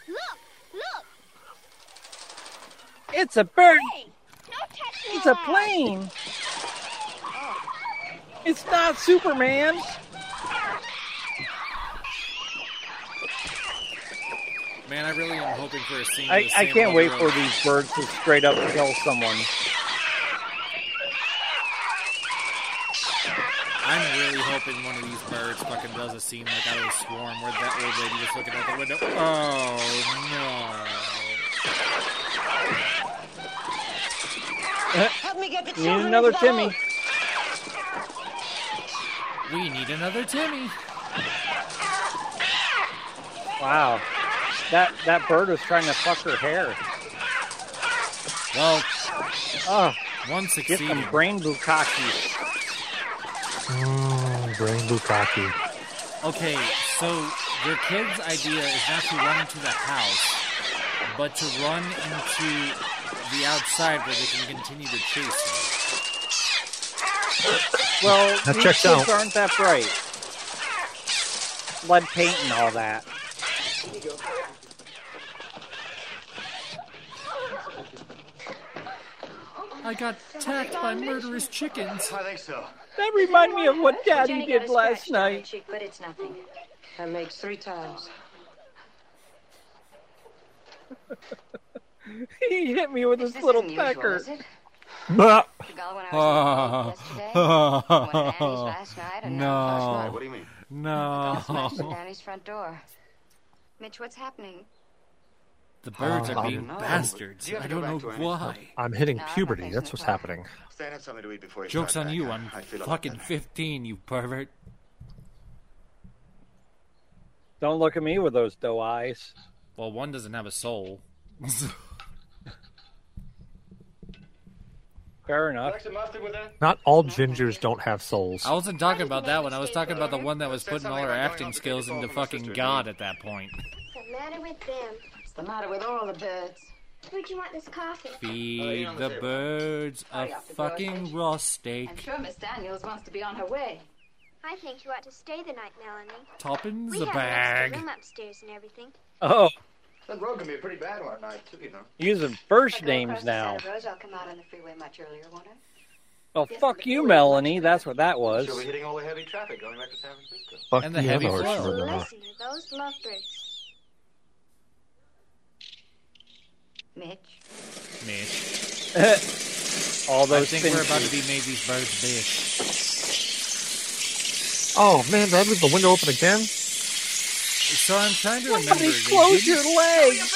Speaker 14: Look, look.
Speaker 4: It's a bird.
Speaker 14: Don't touch
Speaker 4: It's a plane. It's not Superman.
Speaker 2: Man, I really am hoping for a scene.
Speaker 4: I,
Speaker 2: with
Speaker 4: I
Speaker 2: Sam
Speaker 4: can't wait
Speaker 2: Woodrow.
Speaker 4: for these birds to straight up kill someone.
Speaker 2: I'm really hoping one of these birds fucking does a scene like out of the swarm where that old lady was looking out the window. Oh
Speaker 10: Help me get the
Speaker 2: Need
Speaker 10: children
Speaker 2: another
Speaker 10: into the
Speaker 2: Timmy.
Speaker 10: hole.
Speaker 2: no! We need another Timmy.
Speaker 4: Wow. That that bird was trying to fuck her hair.
Speaker 2: Well,
Speaker 4: oh,
Speaker 2: one
Speaker 4: Get some brain bukkake.
Speaker 5: Mm, brain bukkake.
Speaker 2: Okay, so your kid's idea is not to run into the house, but to run into the outside where they can continue to chase.
Speaker 4: Well,
Speaker 2: That
Speaker 4: these
Speaker 2: checks
Speaker 4: kids
Speaker 2: out.
Speaker 4: aren't that bright. Lead paint and all that.
Speaker 2: I got attacked by murderous chickens.
Speaker 13: I think so.
Speaker 4: That reminds me of what Daddy
Speaker 10: Jenny got
Speaker 4: did
Speaker 10: a
Speaker 4: last
Speaker 10: scratch down her
Speaker 4: night.
Speaker 10: cheek, but it's nothing. I made three times.
Speaker 4: He hit me with his little pecker.
Speaker 6: Ah,
Speaker 2: no.
Speaker 13: What do you mean?
Speaker 2: No.
Speaker 6: Smashed Danny's front door. Mitch, what's happening?
Speaker 2: The birds are
Speaker 5: Um,
Speaker 2: being
Speaker 5: No, but
Speaker 2: bastards.
Speaker 13: do you
Speaker 2: I
Speaker 13: have to
Speaker 2: don't
Speaker 13: go
Speaker 2: know
Speaker 13: back to any-
Speaker 2: why.
Speaker 5: I'm hitting puberty. That's what's happening.
Speaker 13: Stan, have something to eat before you
Speaker 2: Joke's
Speaker 13: start
Speaker 2: on
Speaker 13: back.
Speaker 2: you.
Speaker 13: I-
Speaker 2: I'm
Speaker 13: I feel a lot
Speaker 2: fucking
Speaker 13: better.
Speaker 2: 15, you pervert.
Speaker 4: Don't look at me with those doe eyes.
Speaker 2: Well, one doesn't have a soul.
Speaker 4: Fair enough.
Speaker 5: Not all gingers don't have souls.
Speaker 2: I wasn't talking about that one. I was talking about the one that was putting all her acting skills into fucking God at that point.
Speaker 14: What's the matter with them?
Speaker 10: What's the matter with all the birds?
Speaker 14: Would you want this coffee?
Speaker 2: Feed Oh, the birds a
Speaker 10: Hurry up, the girl
Speaker 2: fucking raw steak.
Speaker 10: I'm sure Miss Daniels wants to be on her way.
Speaker 14: I think you ought to stay the night, Melanie.
Speaker 2: Toppins
Speaker 14: We
Speaker 2: a
Speaker 14: have an extra
Speaker 2: bag.
Speaker 14: room upstairs and everything.
Speaker 4: Oh,
Speaker 13: That road can be a pretty bad one at night, too, you know.
Speaker 4: using first names now.
Speaker 6: Santa Rosa, I'll come out on the freeway much earlier, won't I?
Speaker 4: Well, fuck you, Melanie. That's what that was.
Speaker 13: She'll be hitting all the heavy traffic going back to San Francisco.
Speaker 5: Fuck
Speaker 4: And the heavy
Speaker 5: other
Speaker 4: flow.
Speaker 5: horse for the-
Speaker 14: Listen, are those lovebirds?
Speaker 6: Mitch.
Speaker 2: Mitch.
Speaker 4: All
Speaker 2: I
Speaker 4: those
Speaker 2: think
Speaker 4: things
Speaker 2: we're about
Speaker 4: we-
Speaker 2: to be made these birds big.
Speaker 5: Oh man, did I leave the window open again?
Speaker 2: So I'm trying to remember.
Speaker 4: Somebody
Speaker 2: they
Speaker 4: close your
Speaker 2: didn't-
Speaker 4: legs.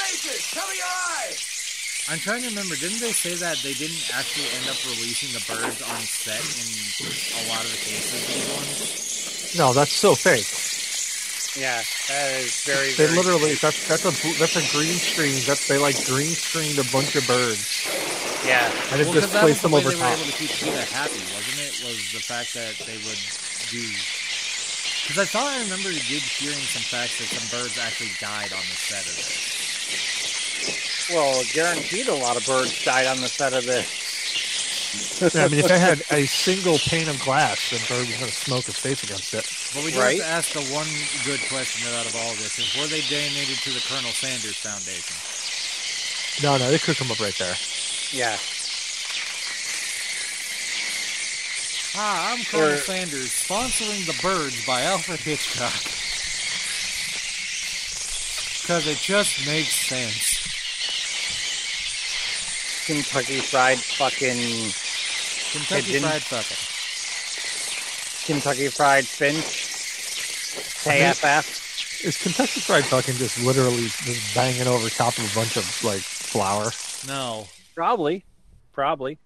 Speaker 2: I'm trying to remember. Didn't they say that they didn't actually end up releasing the birds on set in a lot of the cases? These ones.
Speaker 5: No, that's so fake.
Speaker 4: Yeah, that is very.
Speaker 5: They
Speaker 4: very
Speaker 5: literally that's that's a bl- that's a green screen. That's they like green screened a bunch of birds.
Speaker 4: Yeah.
Speaker 5: And it
Speaker 2: Well, 'cause
Speaker 5: just
Speaker 2: that was
Speaker 5: placed
Speaker 2: the
Speaker 5: them
Speaker 2: way
Speaker 5: over
Speaker 2: they
Speaker 5: top.
Speaker 2: were able to keep Peter happy, wasn't it? Was the fact that they would do. Because I thought I remember you did hearing some facts that some birds actually died on the set of it.
Speaker 4: Well, guaranteed a lot of birds died on the set of this.
Speaker 5: I mean, if I had a single pane of glass, then bird was gonna smoke its face against it.
Speaker 2: But we do
Speaker 4: Right.
Speaker 2: have to ask the one good question out of all this is were they donated to the Colonel Sanders Foundation?
Speaker 5: No, no, they could come up right there.
Speaker 4: Yeah.
Speaker 2: Hi, Ah, I'm Colonel
Speaker 4: Or-
Speaker 2: Sanders, sponsoring The Birds by Alfred Hitchcock. Because it just makes sense.
Speaker 4: Kentucky Fried fucking.
Speaker 2: Kentucky
Speaker 4: Pigeon.
Speaker 2: Fried Fucking.
Speaker 4: Kentucky Fried Finch. KFF.
Speaker 5: Is Kentucky Fried Fucking just literally just banging over top of a bunch of like flour?
Speaker 2: No.
Speaker 4: Probably. Probably.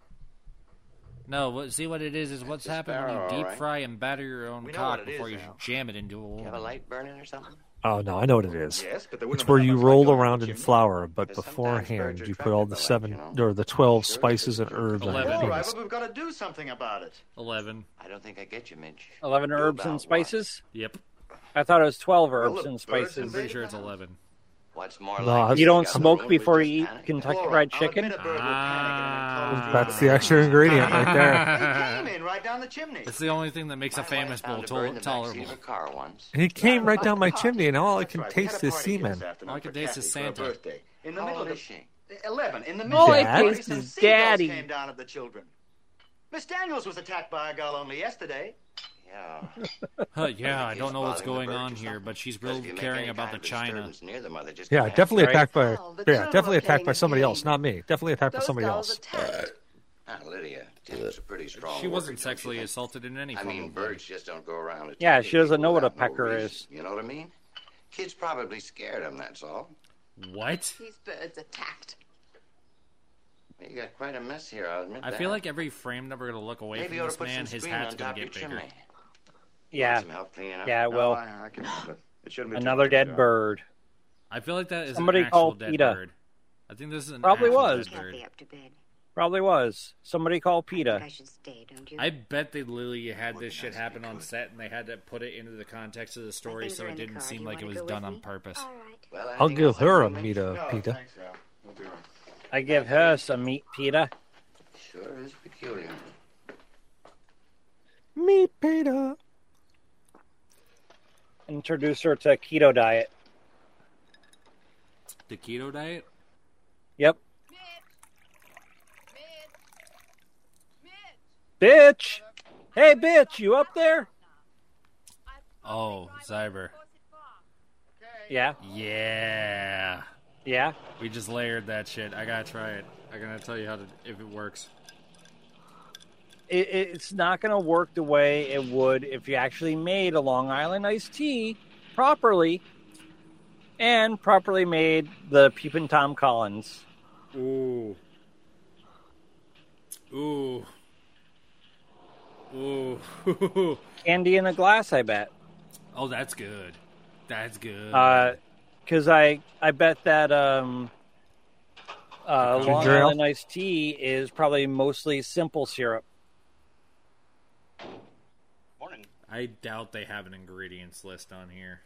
Speaker 2: No, what, see what it is is what's happened when
Speaker 13: barrel,
Speaker 2: you deep
Speaker 13: right?
Speaker 2: fry and batter your own
Speaker 13: We know
Speaker 2: cock
Speaker 13: what it is
Speaker 2: before you
Speaker 13: now.
Speaker 2: jam it into a
Speaker 13: You have a
Speaker 2: woman.
Speaker 13: light burning or something?
Speaker 5: Oh no, I know what it is.
Speaker 13: Yes, but they wouldn't
Speaker 5: It's
Speaker 13: have
Speaker 5: where
Speaker 13: that
Speaker 5: you
Speaker 13: much
Speaker 5: roll
Speaker 13: light going
Speaker 5: around
Speaker 13: in the
Speaker 5: in
Speaker 13: chimney.
Speaker 5: flour, but
Speaker 13: Because sometimes
Speaker 5: beforehand
Speaker 13: birds are
Speaker 5: you put all
Speaker 13: attracted
Speaker 5: the
Speaker 13: by light,
Speaker 5: seven
Speaker 13: you know?
Speaker 5: or the twelve spices and herbs. on
Speaker 2: Eleven.
Speaker 5: your
Speaker 13: All right,
Speaker 5: fingers.
Speaker 13: but we've got to do something about it.
Speaker 2: Eleven.
Speaker 13: I don't think I get you, Midge.
Speaker 4: 11
Speaker 13: Do
Speaker 4: herbs and
Speaker 13: about
Speaker 4: spices?
Speaker 2: Yep.
Speaker 4: I thought it was 12 herbs
Speaker 13: Well,
Speaker 4: and
Speaker 13: the birds
Speaker 2: I'm
Speaker 4: spices.
Speaker 2: pretty sure it's eleven.
Speaker 13: What's more
Speaker 5: No,
Speaker 13: like?
Speaker 5: that's-
Speaker 4: You don't
Speaker 13: got the
Speaker 4: smoke
Speaker 13: road
Speaker 4: before
Speaker 13: with
Speaker 4: you eat
Speaker 13: just panic.
Speaker 4: Kentucky
Speaker 13: Laura,
Speaker 4: Fried
Speaker 13: I'll
Speaker 4: Chicken?
Speaker 13: admit a bird will panic
Speaker 2: Ah.
Speaker 13: and then
Speaker 5: That's the
Speaker 13: Uh,
Speaker 5: extra ingredient right
Speaker 13: close
Speaker 5: there.
Speaker 13: the- He came in right down the chimney.
Speaker 2: It's the only thing that makes a famous bowl tol- tolerable.
Speaker 5: And it came right down my chimney, and all I can taste is semen.
Speaker 2: All I can taste is Santa.
Speaker 13: In the middle of the
Speaker 9: she?
Speaker 13: Eleven. In the
Speaker 5: No,
Speaker 13: middle of
Speaker 5: it
Speaker 13: the party,
Speaker 5: tastes
Speaker 13: some
Speaker 5: is
Speaker 13: seagulls
Speaker 5: daddy.
Speaker 13: Came down at the children. Miss Daniels was attacked by a gull only yesterday. Yeah.
Speaker 2: Huh, yeah, I don't know what's
Speaker 13: bothering the
Speaker 2: going on here, but she's real caring about the China.
Speaker 5: Yeah, definitely attacked by. Yeah, definitely attacked by somebody else, not me. Definitely attacked by somebody else.
Speaker 13: Ah, Lydia, it's a pretty strong.
Speaker 2: She
Speaker 13: word,
Speaker 2: wasn't
Speaker 13: don't
Speaker 2: sexually
Speaker 13: you think?
Speaker 2: assaulted in any
Speaker 13: I
Speaker 2: form.
Speaker 13: mean, birds just don't go around.
Speaker 4: Yeah,
Speaker 13: attacking
Speaker 4: she doesn't know
Speaker 13: people
Speaker 4: what a
Speaker 13: without no
Speaker 4: pecker
Speaker 13: reason,
Speaker 4: is.
Speaker 13: You know what I mean? Kids probably scared them. That's all.
Speaker 2: What?
Speaker 15: These birds attacked.
Speaker 13: You got quite a mess here. I'll admit
Speaker 2: I
Speaker 13: that.
Speaker 2: feel like every frame that we're gonna look away
Speaker 13: Maybe you
Speaker 2: from
Speaker 13: ought
Speaker 2: this
Speaker 13: to put
Speaker 2: man,
Speaker 13: some
Speaker 2: his
Speaker 13: screen
Speaker 2: hat's
Speaker 13: on
Speaker 2: gonna
Speaker 13: top of
Speaker 2: get
Speaker 13: your
Speaker 2: bigger.
Speaker 13: chimney.
Speaker 4: Yeah.
Speaker 13: Some help cleaning up?
Speaker 4: Yeah,
Speaker 13: No,
Speaker 4: well,
Speaker 13: I- I can help it. It shouldn't be too
Speaker 4: another
Speaker 13: big a
Speaker 4: dead
Speaker 13: job.
Speaker 4: bird.
Speaker 2: I feel like that is
Speaker 4: Somebody
Speaker 2: an actual
Speaker 4: called
Speaker 2: dead
Speaker 4: PETA.
Speaker 2: bird. I think this is an
Speaker 4: Probably
Speaker 2: actual
Speaker 4: was.
Speaker 2: dead bird.
Speaker 4: Probably was. Somebody called PETA.
Speaker 6: I should stay, don't you?
Speaker 2: I bet they literally had this shit happen on set, and they had to put it into the context of the story,
Speaker 6: things
Speaker 2: so
Speaker 6: are
Speaker 2: it
Speaker 6: in the
Speaker 2: didn't
Speaker 6: car.
Speaker 2: seem
Speaker 6: You
Speaker 2: like it
Speaker 6: wanna
Speaker 2: was
Speaker 6: go
Speaker 2: done
Speaker 6: with
Speaker 2: on
Speaker 6: me?
Speaker 2: purpose.
Speaker 13: Well,
Speaker 5: I'll give her a meat of pita.
Speaker 4: I give her some meat PETA.
Speaker 13: Sure is peculiar.
Speaker 5: Meat pita.
Speaker 4: Introduce her to keto diet.
Speaker 2: The keto diet?
Speaker 4: Yep. Bitch! Hey, bitch, you up there?
Speaker 2: Oh, Zyber.
Speaker 4: Yeah.
Speaker 2: Yeah.
Speaker 4: Yeah.
Speaker 2: We just layered that shit. I gotta try it. I'm gonna tell you how to if it works.
Speaker 4: It, it's not going to work the way it would if you actually made a Long Island iced tea properly and properly made the Peepin' Tom Collins.
Speaker 2: Ooh. Ooh. Ooh.
Speaker 4: Candy in a glass, I bet.
Speaker 2: Oh, that's good. That's good.
Speaker 4: because Uh, I I bet that um, uh,
Speaker 2: Ginger
Speaker 4: Long
Speaker 2: ale?
Speaker 4: Island iced tea is probably mostly simple syrup.
Speaker 2: I doubt they have an ingredients list on here.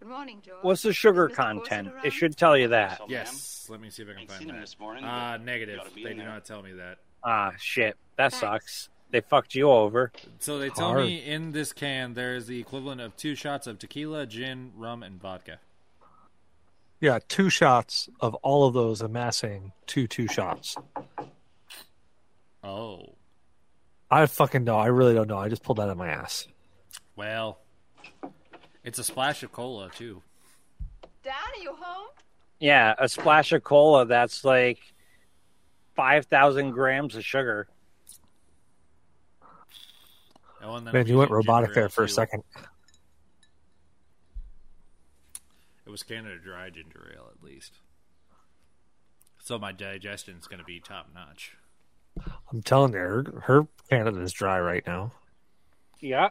Speaker 15: Good morning, George.
Speaker 4: What's the sugar content? It should tell you that.
Speaker 2: yes. Let me see if Oh, I can find that. This morning, negative. They do not tell me that.
Speaker 4: Ah, shit, that sucks. They fucked you over.
Speaker 2: So they tell me in this can there is the equivalent of two shots of tequila, gin, rum, and vodka.
Speaker 5: Yeah, two shots of all of those amassing two two shots.
Speaker 2: Oh.
Speaker 5: I fucking know. I really don't know. I just pulled that out of my ass.
Speaker 2: Well, it's a splash of cola too.
Speaker 15: Dan, are you home?
Speaker 4: Yeah, a splash of cola. That's like five thousand grams of sugar.
Speaker 2: Oh, and then
Speaker 5: Man,
Speaker 2: I'm
Speaker 5: you went
Speaker 2: using
Speaker 5: robotic
Speaker 2: ginger
Speaker 5: there
Speaker 2: ale,
Speaker 5: for a
Speaker 2: too.
Speaker 5: second.
Speaker 2: It was Canada Dry ginger ale, at least. So my digestion's going to be top notch.
Speaker 5: I'm telling you, her, her Canada is dry right now.
Speaker 4: Yeah,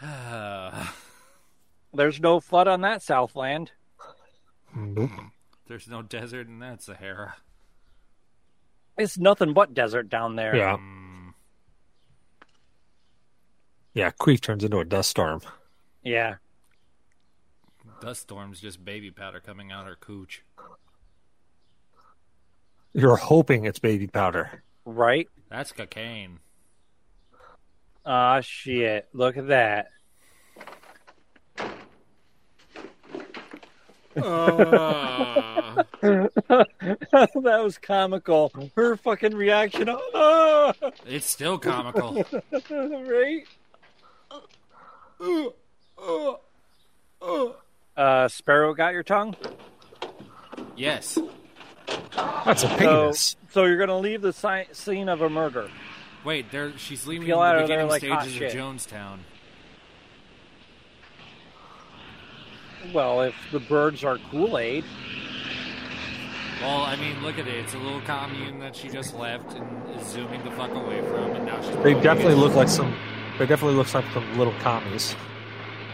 Speaker 2: There's
Speaker 4: there's no flood on that Southland.
Speaker 5: Nope.
Speaker 2: Mm-hmm. no desert in that Sahara.
Speaker 4: It's nothing but desert down there.
Speaker 5: Yeah.
Speaker 2: Um,
Speaker 5: Yeah, Queef turns into a dust storm.
Speaker 4: Yeah.
Speaker 2: Dust storms, just baby powder coming out her cooch.
Speaker 5: You're hoping it's baby powder.
Speaker 4: Right.
Speaker 2: That's cocaine.
Speaker 4: Ah, shit. Look at that.
Speaker 2: Uh,
Speaker 4: that was comical. Her fucking reaction. Oh!
Speaker 2: It's still comical.
Speaker 4: right?
Speaker 2: oh, oh.
Speaker 4: Uh, Sparrow got your tongue?
Speaker 2: Yes.
Speaker 5: That's a penis.
Speaker 4: So, so you're going to leave the si- scene of a murder.
Speaker 2: Wait, there she's leaving
Speaker 4: Peel out
Speaker 2: the
Speaker 4: of there
Speaker 2: beginning
Speaker 4: like hot
Speaker 2: stages of
Speaker 4: shit.
Speaker 2: Jonestown.
Speaker 4: Well, if the birds are Kool Aid.
Speaker 2: Well, I mean, look at it. It's a little commune that she just left and is zooming the fuck away from, and now she's.
Speaker 5: They definitely look like some. They definitely look like some little commies.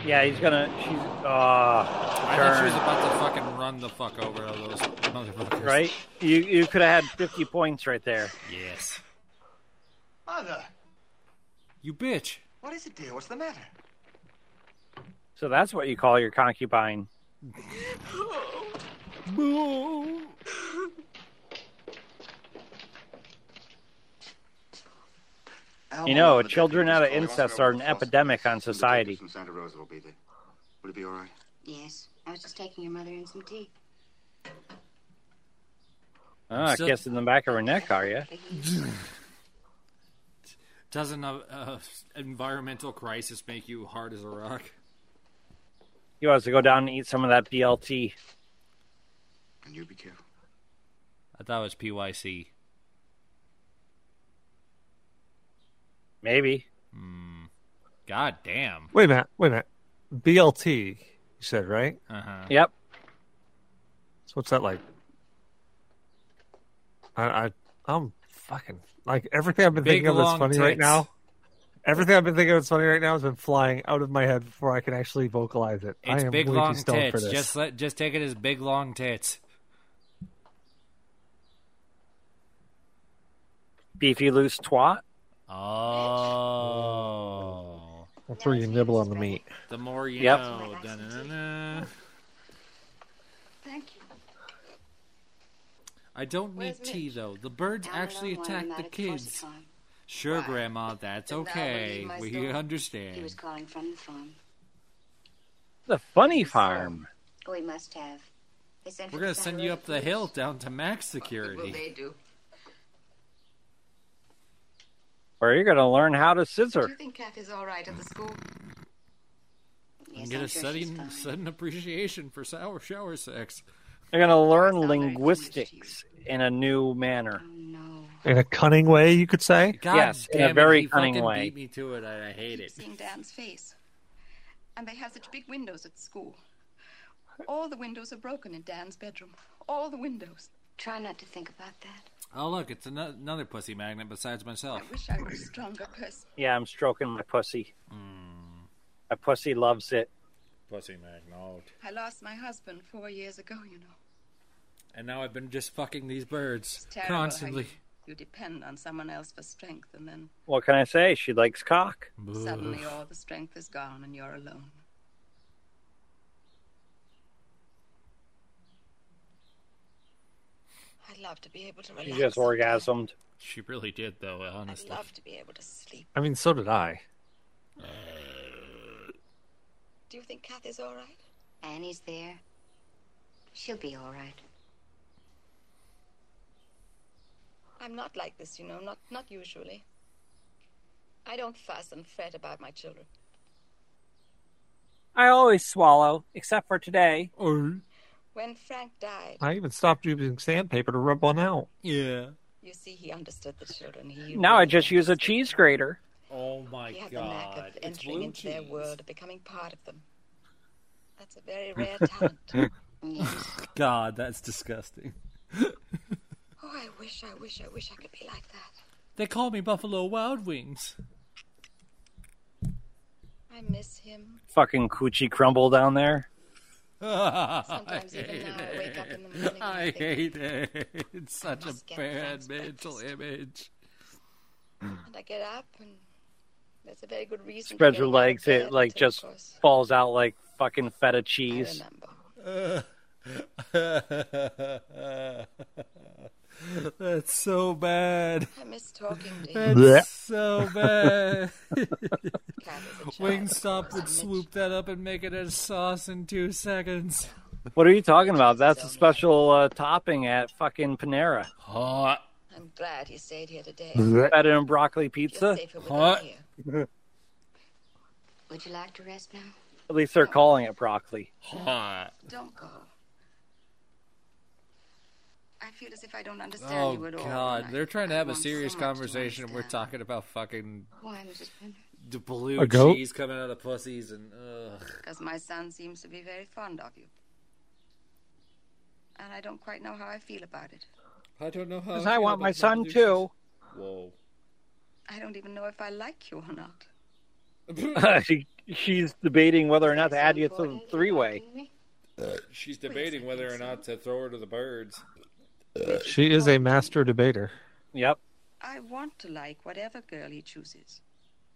Speaker 4: Yeah, he's going to. She's. Uh,
Speaker 2: I thought she was about to fucking run the fuck over all those motherfuckers.
Speaker 4: Right? You, you could have had 50 points right there.
Speaker 2: Yes.
Speaker 13: Mother,
Speaker 2: You bitch.
Speaker 13: what is it, dear? What's the matter?
Speaker 4: So that's what you call your concubine.
Speaker 13: Oh,
Speaker 16: Boo!
Speaker 4: You know, children out of incest are an epidemic on society.
Speaker 8: From Santa Rosa will be there. Would it be all right?
Speaker 6: Yes. I was just taking your mother in some tea.
Speaker 4: Ah,
Speaker 2: So-
Speaker 4: kissing the back of her neck, are you?
Speaker 2: Doesn't an uh, environmental crisis make you hard as a rock?
Speaker 4: He wants to go down and eat some of that BLT.
Speaker 8: And you be careful.
Speaker 2: I thought it was PYC.
Speaker 4: Maybe.
Speaker 2: God damn.
Speaker 5: Wait a minute. Wait a minute. BLT, you said, right?
Speaker 2: Uh-huh.
Speaker 4: Yep.
Speaker 5: So what's that like? I, I I'm fucking like everything I've been
Speaker 2: Big,
Speaker 5: thinking of that's
Speaker 2: long
Speaker 5: funny right
Speaker 2: tits.
Speaker 5: now. Everything I've been thinking of that's funny right now has been flying out of my head before I can actually vocalize it.
Speaker 2: It's
Speaker 5: I am
Speaker 2: big
Speaker 5: way
Speaker 2: long
Speaker 5: too stoned for
Speaker 2: tits.
Speaker 5: this.
Speaker 2: Just let, just take it as big long tits.
Speaker 4: Beefy loose twat.
Speaker 2: Oh.
Speaker 5: That's where you nibble on the meat.
Speaker 2: The more you
Speaker 4: Yep.
Speaker 2: know. Dun-dun-dun-dun.
Speaker 6: Thank you.
Speaker 2: I don't need tea though. The birds actually attack the kids. Sure, Grandma, that's
Speaker 6: Then I will
Speaker 2: okay.
Speaker 6: leave my
Speaker 2: We
Speaker 6: store. He
Speaker 2: understand.
Speaker 6: was calling from the farm.
Speaker 4: The funny farm.
Speaker 6: We must have. They sent
Speaker 2: We're
Speaker 6: for
Speaker 2: gonna
Speaker 6: the
Speaker 2: send
Speaker 6: Santa
Speaker 2: you
Speaker 6: Rosa
Speaker 2: up the
Speaker 6: police.
Speaker 2: hill down to max
Speaker 10: Well,
Speaker 2: security.
Speaker 10: they do.
Speaker 4: Where you're going to learn how to
Speaker 10: Do you
Speaker 4: scissor.
Speaker 10: think Kath is all right at the school?
Speaker 2: And get
Speaker 10: I'm
Speaker 2: a
Speaker 10: sure she's
Speaker 2: sudden,
Speaker 10: fine.
Speaker 2: sudden appreciation for sour shower sex.
Speaker 4: You're going to learn linguistics in a new
Speaker 6: Oh,
Speaker 4: manner.
Speaker 5: In a cunning way, you could say.
Speaker 2: God
Speaker 4: Yes, in a
Speaker 2: damn
Speaker 4: very
Speaker 2: it, he
Speaker 4: cunning
Speaker 2: fucking
Speaker 4: way.
Speaker 2: beat me to it, and I hate it.
Speaker 15: Seeing Dan's face. And they have such big windows at school. All the windows are broken in Dan's bedroom. All the windows.
Speaker 6: Try not to think about that.
Speaker 2: Oh look, it's ano- another pussy magnet besides myself.
Speaker 15: Wish I was a stronger person.
Speaker 4: Yeah, I'm stroking my pussy.
Speaker 2: Hmm.
Speaker 4: My pussy loves it.
Speaker 2: Pussy magnet.
Speaker 15: I lost my husband four years ago, you know.
Speaker 2: And now I've been just fucking these birds
Speaker 15: It's terrible how
Speaker 2: constantly.
Speaker 15: You, you depend on someone else for strength, and then
Speaker 4: What can I say? She likes cock.
Speaker 15: suddenly all the strength is gone and you're alone.
Speaker 10: I'd love to be able to
Speaker 4: She
Speaker 10: relax.
Speaker 4: just orgasmed.
Speaker 2: She really did, though.
Speaker 10: I'd
Speaker 2: Honestly,
Speaker 10: love to be able to sleep.
Speaker 5: I mean, so did I.
Speaker 10: Do you think Kath is all right?
Speaker 6: Annie's there. She'll be all right.
Speaker 10: I'm not like this, you know, not not usually. I don't fuss and fret about my children.
Speaker 4: I always swallow, except for today.
Speaker 2: Oh,
Speaker 10: When Frank died,
Speaker 5: I even stopped using sandpaper to rub one out.
Speaker 2: Yeah.
Speaker 10: you see, he understood the children. He
Speaker 4: Now I just use a cheese grater.
Speaker 2: Oh my
Speaker 10: he had the knack
Speaker 2: god!
Speaker 10: of
Speaker 2: It's
Speaker 10: entering
Speaker 2: blue
Speaker 10: into their
Speaker 2: cheese.
Speaker 10: world, of becoming part of them. That's a very rare talent.
Speaker 2: God, that's disgusting.
Speaker 10: Oh, I wish, I wish, I wish I could be like that.
Speaker 2: They call me Buffalo Wild Wings.
Speaker 10: I miss him.
Speaker 4: Fucking coochie crumble down there.
Speaker 2: I
Speaker 10: Sometimes even
Speaker 2: hate
Speaker 10: now I wake up in the
Speaker 2: it.
Speaker 10: morning and I
Speaker 2: I
Speaker 10: think,
Speaker 2: hate it. It's such a
Speaker 10: must get
Speaker 2: bad
Speaker 10: Frank's
Speaker 2: mental image.
Speaker 10: and I get up, and there's a very good reason. for
Speaker 4: Spreads her
Speaker 10: getting out of
Speaker 4: legs. It
Speaker 10: bed
Speaker 4: like
Speaker 10: until, of
Speaker 4: just
Speaker 10: course,
Speaker 4: falls out like fucking feta cheese.
Speaker 2: That's so bad.
Speaker 10: I miss talking to you.
Speaker 2: That's so bad.
Speaker 10: Cat is a child,
Speaker 2: Wingstop would swoop that up and make it a sauce in two seconds.
Speaker 4: What are you talking about? That's a special uh, topping at fucking Panera.
Speaker 2: Hot.
Speaker 10: I'm glad you stayed here today.
Speaker 4: Feta and broccoli
Speaker 10: You're
Speaker 4: pizza.
Speaker 10: safer with
Speaker 2: Hot.
Speaker 10: here.
Speaker 6: Would you like to rest now?
Speaker 4: At least they're calling it broccoli.
Speaker 2: Hot.
Speaker 15: Don't go. I feel as if I don't understand
Speaker 2: Oh
Speaker 15: you at all.
Speaker 2: god,
Speaker 15: and I-
Speaker 2: they're trying to have a
Speaker 15: want so
Speaker 2: serious
Speaker 15: much to
Speaker 2: conversation and we're
Speaker 15: understand.
Speaker 2: talking about fucking
Speaker 15: Why, Mrs. Pender?
Speaker 2: the blue
Speaker 5: A goat?
Speaker 2: cheese coming out of pussies and ugh.
Speaker 15: Because my son seems to be very fond of you. And I don't quite know how I feel about it.
Speaker 2: I don't know how.
Speaker 4: Because
Speaker 2: feel
Speaker 4: I want
Speaker 2: about
Speaker 4: my
Speaker 2: blue
Speaker 4: son
Speaker 2: cheese.
Speaker 4: too.
Speaker 2: Whoa.
Speaker 15: I don't even know if I like you or not.
Speaker 4: She- She's debating whether or not to add you to the three way.
Speaker 2: She's debating whether or not to throw her to the birds.
Speaker 5: She is a master debater.
Speaker 4: Yep.
Speaker 15: I want to like whatever girl he chooses.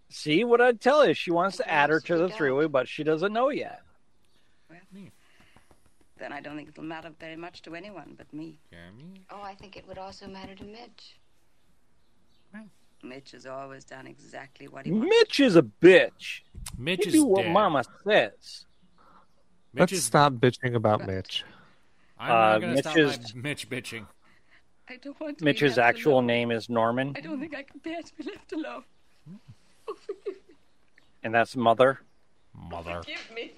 Speaker 4: See what I tell you? She wants to add her to the three way, but she doesn't know yet.
Speaker 15: then I don't think it'll matter very much to anyone but me.
Speaker 6: Oh, I think it would also matter to Mitch.
Speaker 15: Mitch has always done exactly what he wants.
Speaker 4: Mitch is a bitch.
Speaker 2: Mitch
Speaker 4: He
Speaker 2: is
Speaker 4: do what
Speaker 2: dead.
Speaker 4: Mama says.
Speaker 5: Let's stop bitching about Mitch.
Speaker 2: I'm
Speaker 4: Uh,
Speaker 2: not gonna stop
Speaker 4: Mitch
Speaker 2: my Mitch bitching.
Speaker 15: I don't want to be
Speaker 4: Mitch's
Speaker 15: left
Speaker 4: actual
Speaker 15: alone.
Speaker 4: name is Norman,
Speaker 15: I don't think I can bear to be left alone.
Speaker 4: and that's mother.
Speaker 2: Mother.
Speaker 15: Give me.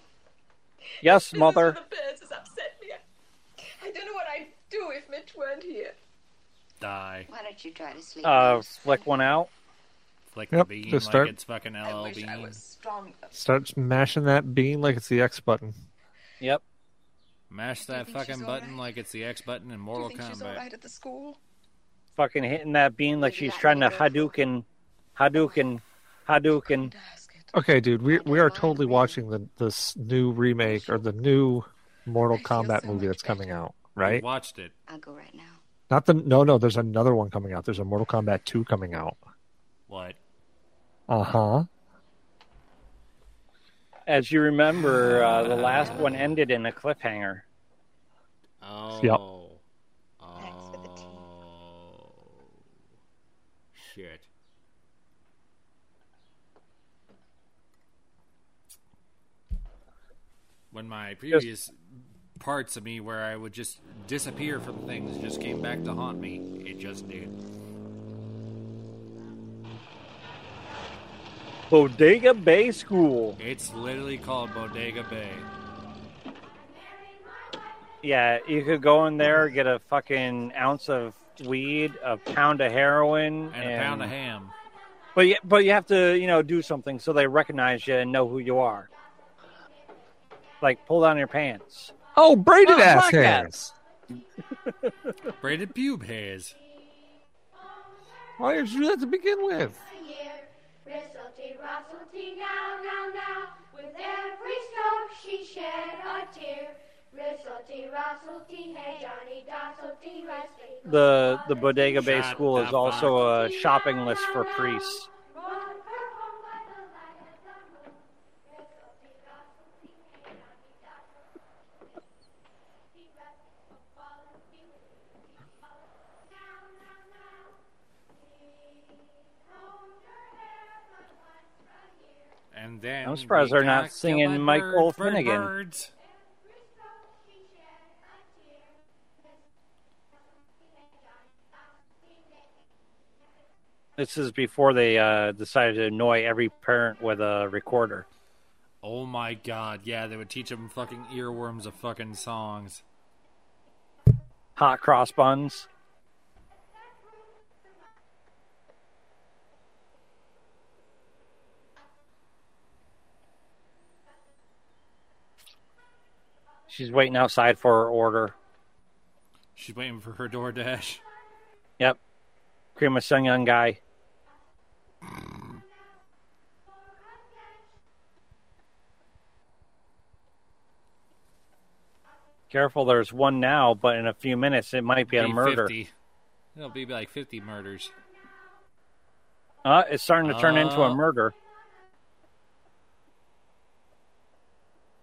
Speaker 4: Yes, mother.
Speaker 15: The bears has upset me. I- I don't know what I'd do if Mitch weren't here.
Speaker 2: Die.
Speaker 6: Why don't you try to sleep?
Speaker 4: Uh, flick one out.
Speaker 2: Flick
Speaker 5: Yep,
Speaker 2: the bean
Speaker 5: just
Speaker 2: like
Speaker 5: start-
Speaker 2: it's fucking LL bean.
Speaker 5: Start mashing that bean like it's the X button.
Speaker 4: Yep.
Speaker 2: Mash that fucking button like it's the X button in Mortal
Speaker 15: think she's
Speaker 2: Kombat.
Speaker 15: all right at the school?
Speaker 4: Fucking hitting that bean like she's trying to Hadouken, Hadouken, Hadouken.
Speaker 5: Okay, dude, we we are totally watching the this new remake or the new Mortal Kombat movie that's coming out, right?
Speaker 2: Watched it.
Speaker 6: I'll go right now.
Speaker 5: Not the no, no. There's another one coming out. There's a Mortal Kombat two coming out.
Speaker 2: What?
Speaker 5: Uh huh.
Speaker 4: As you remember, uh, the last one ended in a cliffhanger.
Speaker 2: Oh.
Speaker 5: Yep.
Speaker 2: Oh. Shit. When my previous parts of me where I would just disappear from things just came back to haunt me, it just did.
Speaker 4: Bodega Bay School.
Speaker 2: It's literally called Bodega Bay.
Speaker 4: Yeah, you could go in there, get a fucking ounce of weed, a pound of heroin,
Speaker 2: And a pound of ham.
Speaker 4: But you, but you have to, you know, do something so they recognize you and know who you are. Like pull down your pants.
Speaker 5: Oh, braided
Speaker 4: Oh,
Speaker 5: ass
Speaker 4: black
Speaker 5: hairs.
Speaker 2: Braided pube hairs.
Speaker 5: Why did you do that to begin with?
Speaker 14: Wristlety, rustlety, now, now, now. With every stroke she shed a tear. Wristlety, rustlety, hey Johnny, dostlety, rustlety.
Speaker 4: The the Bodega Bay
Speaker 2: Shut
Speaker 4: School is
Speaker 2: the
Speaker 4: also a shopping list for priests.
Speaker 2: And then
Speaker 4: I'm surprised
Speaker 2: we
Speaker 4: they're not
Speaker 2: got
Speaker 4: singing
Speaker 2: killed by
Speaker 4: Michael
Speaker 2: birds, bird,
Speaker 4: Finnegan.
Speaker 2: birds.
Speaker 4: This is before they uh, decided to annoy every parent with a recorder.
Speaker 2: Oh my god, yeah, they would teach them fucking earworms of fucking songs.
Speaker 4: Hot cross buns. She's waiting outside for her order.
Speaker 2: She's waiting for her DoorDash.
Speaker 4: Yep. Cream of Sung Young guy. Careful, there's one now, but in a few minutes it might be a
Speaker 2: Be
Speaker 4: murder.
Speaker 2: 50. It'll be like 50 murders.
Speaker 4: Uh, it's starting to turn into
Speaker 2: Oh.
Speaker 4: a murder.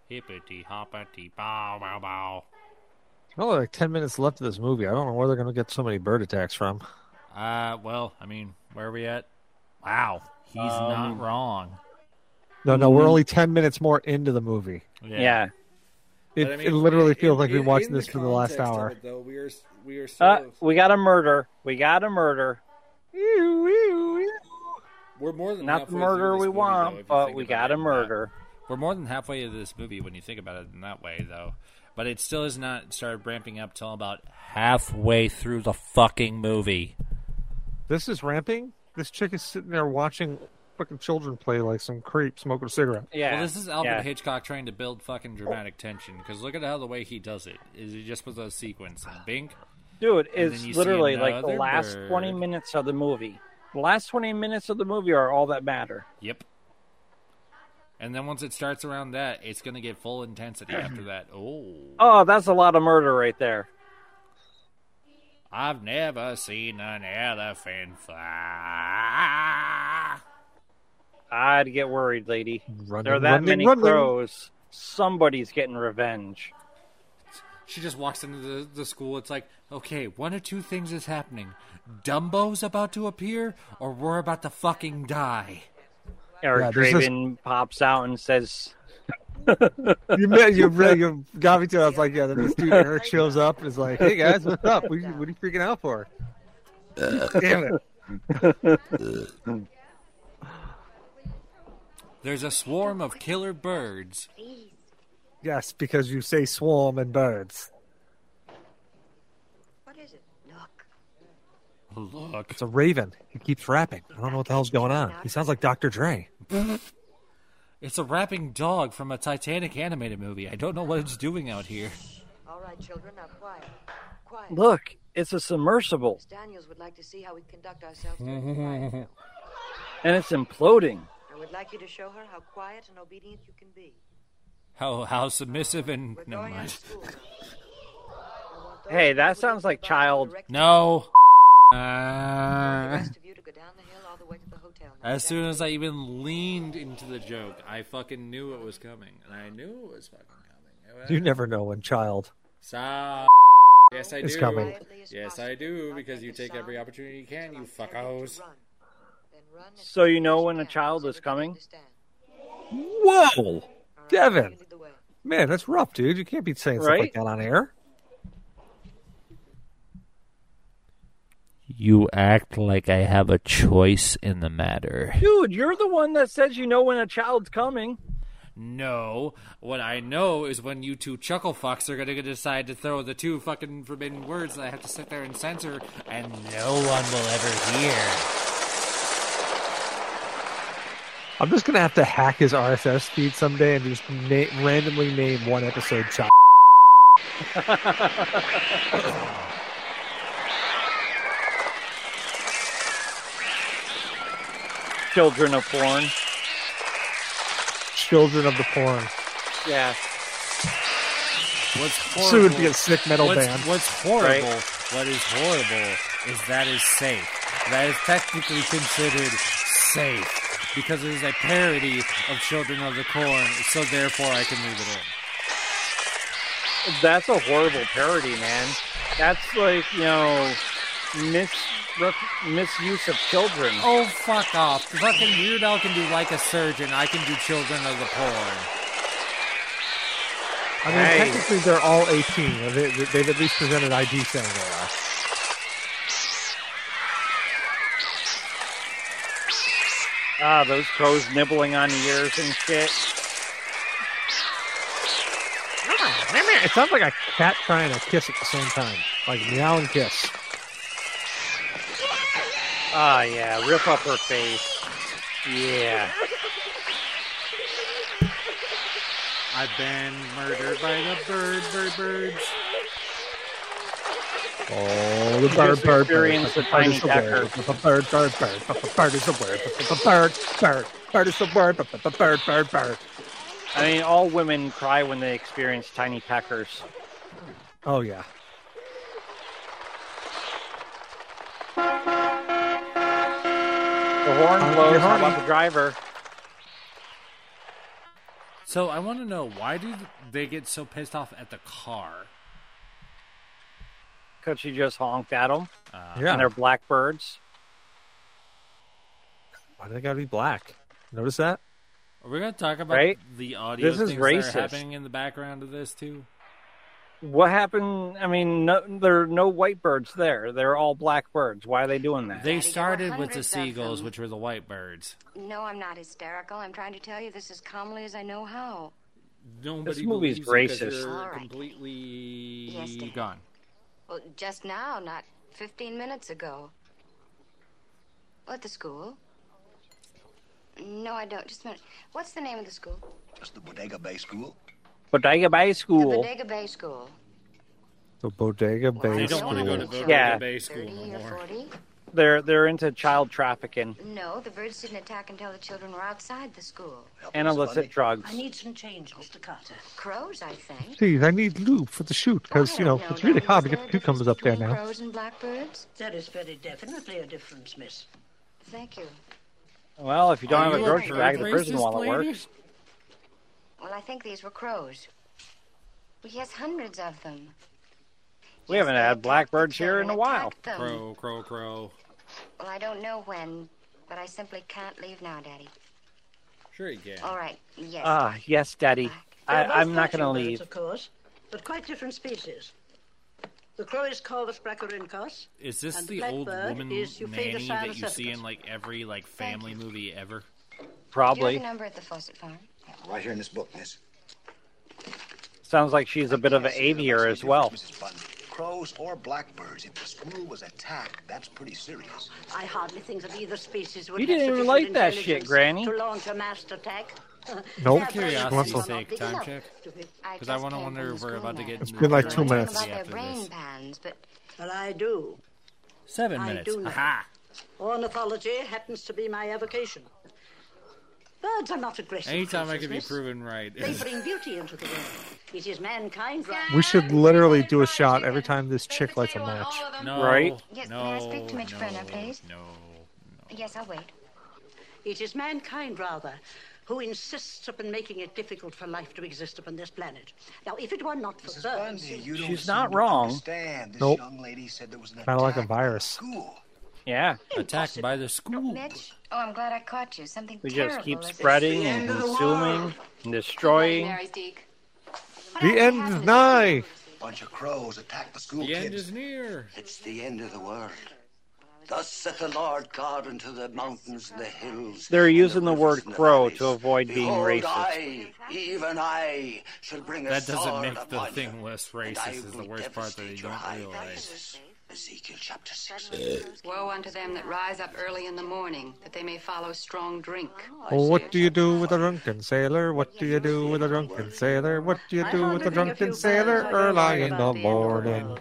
Speaker 2: Hippity hoppity bow bow bow.
Speaker 5: Well, like ten minutes left of this movie. I don't know where they're gonna get so many bird attacks from.
Speaker 2: Uh, well, I mean, where are we at? Wow, he's
Speaker 4: Um,
Speaker 2: not wrong.
Speaker 5: No, no,
Speaker 2: Mm-hmm.
Speaker 5: we're only ten minutes more into the movie.
Speaker 4: Yeah.
Speaker 5: It,
Speaker 2: But I mean,
Speaker 5: it literally feels
Speaker 2: in-
Speaker 5: like we've
Speaker 2: in-
Speaker 5: been watching
Speaker 2: in
Speaker 5: this
Speaker 2: the
Speaker 5: for the last
Speaker 2: context of
Speaker 5: hour.
Speaker 2: it, though, we are we are
Speaker 4: Uh,
Speaker 2: so
Speaker 4: we got a murder. We got a murder.
Speaker 2: we're more than
Speaker 4: Not
Speaker 2: halfway
Speaker 4: the
Speaker 2: through
Speaker 4: murder
Speaker 2: this movie,
Speaker 4: we
Speaker 2: though,
Speaker 4: want,
Speaker 2: if you
Speaker 4: but
Speaker 2: think
Speaker 4: we
Speaker 2: about it
Speaker 4: got a
Speaker 2: in that-
Speaker 4: murder.
Speaker 2: We're more than halfway into this movie when you think about it in that way, though. But it still has not started ramping up till about halfway through the fucking movie.
Speaker 5: This is ramping. This chick is sitting there watching fucking children play like some creep smoking a cigarette.
Speaker 4: Yeah.
Speaker 2: Well, this is Alfred
Speaker 4: yeah.
Speaker 2: Hitchcock trying to build fucking dramatic tension because look at how the way he does it is he just puts a sequence and bink.
Speaker 4: Dude,
Speaker 2: and
Speaker 4: it's
Speaker 2: then you see
Speaker 4: literally like the
Speaker 2: another
Speaker 4: last
Speaker 2: bird.
Speaker 4: 20 minutes of the movie. The last 20 minutes of the movie are all that matter.
Speaker 2: Yep. And then once it starts around that, it's gonna get full intensity after that. Oh,
Speaker 4: Oh, that's a lot of murder right there.
Speaker 2: I've never seen an elephant fly.
Speaker 4: I'd get worried, lady.
Speaker 5: Running,
Speaker 4: there are that
Speaker 5: running,
Speaker 4: many
Speaker 5: running.
Speaker 4: crows. Somebody's getting revenge.
Speaker 2: She just walks into the, the school. It's like, okay, one or two things is happening. Dumbo's about to appear, or we're about to fucking die.
Speaker 5: Yeah,
Speaker 4: Eric
Speaker 5: this is-
Speaker 4: Draven pops out and says,
Speaker 5: you met, you really you got me to. it. I was like, yeah. Then this dude Eric shows up and is like, hey guys, what's up? What are you, what are you freaking out for? Damn it!
Speaker 2: There's a swarm of killer birds.
Speaker 5: yes, because you say swarm and birds.
Speaker 6: What is it?
Speaker 2: Look,
Speaker 5: it's a raven. He keeps rapping. I don't know what the hell's going on. He sounds like Dr. Dre.
Speaker 2: It's a rapping dog from a Titanic animated movie. I don't know what it's doing out here.
Speaker 17: All right, children, now quiet. Quiet.
Speaker 4: Look, it's a submersible
Speaker 17: Miss Daniels would like to see how we conduct ourselves during the quiet hour.
Speaker 4: and it's imploding.
Speaker 17: I would like you to show her how quiet and obedient you can be.
Speaker 2: How how submissive and never mind.
Speaker 4: Hey, that sounds like child.
Speaker 2: No. Ah. as soon as I even leaned into the joke, I fucking knew it was coming, and I knew it was fucking coming.
Speaker 5: You never know when child.
Speaker 2: So, yes, I do.
Speaker 5: It's coming.
Speaker 2: Yes, I do because you take every opportunity you can. You fuckos.
Speaker 4: So you know when a child is coming?
Speaker 5: Whoa, Devin. Man, that's rough, dude. You can't be saying stuff
Speaker 4: Right?
Speaker 5: like that on air.
Speaker 18: You act like I have a choice in the matter.
Speaker 4: Dude, you're the one that says you know when a child's coming.
Speaker 2: No, what I know is when you two chuckle fucks are gonna decide to throw the two fucking forbidden words that I have to sit there and censor, and no one will ever hear.
Speaker 5: I'm just gonna have to hack his RSS feed someday and just na- randomly name one episode child.
Speaker 4: Children of porn.
Speaker 5: Children of the Porn.
Speaker 4: Yeah.
Speaker 2: What's horrible,
Speaker 5: Soon be a sick metal
Speaker 2: what's,
Speaker 5: band.
Speaker 2: What's horrible,
Speaker 5: Right.
Speaker 2: what is horrible, is that is safe. That is technically considered safe because it is a parody of Children of the Corn, so therefore I can leave it in.
Speaker 4: That's a horrible parody, man. That's like, you know, mis- ref- misuse of children.
Speaker 2: Oh, fuck off. Fucking Weird Al can do Like a Surgeon, I can do Children of the Corn.
Speaker 5: I mean,
Speaker 2: Hey.
Speaker 5: technically they're all 18. They, they've at least presented ID saying they are.
Speaker 4: Ah, those crows nibbling on ears and shit.
Speaker 5: It sounds like a cat trying to kiss at the same time, like meow and kiss.
Speaker 4: Ah, yeah, rip up her face. Yeah.
Speaker 2: I've been murdered by the bird, bird, birds.
Speaker 5: Oh, the
Speaker 4: You
Speaker 5: bird, bird,
Speaker 4: just
Speaker 5: bird.
Speaker 4: experienced
Speaker 5: The
Speaker 4: a
Speaker 5: bird
Speaker 4: tiny
Speaker 5: is the word. The bird, bird, bird. The bird is the word. The bird, bird, bird is the word. The bird, bird, bird.
Speaker 4: I mean, all women cry when they experience tiny peckers.
Speaker 5: Oh yeah.
Speaker 4: The horn
Speaker 2: Um,
Speaker 4: blows.
Speaker 2: you're
Speaker 4: How
Speaker 2: horny.
Speaker 4: about the driver?
Speaker 2: So I want to know why do they get so pissed off at the car?
Speaker 4: Could she just honked at them?
Speaker 5: Yeah.
Speaker 4: And they're blackbirds.
Speaker 5: Why do they gotta be black? Notice that?
Speaker 2: Are we going to talk about
Speaker 4: Right?
Speaker 2: the audio
Speaker 4: This is
Speaker 2: things that are
Speaker 4: racist.
Speaker 2: happening in the background of this, too?
Speaker 4: What happened? I mean, no, there are no white birds there. They're all blackbirds. Why are they doing that?
Speaker 2: They started with
Speaker 6: hundreds
Speaker 2: the
Speaker 6: of
Speaker 2: seagulls, which were the white birds.
Speaker 6: No, I'm not hysterical. I'm trying to tell you this as calmly as I know how.
Speaker 2: Nobody
Speaker 4: movie's
Speaker 2: believes you 'cause
Speaker 4: racist.
Speaker 2: you're
Speaker 6: All right.
Speaker 2: completely
Speaker 6: Yes, Dan.
Speaker 2: gone.
Speaker 6: Well, just now, not 15 minutes ago. What, the school? No, I don't. Just a minute. What's the name of the school?
Speaker 7: Just the Bodega Bay School.
Speaker 4: Bodega Bay
Speaker 6: The
Speaker 4: School.
Speaker 6: Bodega Bay School.
Speaker 5: The bodega base.
Speaker 2: They don't want to go to
Speaker 6: School.
Speaker 2: Bodega
Speaker 4: Yeah.
Speaker 2: Bay School no more.
Speaker 6: 40?
Speaker 4: They're they're into child trafficking
Speaker 6: No, the birds didn't attack until the children were outside the school.
Speaker 4: and illicit drugs.
Speaker 17: I need some change, Mr. Carter.
Speaker 6: Crows, I think.
Speaker 5: Jeez, I need lube for the shoot because you know it's really hard to get the cucumbers up there now.
Speaker 6: Crows and blackbirds?
Speaker 17: There is very definitely a difference, miss.
Speaker 6: Thank you.
Speaker 4: Well, if you don't
Speaker 6: Are
Speaker 4: have
Speaker 6: you
Speaker 4: a
Speaker 6: a
Speaker 4: grocery
Speaker 6: bird
Speaker 4: bag, the prison
Speaker 6: racist
Speaker 4: wallet
Speaker 6: lady?
Speaker 4: works.
Speaker 6: Well, I think these were crows.
Speaker 1: Well, he has hundreds of them.
Speaker 4: We haven't had blackbirds here in a while.
Speaker 1: them. Crow,
Speaker 2: crow, crow.
Speaker 1: Well, I don't know when, but I simply can't leave now, Daddy.
Speaker 2: Sure you can.
Speaker 1: All right, yes.
Speaker 4: Ah, yes, Daddy. I,
Speaker 6: They're both
Speaker 4: I'm not going to
Speaker 6: natural birds,
Speaker 4: leave.
Speaker 6: Of course, but quite different species. The crow is Corvus brachyrhynchos.
Speaker 2: Is this
Speaker 6: and
Speaker 2: the old
Speaker 6: blackbird
Speaker 2: woman
Speaker 6: is
Speaker 2: nanny that you
Speaker 6: Euphraeus
Speaker 2: see in like every like family movie ever?
Speaker 1: Do you have a number at the Fawcett Farm?
Speaker 7: Right here in this book, miss.
Speaker 4: Sounds like she's a bit of an aviar as well.
Speaker 7: Mrs. Bundy. Crows or blackbirds, if the squirrel was attacked, that's pretty serious.
Speaker 6: I hardly think that either species would
Speaker 4: You
Speaker 6: have
Speaker 4: didn't even
Speaker 6: sufficient
Speaker 4: like that shit,
Speaker 6: intelligence
Speaker 4: Granny.
Speaker 6: To launch a massed attack.
Speaker 5: Nope.
Speaker 6: Their
Speaker 5: Curiosity's
Speaker 6: brains are not
Speaker 5: sake,
Speaker 6: big
Speaker 5: time
Speaker 6: enough
Speaker 5: check.
Speaker 6: to be-
Speaker 2: Because I want to wonder if we're about to get.
Speaker 5: It's
Speaker 2: into
Speaker 5: been like
Speaker 2: the
Speaker 5: two
Speaker 2: dirty
Speaker 5: minutes.
Speaker 2: details after this.
Speaker 1: Hands, but
Speaker 6: Well, I do.
Speaker 2: Seven
Speaker 6: I
Speaker 2: minutes.
Speaker 6: do know.
Speaker 2: Aha!
Speaker 6: Ornithology happens to be my avocation. Birds are not aggressive.
Speaker 2: Anytime I can be
Speaker 6: creatures, miss.
Speaker 2: proven right.
Speaker 6: They bring beauty into the world. It is mankind
Speaker 5: We should literally do a shot every time this chick lights a match.
Speaker 2: No. Right?
Speaker 1: Yes, can I speak to Mitch Brenner, please?
Speaker 2: No.
Speaker 1: Yes, I'll wait.
Speaker 6: It is mankind, rather, who insists upon making it difficult for life to exist upon this planet. Now, if it were not for birds,
Speaker 7: You don't
Speaker 4: She's
Speaker 7: seem
Speaker 4: not
Speaker 7: to
Speaker 4: wrong.
Speaker 7: Understand. This
Speaker 4: Nope.
Speaker 7: young lady said there was an
Speaker 5: Kind of like a
Speaker 7: attack by
Speaker 5: virus.
Speaker 7: School.
Speaker 4: Yeah.
Speaker 2: Attacked by the school.
Speaker 1: Mitch? Oh, I'm glad I caught you. Something
Speaker 4: We
Speaker 1: terrible.
Speaker 4: just keep
Speaker 1: is at
Speaker 4: spreading
Speaker 1: sea.
Speaker 4: and consuming and destroying.
Speaker 1: Mary's Deke.
Speaker 5: The end is nigh.
Speaker 7: Bunch of crows attacked the school
Speaker 2: The
Speaker 7: kids.
Speaker 2: end is near.
Speaker 10: It's the end of the world. Thus saith the Lord God unto the mountains, the hills.
Speaker 4: They're
Speaker 10: and
Speaker 4: using the
Speaker 10: rivers,
Speaker 4: word
Speaker 10: and the
Speaker 4: crow
Speaker 10: valleys.
Speaker 4: to avoid being
Speaker 10: Behold,
Speaker 4: racist.
Speaker 10: I, even I, shall bring a
Speaker 2: That doesn't
Speaker 10: sword
Speaker 2: make the
Speaker 10: upon
Speaker 2: thing less
Speaker 10: I
Speaker 2: racist. Is the
Speaker 10: will
Speaker 2: worst part that you
Speaker 10: devastate
Speaker 2: don't
Speaker 10: your high
Speaker 2: realize.
Speaker 10: Ezekiel chapter 6.
Speaker 19: Woe unto them that rise up early in the morning, that they may follow strong drink.
Speaker 6: Oh,
Speaker 5: Well, what do you do with a drunken sailor? What do you do with a drunken sailor? What do you do with a drunken sailor early in the morning?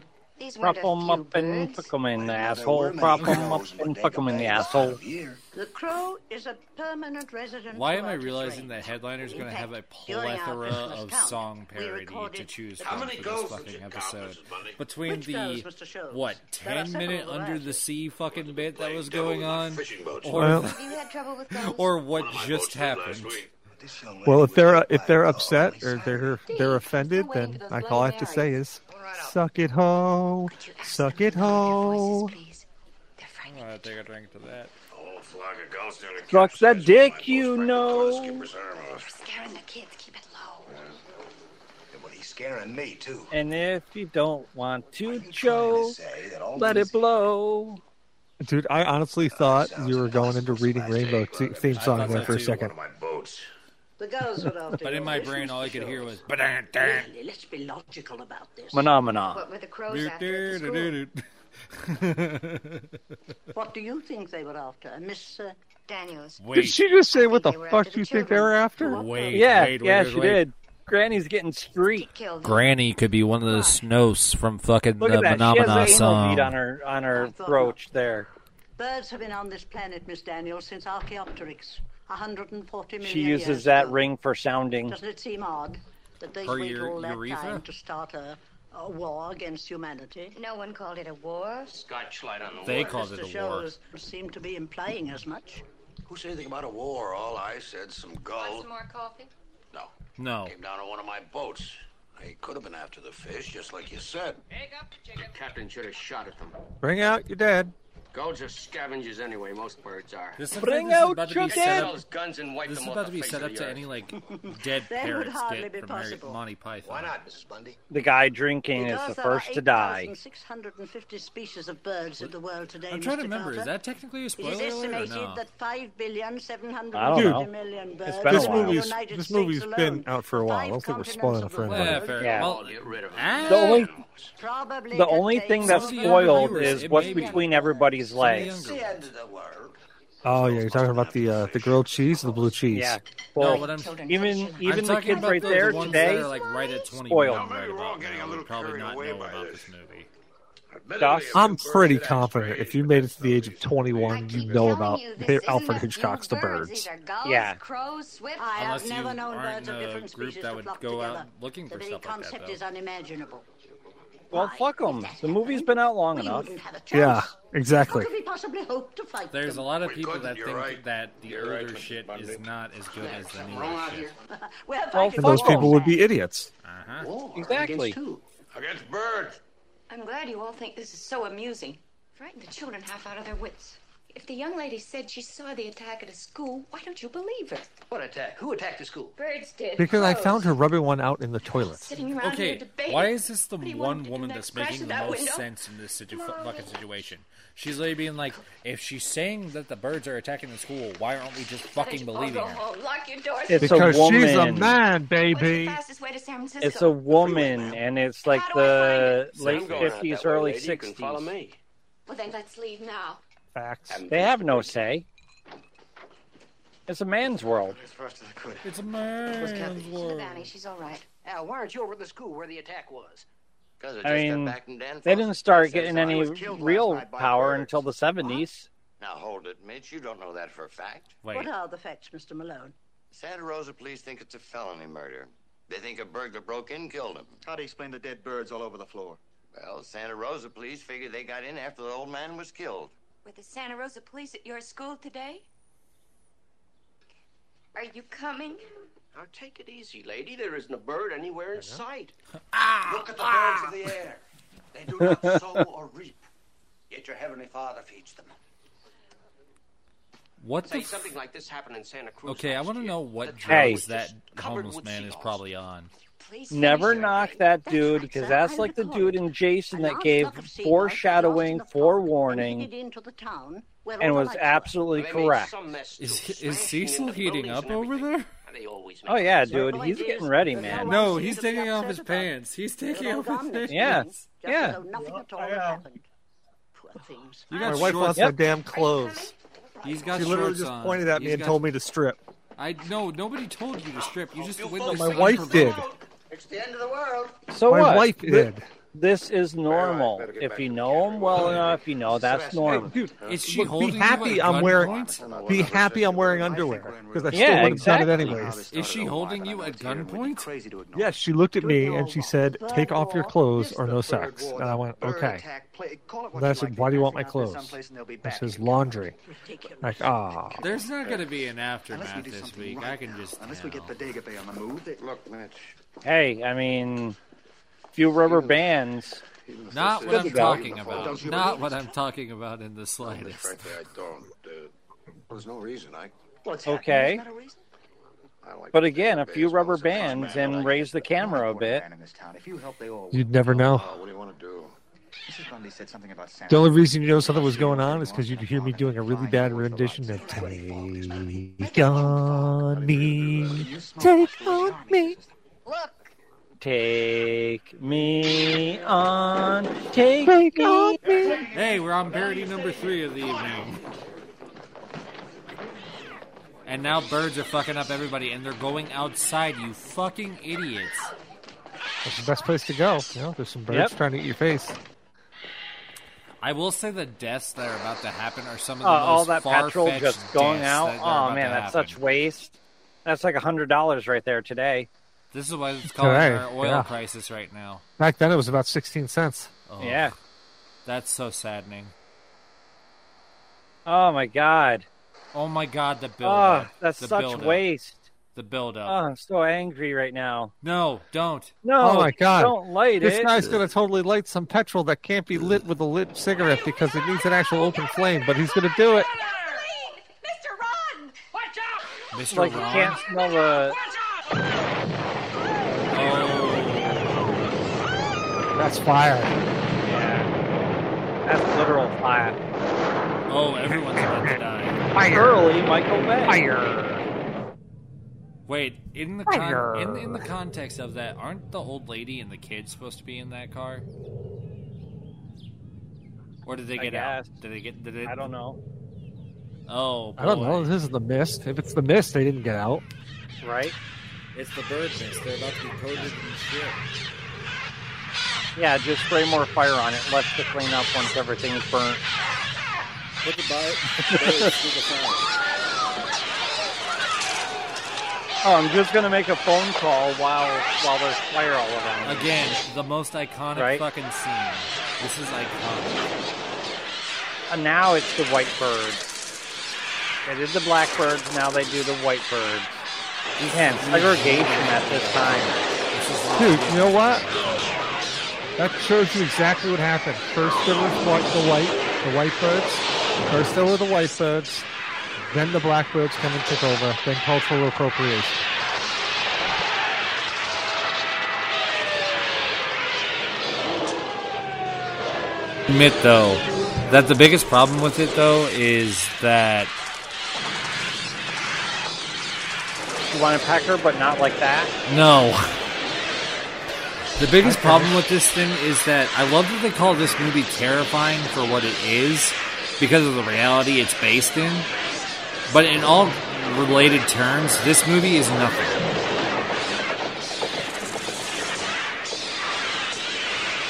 Speaker 4: Prop 'em up and fuck 'em in the asshole. Prop 'em up and fuck 'em in the asshole.
Speaker 6: the crow is a permanent resident.
Speaker 2: Why am I
Speaker 6: throughout its
Speaker 2: realizing
Speaker 6: reign.
Speaker 2: that headliner's going to have a
Speaker 6: during our
Speaker 2: plethora
Speaker 6: Christmas
Speaker 2: of
Speaker 6: count,
Speaker 2: song
Speaker 6: we
Speaker 2: parody to
Speaker 6: recorded-
Speaker 2: choose
Speaker 6: How
Speaker 2: from for
Speaker 6: many
Speaker 2: this
Speaker 6: goals
Speaker 2: fucking episode? Between
Speaker 6: Which
Speaker 2: the
Speaker 6: goals, Mr. Sholes?
Speaker 2: what
Speaker 6: There are
Speaker 2: ten
Speaker 6: several
Speaker 2: minute
Speaker 6: of
Speaker 2: under the sea fucking bit that was going on, or,
Speaker 5: Well-
Speaker 1: You had trouble with those.
Speaker 2: or what just happened?
Speaker 5: Well, if they're if they're upset or they're they're offended, then like all I have to say is, "Suck it, ho! Suck it, ho!"
Speaker 2: I'm gonna take a drink to that.
Speaker 4: Sucks that dick, you know.
Speaker 1: Scaring the kids. Keep it low.
Speaker 7: Well, he's scaring me, too.
Speaker 4: And if you don't want to, Joe, Oh. let it blow.
Speaker 5: Dude, I honestly thought you were going into reading Rainbow t- theme song there for a second.
Speaker 6: The girls were after
Speaker 2: But in
Speaker 6: your
Speaker 2: my
Speaker 6: wishes,
Speaker 2: brain, all I
Speaker 6: Mr.
Speaker 2: could hear
Speaker 6: Sholes.
Speaker 2: was "Ba-dun, dun."
Speaker 6: Really, let's be logical about this.
Speaker 4: Phenomena.
Speaker 6: What were the crows
Speaker 2: Do,
Speaker 6: after at the
Speaker 2: do, do, do.
Speaker 6: What do you think they were after, Miss uh, Daniels?
Speaker 5: Did she just say what the fuck you think they were after?
Speaker 20: Wait,
Speaker 4: Yeah,
Speaker 20: wait,
Speaker 4: yeah,
Speaker 20: wait,
Speaker 4: she
Speaker 20: wait.
Speaker 4: did. Granny's getting street.
Speaker 20: Granny could be one of the snows from fucking
Speaker 4: Look
Speaker 20: the
Speaker 4: at that. she
Speaker 20: Phenomena
Speaker 4: has an anal bead on
Speaker 20: song.
Speaker 4: her on her brooch there.
Speaker 6: Birds have been on this planet, Miss Daniels, since Archaeopteryx, 140 million
Speaker 4: She uses
Speaker 6: years
Speaker 4: that
Speaker 6: ago.
Speaker 4: ring for sounding.
Speaker 6: Doesn't it seem odd that they
Speaker 4: Her
Speaker 6: wait
Speaker 4: ure-
Speaker 6: all that
Speaker 4: urethra?
Speaker 6: time to start a, a war against humanity?
Speaker 1: No one called it a war.
Speaker 10: Scotch light on
Speaker 2: They called it
Speaker 6: Mr.
Speaker 2: a war.
Speaker 6: Sholes seemed to be implying as much.
Speaker 10: Who said anything about a war? All I said, some gull.
Speaker 19: More coffee?
Speaker 10: No.
Speaker 2: No.
Speaker 10: Came down on one of my boats. They could have been after the fish, just like you said.
Speaker 21: The captain should have shot at them.
Speaker 5: Bring out your dad.
Speaker 21: Gulls are scavengers anyway, most birds are.
Speaker 2: This looks like Bring this is out about to be your set dead. up-
Speaker 21: Those guns and wipe
Speaker 2: This is
Speaker 21: them off
Speaker 2: about to
Speaker 21: the
Speaker 2: be
Speaker 21: face
Speaker 2: set
Speaker 21: of
Speaker 2: up
Speaker 21: the
Speaker 2: to
Speaker 21: earth.
Speaker 2: any like dead
Speaker 6: That would
Speaker 2: parrot
Speaker 6: hardly
Speaker 2: skit
Speaker 6: be
Speaker 2: from Mary,
Speaker 6: possible.
Speaker 2: Monty Python.
Speaker 10: Why not, Mrs. Bundy?
Speaker 4: The guy drinking is
Speaker 6: Because
Speaker 4: the
Speaker 6: there
Speaker 4: first
Speaker 6: are
Speaker 4: to die.
Speaker 6: 8,650 species of birds in the world today.
Speaker 2: I'm trying to
Speaker 6: Mr.
Speaker 2: remember, is
Speaker 6: Carter.
Speaker 2: that technically a
Speaker 6: It is
Speaker 2: spoiler alert or
Speaker 6: estimated
Speaker 2: no?
Speaker 6: that 5 billion
Speaker 4: Uh,
Speaker 5: know.
Speaker 6: birds.
Speaker 5: this
Speaker 6: in the
Speaker 5: movie's
Speaker 6: United
Speaker 5: this
Speaker 6: States
Speaker 5: movie's
Speaker 6: alone.
Speaker 5: been out for a while. I don't think we're spoiling it for anybody.
Speaker 2: Well,
Speaker 4: The only the only thing that's
Speaker 2: Some of the younger
Speaker 4: spoiled
Speaker 2: viewers,
Speaker 4: is
Speaker 2: it
Speaker 4: what's
Speaker 2: may be.
Speaker 4: between everybody's legs.
Speaker 10: It's the end of the world.
Speaker 5: Oh yeah, you're talking about the uh, the grilled cheese, the blue cheese.
Speaker 4: Yeah.
Speaker 2: No,
Speaker 4: Well,
Speaker 2: but I'm-
Speaker 4: even
Speaker 2: I'm
Speaker 4: even the
Speaker 2: talking
Speaker 4: kids
Speaker 2: about
Speaker 4: right
Speaker 2: the
Speaker 4: there
Speaker 2: ones
Speaker 4: today.
Speaker 2: that are like right at 20
Speaker 4: spoiled.
Speaker 2: million right about now, would probably not know about this movie.
Speaker 4: Josh,
Speaker 5: I'm pretty confident if you made it to the age of 21, you know about Alfred Hitchcock's The Birds.
Speaker 4: yeah.
Speaker 1: Crows, swifts.
Speaker 6: I
Speaker 2: Unless
Speaker 6: have
Speaker 2: you
Speaker 6: never known
Speaker 2: aren't
Speaker 6: birds of
Speaker 2: a
Speaker 6: different
Speaker 2: group
Speaker 6: species
Speaker 2: that
Speaker 6: to
Speaker 2: would
Speaker 6: flock
Speaker 2: go out
Speaker 6: together.
Speaker 2: looking
Speaker 6: the
Speaker 2: for
Speaker 6: very
Speaker 2: stuff like that,
Speaker 6: concept
Speaker 2: though.
Speaker 6: is unimaginable.
Speaker 5: Oh,
Speaker 4: Well, fuck them. The movie's been out long enough.
Speaker 5: Yeah, exactly.
Speaker 6: How could we possibly hope to fight
Speaker 2: There's a
Speaker 6: them?
Speaker 2: lot of people that think that the older shit is not as good as the newer shit.
Speaker 6: We're
Speaker 5: And those
Speaker 6: fighting
Speaker 5: people would be idiots.
Speaker 2: Uh-huh. Huh?
Speaker 17: War
Speaker 4: Exactly.
Speaker 17: Against who?
Speaker 8: Against birds.
Speaker 6: I'm glad you all think this is so amusing. Frighten the children half out of their wits. If the young lady said she saw the attack at a school, why don't you believe her?
Speaker 17: What attack? Who attacked the school?
Speaker 6: Birds did.
Speaker 5: Because I
Speaker 6: Crows.
Speaker 5: found her rubbing one out in the toilet.
Speaker 6: Sitting around here
Speaker 2: Okay,
Speaker 6: debating.
Speaker 2: why is this the
Speaker 6: What do you want
Speaker 2: one
Speaker 6: me to do
Speaker 2: woman
Speaker 6: next?
Speaker 2: that's
Speaker 6: Crash
Speaker 2: making
Speaker 6: through
Speaker 2: the
Speaker 6: that
Speaker 2: most
Speaker 6: window?
Speaker 2: sense in this situ-
Speaker 6: Come on,
Speaker 2: fucking
Speaker 6: baby.
Speaker 2: situation? She's literally being like, if she's saying that the birds are attacking the school, why aren't we just
Speaker 6: Why don't
Speaker 2: fucking
Speaker 6: you all
Speaker 2: believing
Speaker 6: go
Speaker 2: her?
Speaker 6: home, lock your doors,
Speaker 4: It's a
Speaker 3: because she's a
Speaker 4: woman.
Speaker 3: man, baby.
Speaker 6: fastest way to San Francisco.
Speaker 4: It's a woman, and it's like the late
Speaker 9: I'm going out
Speaker 4: fifties,
Speaker 9: that way,
Speaker 4: early
Speaker 9: lady. You can follow
Speaker 4: sixties.
Speaker 9: me.
Speaker 6: Well, then let's leave now.
Speaker 5: Facts.
Speaker 4: They have no say. It's a man's world.
Speaker 13: As fast as I could.
Speaker 2: It's a man.
Speaker 13: Where's Kathy?
Speaker 6: Danny, she's all right.
Speaker 17: Al, why aren't you over at the school where the attack was?
Speaker 8: Guys,
Speaker 4: I mean, they didn't start getting any real power until the seventies.
Speaker 8: Now hold it, Mitch. You don't know that for a fact.
Speaker 17: What are the facts, Mr. Malone?
Speaker 8: Santa Rosa police think it's a felony murder. They think a burglar broke in, killed him.
Speaker 13: How do you explain the dead birds all over the floor?
Speaker 8: Well, Santa Rosa police figure they got in after the old man was killed.
Speaker 6: With the Santa Rosa police at your school today? Are you coming?
Speaker 17: Now take it easy, lady. There isn't a bird anywhere in sight.
Speaker 2: Ah,
Speaker 8: Look at the birds of the air. They do not sow or reap. Yet your heavenly Father feeds them.
Speaker 2: What the
Speaker 17: Say
Speaker 2: f-
Speaker 17: something like this happened in Santa Cruz.
Speaker 2: Okay, I want to know what
Speaker 4: Hey.
Speaker 2: drugs that homeless man is probably on.
Speaker 4: Never knock that dude because that's like the dude in Jason that gave foreshadowing, forewarning,
Speaker 17: into the town where
Speaker 4: and
Speaker 17: all the
Speaker 4: was
Speaker 17: lights were.
Speaker 4: absolutely
Speaker 17: They made
Speaker 4: correct.
Speaker 17: some mess, too,
Speaker 2: Is
Speaker 17: smashing
Speaker 2: is Cecil
Speaker 17: into
Speaker 2: heating
Speaker 17: buildings
Speaker 2: up
Speaker 17: and
Speaker 2: over there?
Speaker 17: everything. They always
Speaker 4: Oh
Speaker 17: make
Speaker 4: yeah,
Speaker 17: things up.
Speaker 4: dude, he's getting ready, man.
Speaker 2: No, he's taking off his pants. He's taking
Speaker 17: They're all
Speaker 2: off his
Speaker 17: gone this
Speaker 2: pants.
Speaker 17: morning,
Speaker 4: Yeah.
Speaker 17: just
Speaker 4: Yeah.
Speaker 17: as though nothing at all had happened. Poor things.
Speaker 2: You
Speaker 5: My
Speaker 2: got
Speaker 5: wife
Speaker 2: shorts.
Speaker 5: lost my damn clothes.
Speaker 2: He's got
Speaker 5: she literally
Speaker 2: shorts
Speaker 5: just
Speaker 2: on.
Speaker 5: pointed at me
Speaker 2: He's
Speaker 5: and
Speaker 2: got-
Speaker 5: told me to strip.
Speaker 2: I no, nobody told you to strip. You just witnessed
Speaker 5: My
Speaker 2: it
Speaker 5: wife did.
Speaker 2: unprovoked.
Speaker 8: It's the end of the world.
Speaker 4: So
Speaker 5: my
Speaker 4: Oh, what?
Speaker 5: wife
Speaker 4: Thi-
Speaker 5: did.
Speaker 4: This is normal. If you know him well enough, you know that's normal.
Speaker 5: Dude,
Speaker 2: Is she
Speaker 5: look,
Speaker 2: holding
Speaker 5: be
Speaker 2: you at
Speaker 5: happy I'm wearing.
Speaker 2: gunpoint?
Speaker 5: Be happy I'm wearing underwear because I still
Speaker 4: Yeah,
Speaker 5: would have done it
Speaker 4: exactly.
Speaker 5: anyways.
Speaker 2: Is she holding you at gunpoint?
Speaker 13: Crazy to ignore.
Speaker 5: Yes, she looked at me and she said, "Take off your clothes or no sex." And I went, "Okay." And I said, "Why do you want my clothes?" This is laundry. Like, ah,
Speaker 2: There's not going to be an
Speaker 13: Unless we
Speaker 2: aftermath
Speaker 13: do
Speaker 2: this
Speaker 13: something
Speaker 2: week.
Speaker 13: right
Speaker 2: I can
Speaker 13: now,
Speaker 2: just
Speaker 13: Unless we
Speaker 2: tell.
Speaker 13: get the Dagobah on the move. They... Look, Mitch.
Speaker 4: Hey, I mean, few rubber bands.
Speaker 2: Not what
Speaker 4: Good
Speaker 2: I'm
Speaker 4: to go.
Speaker 2: talking
Speaker 8: Don't
Speaker 2: about.
Speaker 8: you
Speaker 2: Not
Speaker 8: believe
Speaker 2: what
Speaker 8: it?
Speaker 2: I'm talking about in the slightest.
Speaker 8: Frankly, I don't. Uh, there's no reason. I,
Speaker 13: What's
Speaker 4: Okay.
Speaker 13: happening? Is that a reason?
Speaker 8: I like
Speaker 4: But again, a few rubber bands and raise the camera a bit.
Speaker 13: Man in this town. If you help, they all. Uh,
Speaker 5: you'd never know.
Speaker 8: what do you want to do?
Speaker 13: Mrs. Grundy said something about Santa.
Speaker 5: The only reason you know something was going on is because you'd hear me doing a really bad rendition of "Take on Me." Take on me.
Speaker 4: Take me on, take,
Speaker 5: Take
Speaker 4: me.
Speaker 5: on me.
Speaker 2: Hey, we're on parody number three of the evening. And now birds are fucking up everybody, and they're going outside. You fucking idiots!
Speaker 5: That's the best place to go. You know, there's some birds
Speaker 4: Yep.
Speaker 5: trying to eat your face.
Speaker 2: I will say the deaths that are about to happen are some of
Speaker 4: Uh,
Speaker 2: the most
Speaker 4: all that petrol
Speaker 2: far-fetched
Speaker 4: just going
Speaker 2: deaths
Speaker 4: out.
Speaker 2: that are
Speaker 4: Oh
Speaker 2: about
Speaker 4: man,
Speaker 2: to
Speaker 4: that's
Speaker 2: happen.
Speaker 4: such waste. That's like a hundred dollars right there today.
Speaker 2: This is why it's calling
Speaker 5: Alright,
Speaker 2: our oil
Speaker 5: yeah.
Speaker 2: crisis right now.
Speaker 5: Back then, it was about sixteen cents.
Speaker 2: Oh,
Speaker 4: Yeah.
Speaker 2: that's so saddening.
Speaker 4: Oh my god.
Speaker 2: Oh my god, the build
Speaker 4: Oh,
Speaker 2: up.
Speaker 4: that's
Speaker 2: the
Speaker 4: such
Speaker 2: build
Speaker 4: waste.
Speaker 2: The build
Speaker 4: Oh,
Speaker 2: up.
Speaker 4: I'm so angry right now.
Speaker 2: no, don't.
Speaker 4: No,
Speaker 5: oh my god!
Speaker 4: don't light
Speaker 5: this
Speaker 4: it.
Speaker 5: guy's gonna totally light some petrol that can't be lit with a lit cigarette because it needs an actual open flame. But he's gonna do it.
Speaker 6: Mr. Ron! Watch out!
Speaker 2: Mr.
Speaker 4: like you
Speaker 2: Ron.
Speaker 4: can't smell the.
Speaker 2: Oh,
Speaker 5: That's fire.
Speaker 4: That's literal fire.
Speaker 2: oh, everyone's about to die.
Speaker 4: Early Michael Bay.
Speaker 2: Wait, in the con- in, in the context of that, aren't the old lady and the kids supposed to be in that car? Or did they
Speaker 4: I
Speaker 2: get out?
Speaker 4: guess.
Speaker 2: Did they get? Did they,
Speaker 4: I don't know.
Speaker 2: Oh,
Speaker 5: I don't
Speaker 2: boy.
Speaker 5: know. This is the mist. If it's the mist, they didn't get out.
Speaker 4: Right?
Speaker 2: It's the bird mist. They're about to be coated in shit.
Speaker 4: Yeah, just spray more fire on it. Less to clean up once everything's burnt.
Speaker 2: Put the bird through the fire.
Speaker 4: Oh, I'm just gonna make a phone call while while there's fire all around. me.
Speaker 2: Again, the most iconic
Speaker 4: Right?
Speaker 2: fucking scene. This is iconic.
Speaker 4: And now it's the white bird. They did the blackbirds. Now they do the white bird. Man, segregation at this time.
Speaker 2: This is is
Speaker 5: Dude, you know what? That shows you exactly what happened. First there was what, the white, the white birds. First there were the white birds. Then the black birds come and took over. Then cultural appropriation.
Speaker 2: admit though that the biggest problem with it though is that
Speaker 4: You want to pack her, but not like that.
Speaker 2: no. The biggest problem with this thing is that I love that they call this movie terrifying for what it is because of the reality it's based in. But in all related terms, this movie is nothing.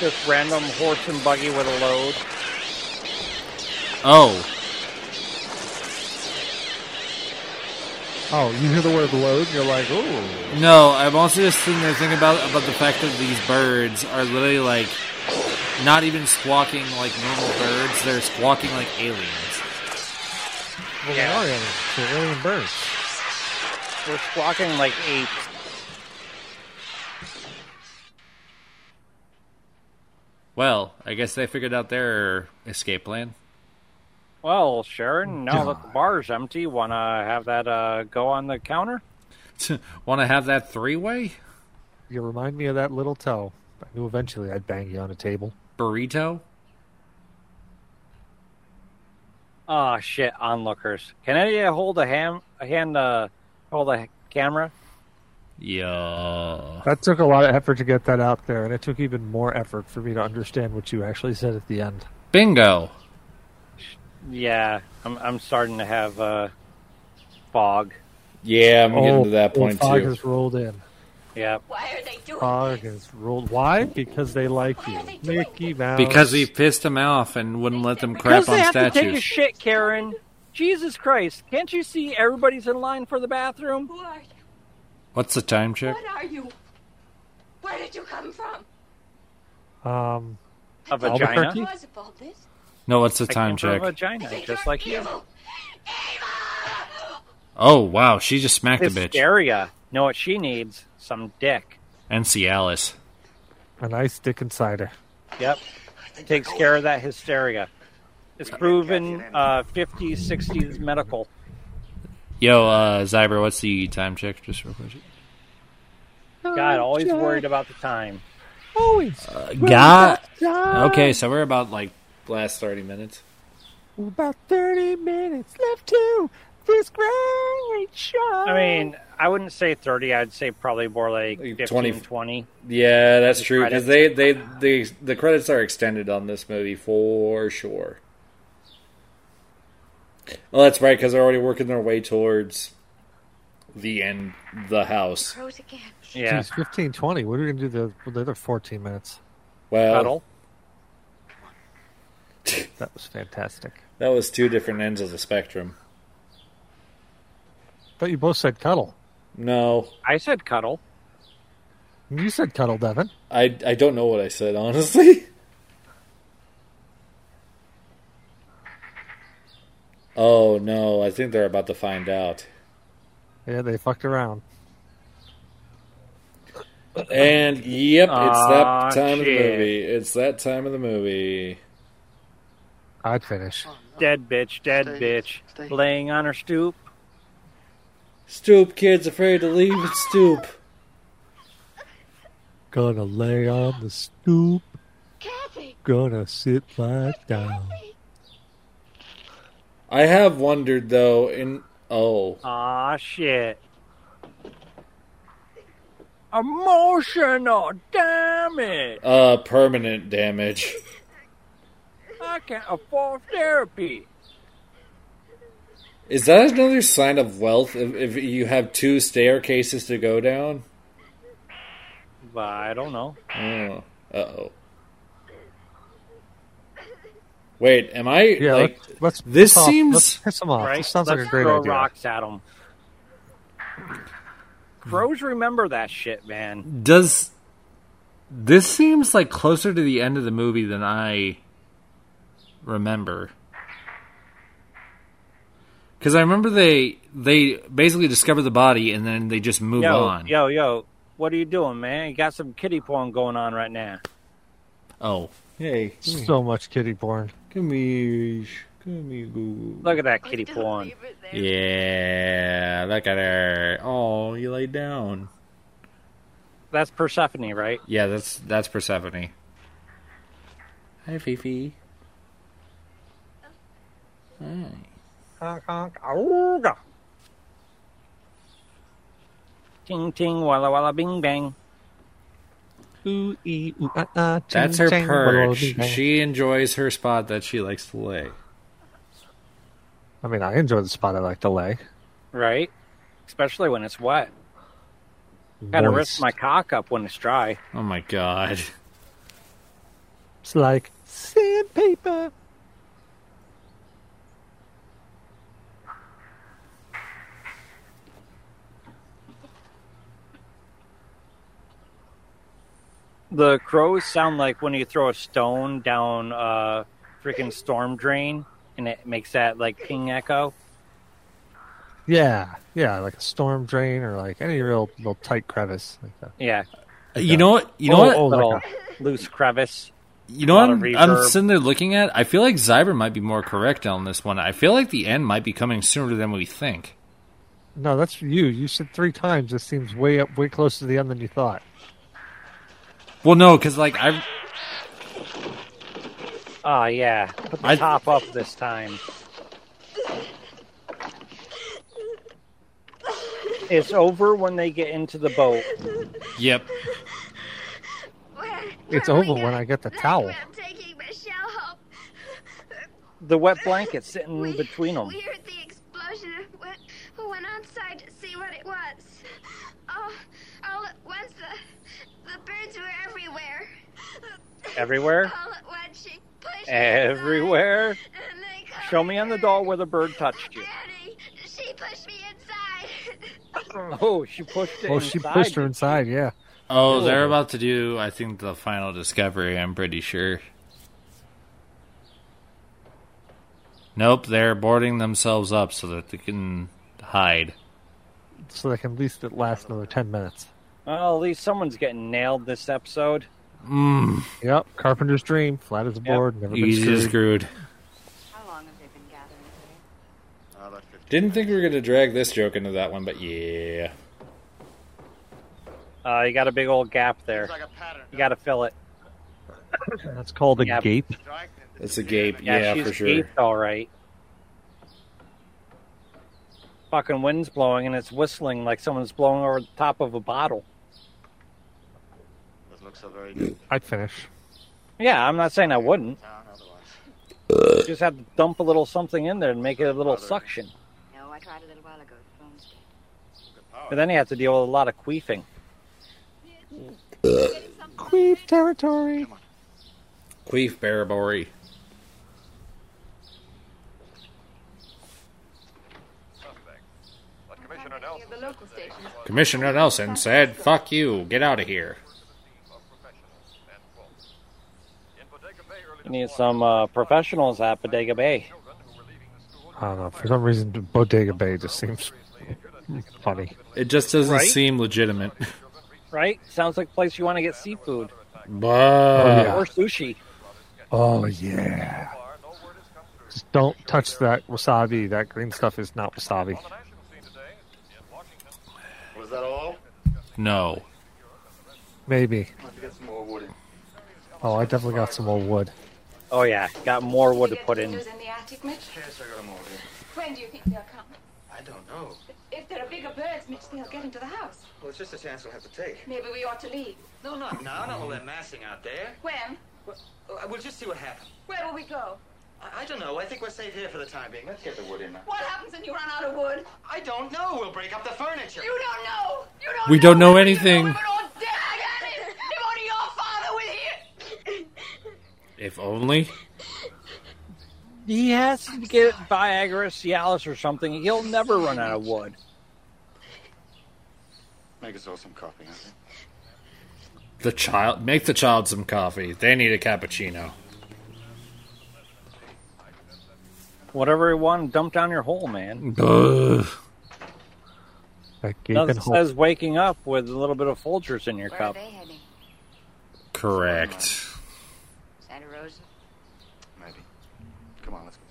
Speaker 4: Just random horse and buggy with a load.
Speaker 2: Oh,
Speaker 5: Oh, you hear the word load, and you're like, ooh.
Speaker 2: No, I'm also just sitting there thinking about about the fact that these birds are literally like not even squawking like normal birds. They're squawking like aliens.
Speaker 5: Well, they are aliens. They're alien birds.
Speaker 4: We're squawking like apes.
Speaker 2: Well, I guess they figured out their escape plan.
Speaker 4: Well, Sharon, now that the bar's empty, want to have that uh, go on the counter?
Speaker 2: Want to have that three way
Speaker 5: You remind me of that little toe. I knew eventually I'd bang you on a table.
Speaker 2: burrito?
Speaker 4: Ah, shit, onlookers. Can any of you hold a ham, a hand, uh, hold a camera?
Speaker 2: Yeah.
Speaker 5: That took a lot of effort to get that out there, and it took even more effort for me to understand what you actually said at the end.
Speaker 2: Bingo.
Speaker 4: Yeah, I'm, I'm starting to have uh, fog.
Speaker 22: Yeah, I'm getting
Speaker 5: Oh,
Speaker 22: to that
Speaker 5: well,
Speaker 22: point
Speaker 5: fog
Speaker 22: too.
Speaker 5: has rolled in.
Speaker 4: Yeah.
Speaker 10: Why are they doing
Speaker 5: Fog has rolled. Why? Because they like you, Mickey Mouse.
Speaker 2: Because we pissed them off and wouldn't let them crap
Speaker 4: Because they
Speaker 2: on
Speaker 4: have to take a
Speaker 2: statues.
Speaker 4: shit, Karen. Jesus Christ, can't you see everybody's in line for the bathroom?
Speaker 10: Who are you?
Speaker 2: What's the time check?
Speaker 10: What are you? Where did you come from?
Speaker 5: um,
Speaker 4: A vagina?
Speaker 5: Albuquerque?
Speaker 10: Was about this?
Speaker 2: No, what's the
Speaker 4: I
Speaker 2: time
Speaker 4: came from a
Speaker 2: check?
Speaker 4: vagina, just like you.
Speaker 2: Oh wow, she just smacked a bitch.
Speaker 4: Hysteria. Know what she needs? Some dick.
Speaker 2: And Cialis.
Speaker 5: A nice dick insider.
Speaker 4: Yep. Takes care of that hysteria. It's proven uh, 50s, 60s medical.
Speaker 2: Yo, uh, Zyber, what's the time check? Just real quick.
Speaker 4: God, always
Speaker 5: God.
Speaker 4: worried about the time.
Speaker 5: Always.
Speaker 2: God.
Speaker 5: God.
Speaker 2: Okay, so we're about like last thirty minutes.
Speaker 5: About 30 minutes left to this great show.
Speaker 4: I mean, I wouldn't say 30. I'd say probably more like 15,
Speaker 22: 20.
Speaker 4: 20.
Speaker 22: Yeah, that's true because
Speaker 4: credits.
Speaker 22: they, they they the credits are extended on this movie for sure. Well, that's right because they're already working their way towards the end, the house.
Speaker 6: Rose again.
Speaker 4: Yeah.
Speaker 5: Jeez, 15, 20. What are we going to do the, with the other 14 minutes?
Speaker 22: Well,
Speaker 4: Cuddle.
Speaker 5: That was fantastic.
Speaker 22: that was two different ends of the spectrum.
Speaker 5: But you both said cuddle.
Speaker 22: No,
Speaker 4: I said cuddle.
Speaker 5: You said cuddle, Devin.
Speaker 22: I I don't know what I said honestly. Oh no, I think they're about to find out.
Speaker 5: Yeah, they fucked around.
Speaker 22: And yep, it's
Speaker 4: Aw,
Speaker 22: that time of the
Speaker 4: shit.
Speaker 22: movie. It's that time of the movie.
Speaker 5: I'd finish.
Speaker 4: Dead bitch, dead bitch. Laying on her stoop.
Speaker 22: Stoop kids afraid to leave and stoop.
Speaker 5: Gonna lay on the stoop.
Speaker 10: Kathy!
Speaker 5: Gonna sit right down.
Speaker 22: I have wondered though in oh
Speaker 4: Aw, shit. Emotional damage.
Speaker 22: uh permanent damage.
Speaker 4: I can't afford therapy.
Speaker 22: Is that another sign of wealth if, if you have two staircases to go down?
Speaker 4: But I don't know.
Speaker 22: Oh. Uh oh. Wait, am I
Speaker 5: Yeah,
Speaker 22: like
Speaker 5: let's, let's
Speaker 22: this
Speaker 5: piss off-
Speaker 22: seems
Speaker 5: Let's piss them off.
Speaker 4: Right?
Speaker 5: This sounds like
Speaker 4: Let's
Speaker 5: a great
Speaker 4: throw
Speaker 5: idea.
Speaker 4: rocks at them. Crows remember that shit, man.
Speaker 2: Does this seems like closer to the end of the movie than I remember? Because I remember they they basically discover the body and then they just move
Speaker 4: yo,
Speaker 2: on.
Speaker 4: yo, yo. What are you doing, man? You got some kitty porn going on right now.
Speaker 2: Oh.
Speaker 22: Hey.
Speaker 3: So much kitty porn.
Speaker 22: Give me. Give me Google.
Speaker 4: Look at that kitty porn.
Speaker 2: Yeah, look at her. Oh, you laid down.
Speaker 4: That's Persephone, right?
Speaker 2: Yeah, that's that's Persephone. Hi, Fifi. Hi.
Speaker 3: Honk, honk, auga.
Speaker 4: Ting ting, walla walla, bing bang.
Speaker 3: Ooh, ee, ooh, ah, ah, ching,
Speaker 2: That's her
Speaker 3: chang,
Speaker 2: perch.
Speaker 3: walla, walla.
Speaker 2: She enjoys her spot that she likes to lay.
Speaker 5: I mean, I enjoy the spot I like to lay.
Speaker 4: Right? Especially when it's wet. Gotta
Speaker 5: Moist.
Speaker 4: risk my cock up when it's dry.
Speaker 2: Oh my god.
Speaker 5: It's like
Speaker 3: Sandpaper.
Speaker 4: The crows sound like when you throw a stone down a freaking storm drain and it makes that like ping echo.
Speaker 5: Yeah, yeah, like a storm drain or like any real little tight crevice like that.
Speaker 4: Yeah.
Speaker 2: You know what? You know
Speaker 5: Oh,
Speaker 2: what?
Speaker 5: oh,
Speaker 4: Little loose crevice.
Speaker 2: You know what
Speaker 4: Lot of
Speaker 2: I'm, I'm
Speaker 4: reverb.
Speaker 2: sitting there looking at? I feel like Zyber might be more correct on this one. I feel like the end might be coming sooner than we think.
Speaker 5: No, that's for you. You said three times. This seems way up, way closer to the end than you thought.
Speaker 2: Well, no, because like I,
Speaker 4: Oh yeah. Put the
Speaker 2: I-
Speaker 4: top up this time. It's over when they get into the boat.
Speaker 2: yep,
Speaker 5: It's over when I get the towel.
Speaker 4: The wet blanket's sitting between them.
Speaker 14: We heard the explosion and went, went outside to see what it was. Oh, all at once the, the birds were everywhere.
Speaker 4: Everywhere?
Speaker 14: All at once she pushed
Speaker 4: Everywhere.
Speaker 14: and they called
Speaker 4: Show me on the doll where the bird touched you.
Speaker 14: Daddy. She pushed me inside.
Speaker 4: Oh, she pushed it.
Speaker 5: Oh, she
Speaker 4: inside.
Speaker 5: pushed her inside. Yeah.
Speaker 2: Oh, they're about to do, I think, the final discovery, I'm pretty sure. Nope, they're boarding themselves up so that they can hide.
Speaker 5: so they can at least it last another ten minutes.
Speaker 4: Well, at least someone's getting nailed this episode.
Speaker 2: Mm.
Speaker 5: Yep, carpenter's dream, flat as a board, never been
Speaker 2: Easy
Speaker 5: screwed.
Speaker 2: screwed.
Speaker 6: How long have they been gathering today?
Speaker 13: About 15.
Speaker 22: Didn't think we were going to drag this joke into that one, but yeah.
Speaker 4: Uh, you got a big old gap there. You got to fill it.
Speaker 5: That's called a
Speaker 4: Yeah.
Speaker 5: gape.
Speaker 22: It's a gape.
Speaker 4: Yeah,
Speaker 22: Yeah,
Speaker 4: she's
Speaker 22: for sure.
Speaker 4: gaped all right. Fucking wind's blowing and it's whistling like someone's blowing over the top of a bottle.
Speaker 13: Doesn't look so very good.
Speaker 5: I'd finish.
Speaker 4: Yeah, I'm not saying I wouldn't.
Speaker 13: Town otherwise.
Speaker 4: You just have to dump a little something in there and make it a little suction.
Speaker 6: No, I tried a little while ago. The phone's dead.
Speaker 4: But then you have to deal with a lot of queefing.
Speaker 5: Queef territory.
Speaker 2: Queef Barabori.
Speaker 8: But Commissioner Nelson.
Speaker 23: The local station.
Speaker 2: Commissioner Nelson said, fuck you, get out of here.
Speaker 4: You need some uh, professionals at Bodega Bay.
Speaker 5: I don't know. For some reason, Bodega Bay just seems funny.
Speaker 2: It just doesn't
Speaker 4: Right?
Speaker 2: seem legitimate.
Speaker 4: Right? Sounds like a place you want to get seafood
Speaker 2: Bah.
Speaker 4: or sushi.
Speaker 5: Oh yeah. Just don't touch that wasabi. That green stuff is not wasabi.
Speaker 13: Was that all?
Speaker 2: No.
Speaker 5: Maybe.
Speaker 13: Let's get some more wood in.
Speaker 5: Oh, I definitely got some more wood.
Speaker 4: Oh, yeah. Got more wood to put in.
Speaker 10: Windows in the attic, Mitch?
Speaker 13: Yes, I got 'em all here.
Speaker 10: When do you think they'll come?
Speaker 13: I don't know.
Speaker 10: If there are bigger birds, Mitch, they'll get into the house.
Speaker 13: Well, it's just a chance we'll have to take.
Speaker 10: Maybe we ought to leave.
Speaker 8: No, not now. Not all that massing out there.
Speaker 10: When?
Speaker 8: Eh? Uh, We'll just see what happens.
Speaker 10: Where will we go?
Speaker 8: I, I don't know. I think we're safe here for the time being.
Speaker 13: Let's get the wood in now.
Speaker 10: What happens when you run out of wood?
Speaker 8: I don't know. We'll break up the furniture.
Speaker 10: You don't know. You don't
Speaker 2: We
Speaker 10: know.
Speaker 2: don't know
Speaker 10: You
Speaker 2: anything.
Speaker 10: We're all dead. Alice. If only your father was here.
Speaker 2: If only.
Speaker 4: He has to get Viagra, Cialis, or something. He'll never run out of wood.
Speaker 13: Make us all some coffee, huh?
Speaker 2: The child make the child some coffee. They need a cappuccino.
Speaker 4: Whatever you want, dump down your hole, man.
Speaker 5: Like
Speaker 4: Nothing says waking up with a little bit of Folgers in your cup.
Speaker 2: Correct.
Speaker 6: Santa Rosa?
Speaker 7: Maybe. Come on, let's go.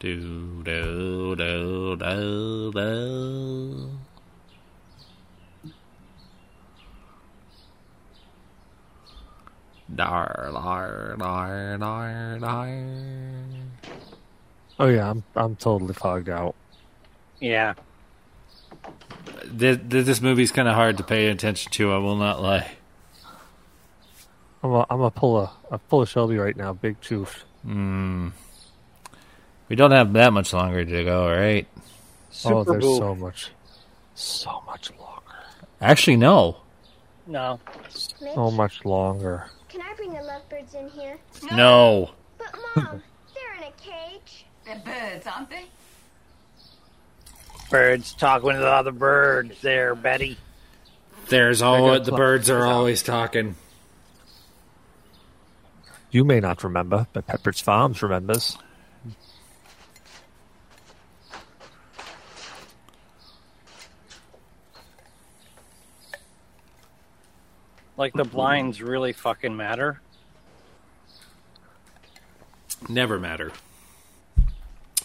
Speaker 18: Do, do, do, do, do.
Speaker 2: Dar, dar, dar, dar, dar.
Speaker 5: Oh yeah, I'm I'm totally fogged out.
Speaker 4: Yeah.
Speaker 2: Th- th- This movie's kind of hard to pay attention to. I will not lie.
Speaker 5: I'm a, I'm a pull a I pull a Shelby right now, big tooth.
Speaker 18: Hmm. We don't have that much longer to go, right?
Speaker 5: oh, there's so much, so much longer,
Speaker 18: Actually, no.
Speaker 4: No.
Speaker 5: so much longer.
Speaker 14: Can I bring the lovebirds in here?
Speaker 18: No.
Speaker 14: But mom, they're in a cage. They're birds, aren't they?
Speaker 4: Birds talking to the other birds there, Betty.
Speaker 2: There's
Speaker 4: gonna
Speaker 2: all the
Speaker 4: close
Speaker 2: birds are always talking.
Speaker 5: You may not remember, but Pepperidge Farms remembers.
Speaker 4: Like the blinds really fucking matter.
Speaker 2: Never matter.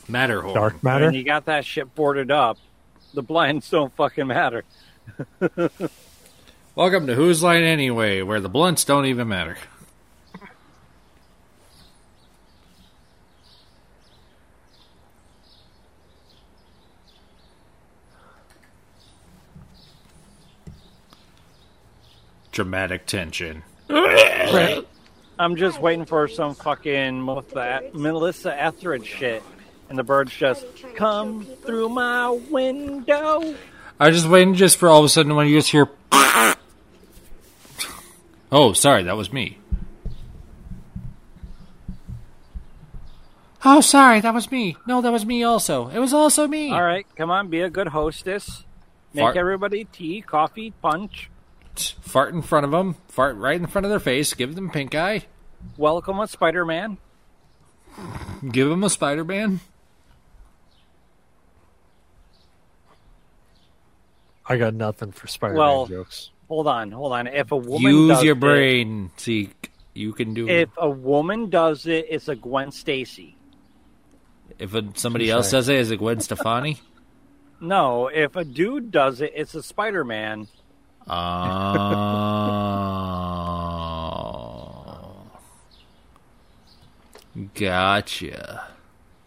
Speaker 2: Matter horn.
Speaker 5: Dark matter?
Speaker 4: When you got that shit boarded up, the blinds don't fucking matter.
Speaker 2: Welcome to Who's Line Anyway, where the blunts don't even matter. Dramatic tension.
Speaker 4: I'm just waiting for some fucking Melissa, Melissa Etheridge shit. And the birds just come through my window.
Speaker 2: I was just waiting just for all of a sudden when you just hear. Oh, sorry, that was me. Oh, sorry, that was me. No, that was me also. It was also
Speaker 5: Hmm.
Speaker 2: me.
Speaker 4: All right, come on, be a good hostess. Make
Speaker 2: Fart.
Speaker 4: everybody tea, coffee, punch.
Speaker 2: Fart in front of them. Fart right in front of their face. Give them pink eye.
Speaker 4: Welcome a Spider Man.
Speaker 2: Give them a Spider Man.
Speaker 5: I got nothing for Spider-Man
Speaker 4: Well,
Speaker 5: jokes.
Speaker 4: hold on, hold on. If a woman
Speaker 2: Use
Speaker 4: does
Speaker 2: your
Speaker 4: it-
Speaker 2: brain, Zeke. You can do it.
Speaker 4: if a woman does it, it's a Gwen Stacy.
Speaker 2: If uh, somebody else
Speaker 4: Sorry.
Speaker 2: does it, is it Gwen Stefani?
Speaker 4: No, if a dude does it, it's a Spider Man.
Speaker 2: Oh. gotcha.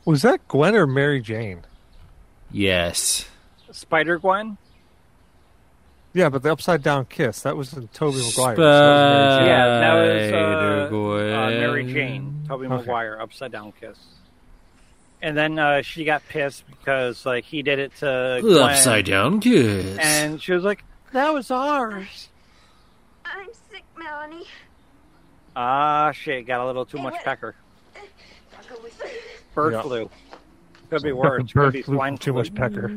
Speaker 5: Was that Gwen or Mary Jane?
Speaker 2: Yes.
Speaker 4: Spider Gwen?
Speaker 5: Yeah, but the upside down kiss that was in Toby Maguire.
Speaker 4: Yeah, that was uh,
Speaker 5: Spider-Gwen.
Speaker 4: uh, Mary Jane, Toby
Speaker 5: Okay.
Speaker 4: Maguire, upside down kiss. And then uh, she got pissed because like he did it to Gwen,
Speaker 2: Upside down kiss.
Speaker 4: and she was like, "That was ours."
Speaker 14: I'm sick, Melanie.
Speaker 4: Ah, shit, got a little too much pecker. Bird
Speaker 5: Yeah.
Speaker 4: flu. Could be worse. Could
Speaker 5: Bird
Speaker 4: be
Speaker 5: flu
Speaker 4: swine
Speaker 5: from too
Speaker 4: flu.
Speaker 5: much pecker.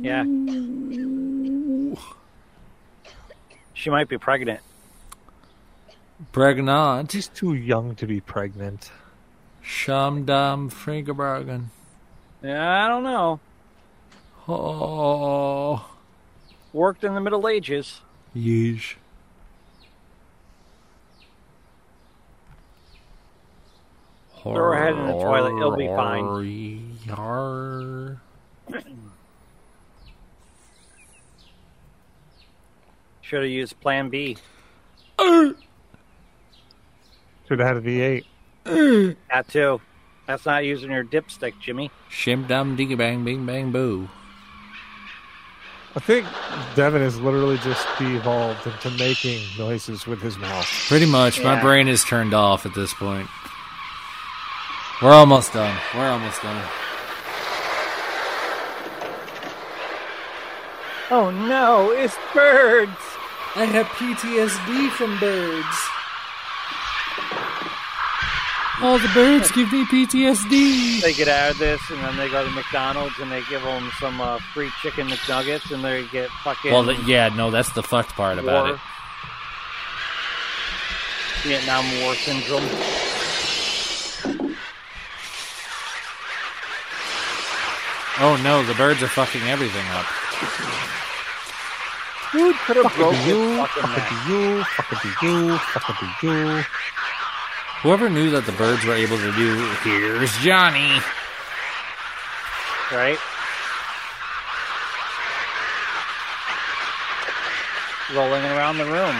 Speaker 4: Yeah. She might be pregnant.
Speaker 2: Pregnant.
Speaker 5: She's too young to be pregnant.
Speaker 2: Shamdam Frankenbergen.
Speaker 4: Yeah, I don't know.
Speaker 2: Oh.
Speaker 4: Worked in the Middle Ages.
Speaker 2: Yeesh.
Speaker 4: Throw her head in the toilet. It'll be fine.
Speaker 2: Yar.
Speaker 4: Should have used Plan B.
Speaker 5: Should have had a V8.
Speaker 4: That too. That's not using your dipstick, Jimmy.
Speaker 2: Shim dum dingy bang bing bang boo.
Speaker 5: I think Devin has literally just evolved into making noises with his mouth.
Speaker 2: Pretty much. My
Speaker 5: Yeah.
Speaker 2: brain is turned off at this point. We're almost done. We're almost done.
Speaker 4: Oh no, it's birds.
Speaker 2: I have PTSD from birds. All the birds give me PTSD.
Speaker 4: They get out of this, and then they go to McDonald's, and they give them some uh, free chicken McNuggets, and they get fucking
Speaker 2: Well, th- yeah, no, that's the fucked part about
Speaker 4: war-
Speaker 2: it.
Speaker 4: Vietnam War syndrome.
Speaker 2: Oh no, the birds are fucking everything up.
Speaker 4: Dude could have broke his
Speaker 5: you,
Speaker 4: fucking neck.
Speaker 5: fucking you, fucking you, fucking you.
Speaker 2: Whoever knew that the birds were able to do here's Johnny.
Speaker 4: Right? Rolling around the room.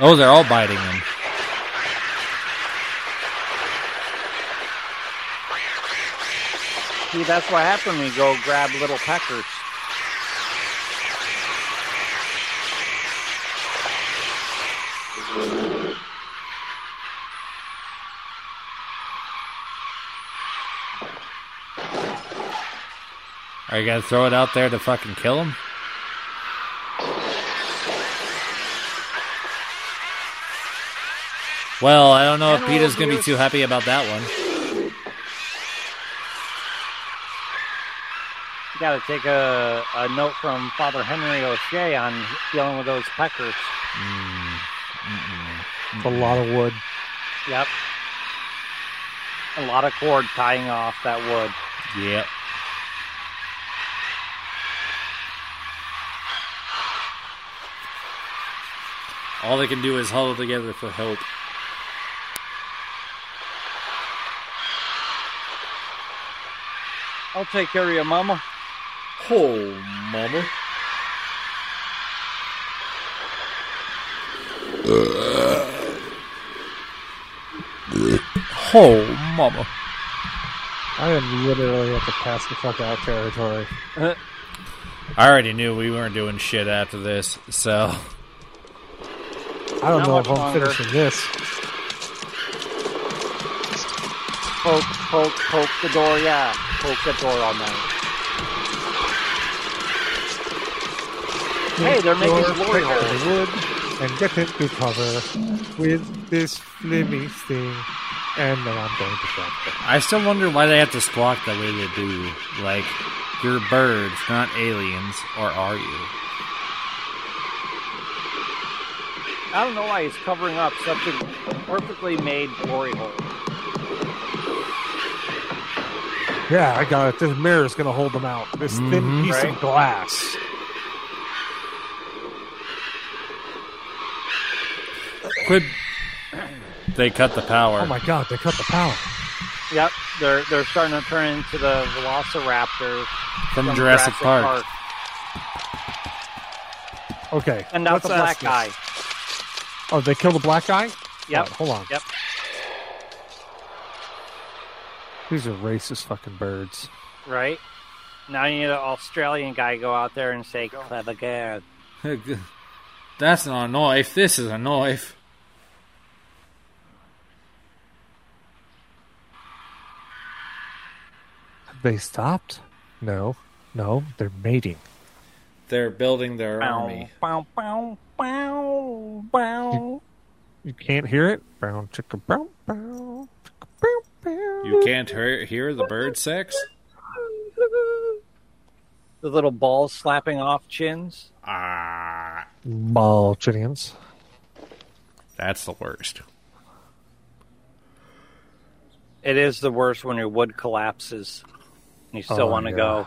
Speaker 2: Oh, they're all biting him.
Speaker 4: See, that's what happened when you go grab little peckers.
Speaker 2: Are you gonna throw it out there to fucking kill him? Well, I don't know if
Speaker 4: Animal
Speaker 2: Peter's gonna be
Speaker 4: abuse.
Speaker 2: too happy about that one.
Speaker 4: You gotta take a, a note from Father Henry O'Shea on dealing with those peckers.
Speaker 5: It's a lot of wood.
Speaker 4: Yep. A lot of cord tying off that wood.
Speaker 2: Yep. All they can do is huddle together for hope.
Speaker 4: I'll take care of your mama.
Speaker 22: Oh, mama.
Speaker 2: Oh, mama.
Speaker 5: I am literally at the pass the fuck out territory.
Speaker 2: I already knew we weren't doing shit after this, so
Speaker 5: I don't
Speaker 4: Not
Speaker 5: know
Speaker 4: much
Speaker 5: if I'm
Speaker 4: longer.
Speaker 5: finishing this.
Speaker 4: Poke, poke, poke the door, yeah. Poke the door all night. Hey, they're making
Speaker 5: Your
Speaker 4: glory
Speaker 5: pick of
Speaker 4: holes.
Speaker 5: wood and get it to cover with this flimmy thing, and then I'm going to drop it.
Speaker 2: I still wonder why they have to squawk the way they do. Like, you're birds, not aliens, or are you?
Speaker 4: I don't know why he's covering up such a perfectly made glory hole.
Speaker 5: Yeah, I got it. This mirror is going to hold them out. This thin
Speaker 4: Mhm.
Speaker 5: piece
Speaker 4: Right.
Speaker 5: of glass.
Speaker 2: Quit. They cut the power.
Speaker 5: Oh my god, they cut the power.
Speaker 4: Yep, they're they're starting to turn into the Velociraptor
Speaker 2: From Jurassic Park.
Speaker 5: Okay.
Speaker 4: And not
Speaker 5: let's
Speaker 4: the
Speaker 5: ask
Speaker 4: black
Speaker 5: this.
Speaker 4: guy.
Speaker 5: Oh, they killed the black guy?
Speaker 4: Yep.
Speaker 5: Alright, hold on.
Speaker 4: Yep.
Speaker 5: These are racist fucking birds.
Speaker 4: Right? Now you need an Australian guy to go out there and say clever girl.
Speaker 2: That's not a knife. This is a knife.
Speaker 5: They stopped? No. No, they're mating.
Speaker 22: They're building their army.
Speaker 4: Bow, bow, bow, bow.
Speaker 5: You can't hear it? Brown chicka brown. brown.
Speaker 22: You can't hear, hear the bird sex?
Speaker 4: The little balls slapping off chins.
Speaker 2: Ah,
Speaker 5: Malchinians.
Speaker 2: that's the worst.
Speaker 4: It is the worst when your wood collapses and you still
Speaker 5: Oh,
Speaker 4: want to
Speaker 5: yeah.
Speaker 4: go.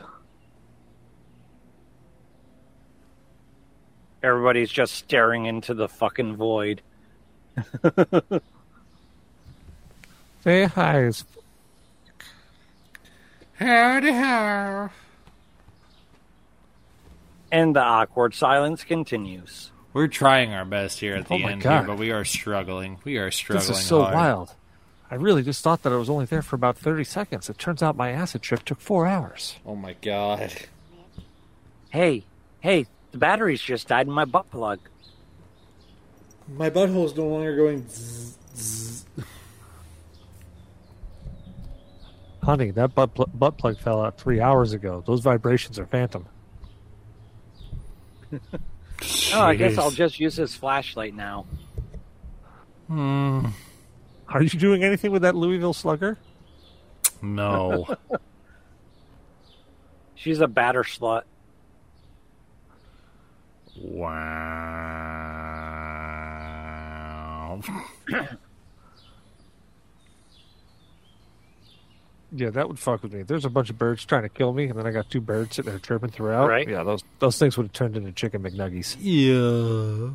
Speaker 4: Everybody's just staring into the fucking void.
Speaker 5: Say hi. as-
Speaker 2: Howdy how.
Speaker 4: And the awkward silence continues.
Speaker 2: We're trying our best here at the
Speaker 5: Oh my
Speaker 2: end
Speaker 5: God.
Speaker 2: here, but we are struggling. We are struggling.
Speaker 5: This is so
Speaker 2: hard.
Speaker 5: wild. I really just thought that I was only there for about 30 seconds. It turns out my acid trip took four hours.
Speaker 22: Oh my god.
Speaker 4: Hey, hey, the batteries just died in my butt plug.
Speaker 22: My butthole's no longer going zzz, zzz.
Speaker 5: Honey, that butt, pl- butt plug fell out three hours ago. Those vibrations are phantom.
Speaker 4: Oh, I guess
Speaker 5: Jeez.
Speaker 4: I'll just use this flashlight now.
Speaker 2: Hmm.
Speaker 5: Are you doing anything with that Louisville slugger?
Speaker 2: No.
Speaker 4: She's a batter slut.
Speaker 2: wow.
Speaker 5: yeah, that would fuck with me. There's a bunch of birds trying to kill me, and then I got two birds sitting there chirping throughout.
Speaker 4: Right.
Speaker 5: Yeah, those those things would have turned into chicken McNuggies.
Speaker 18: Yeah.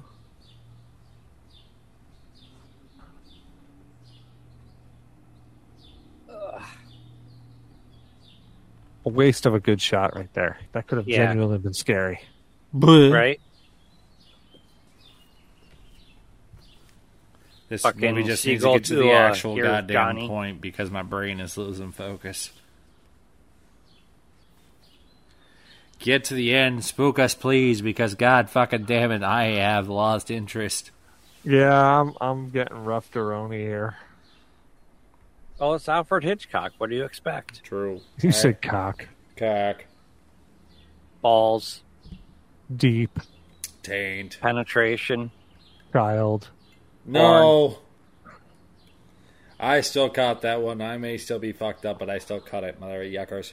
Speaker 5: A waste of a good shot right there. That could have
Speaker 4: Yeah.
Speaker 5: genuinely been scary.
Speaker 4: right?
Speaker 2: This
Speaker 4: Fucking
Speaker 2: we just need to
Speaker 4: seagull
Speaker 2: get to
Speaker 4: to,
Speaker 2: the
Speaker 4: uh,
Speaker 2: actual
Speaker 4: here's
Speaker 2: goddamn
Speaker 4: Johnny.
Speaker 2: point because my brain is losing focus. Get to the end, spook us, please, because God fucking damn it, I have lost interest.
Speaker 5: Yeah, I'm I'm getting rough Deroni here.
Speaker 4: Well, it's Alfred Hitchcock. What do you expect?
Speaker 22: True.
Speaker 5: You said cock
Speaker 22: Cock.
Speaker 4: Balls.
Speaker 5: deep
Speaker 22: Taint.
Speaker 4: Penetration.
Speaker 5: child.
Speaker 22: No. I still caught that one. I may still be fucked up, but I still caught it, mother yuckers.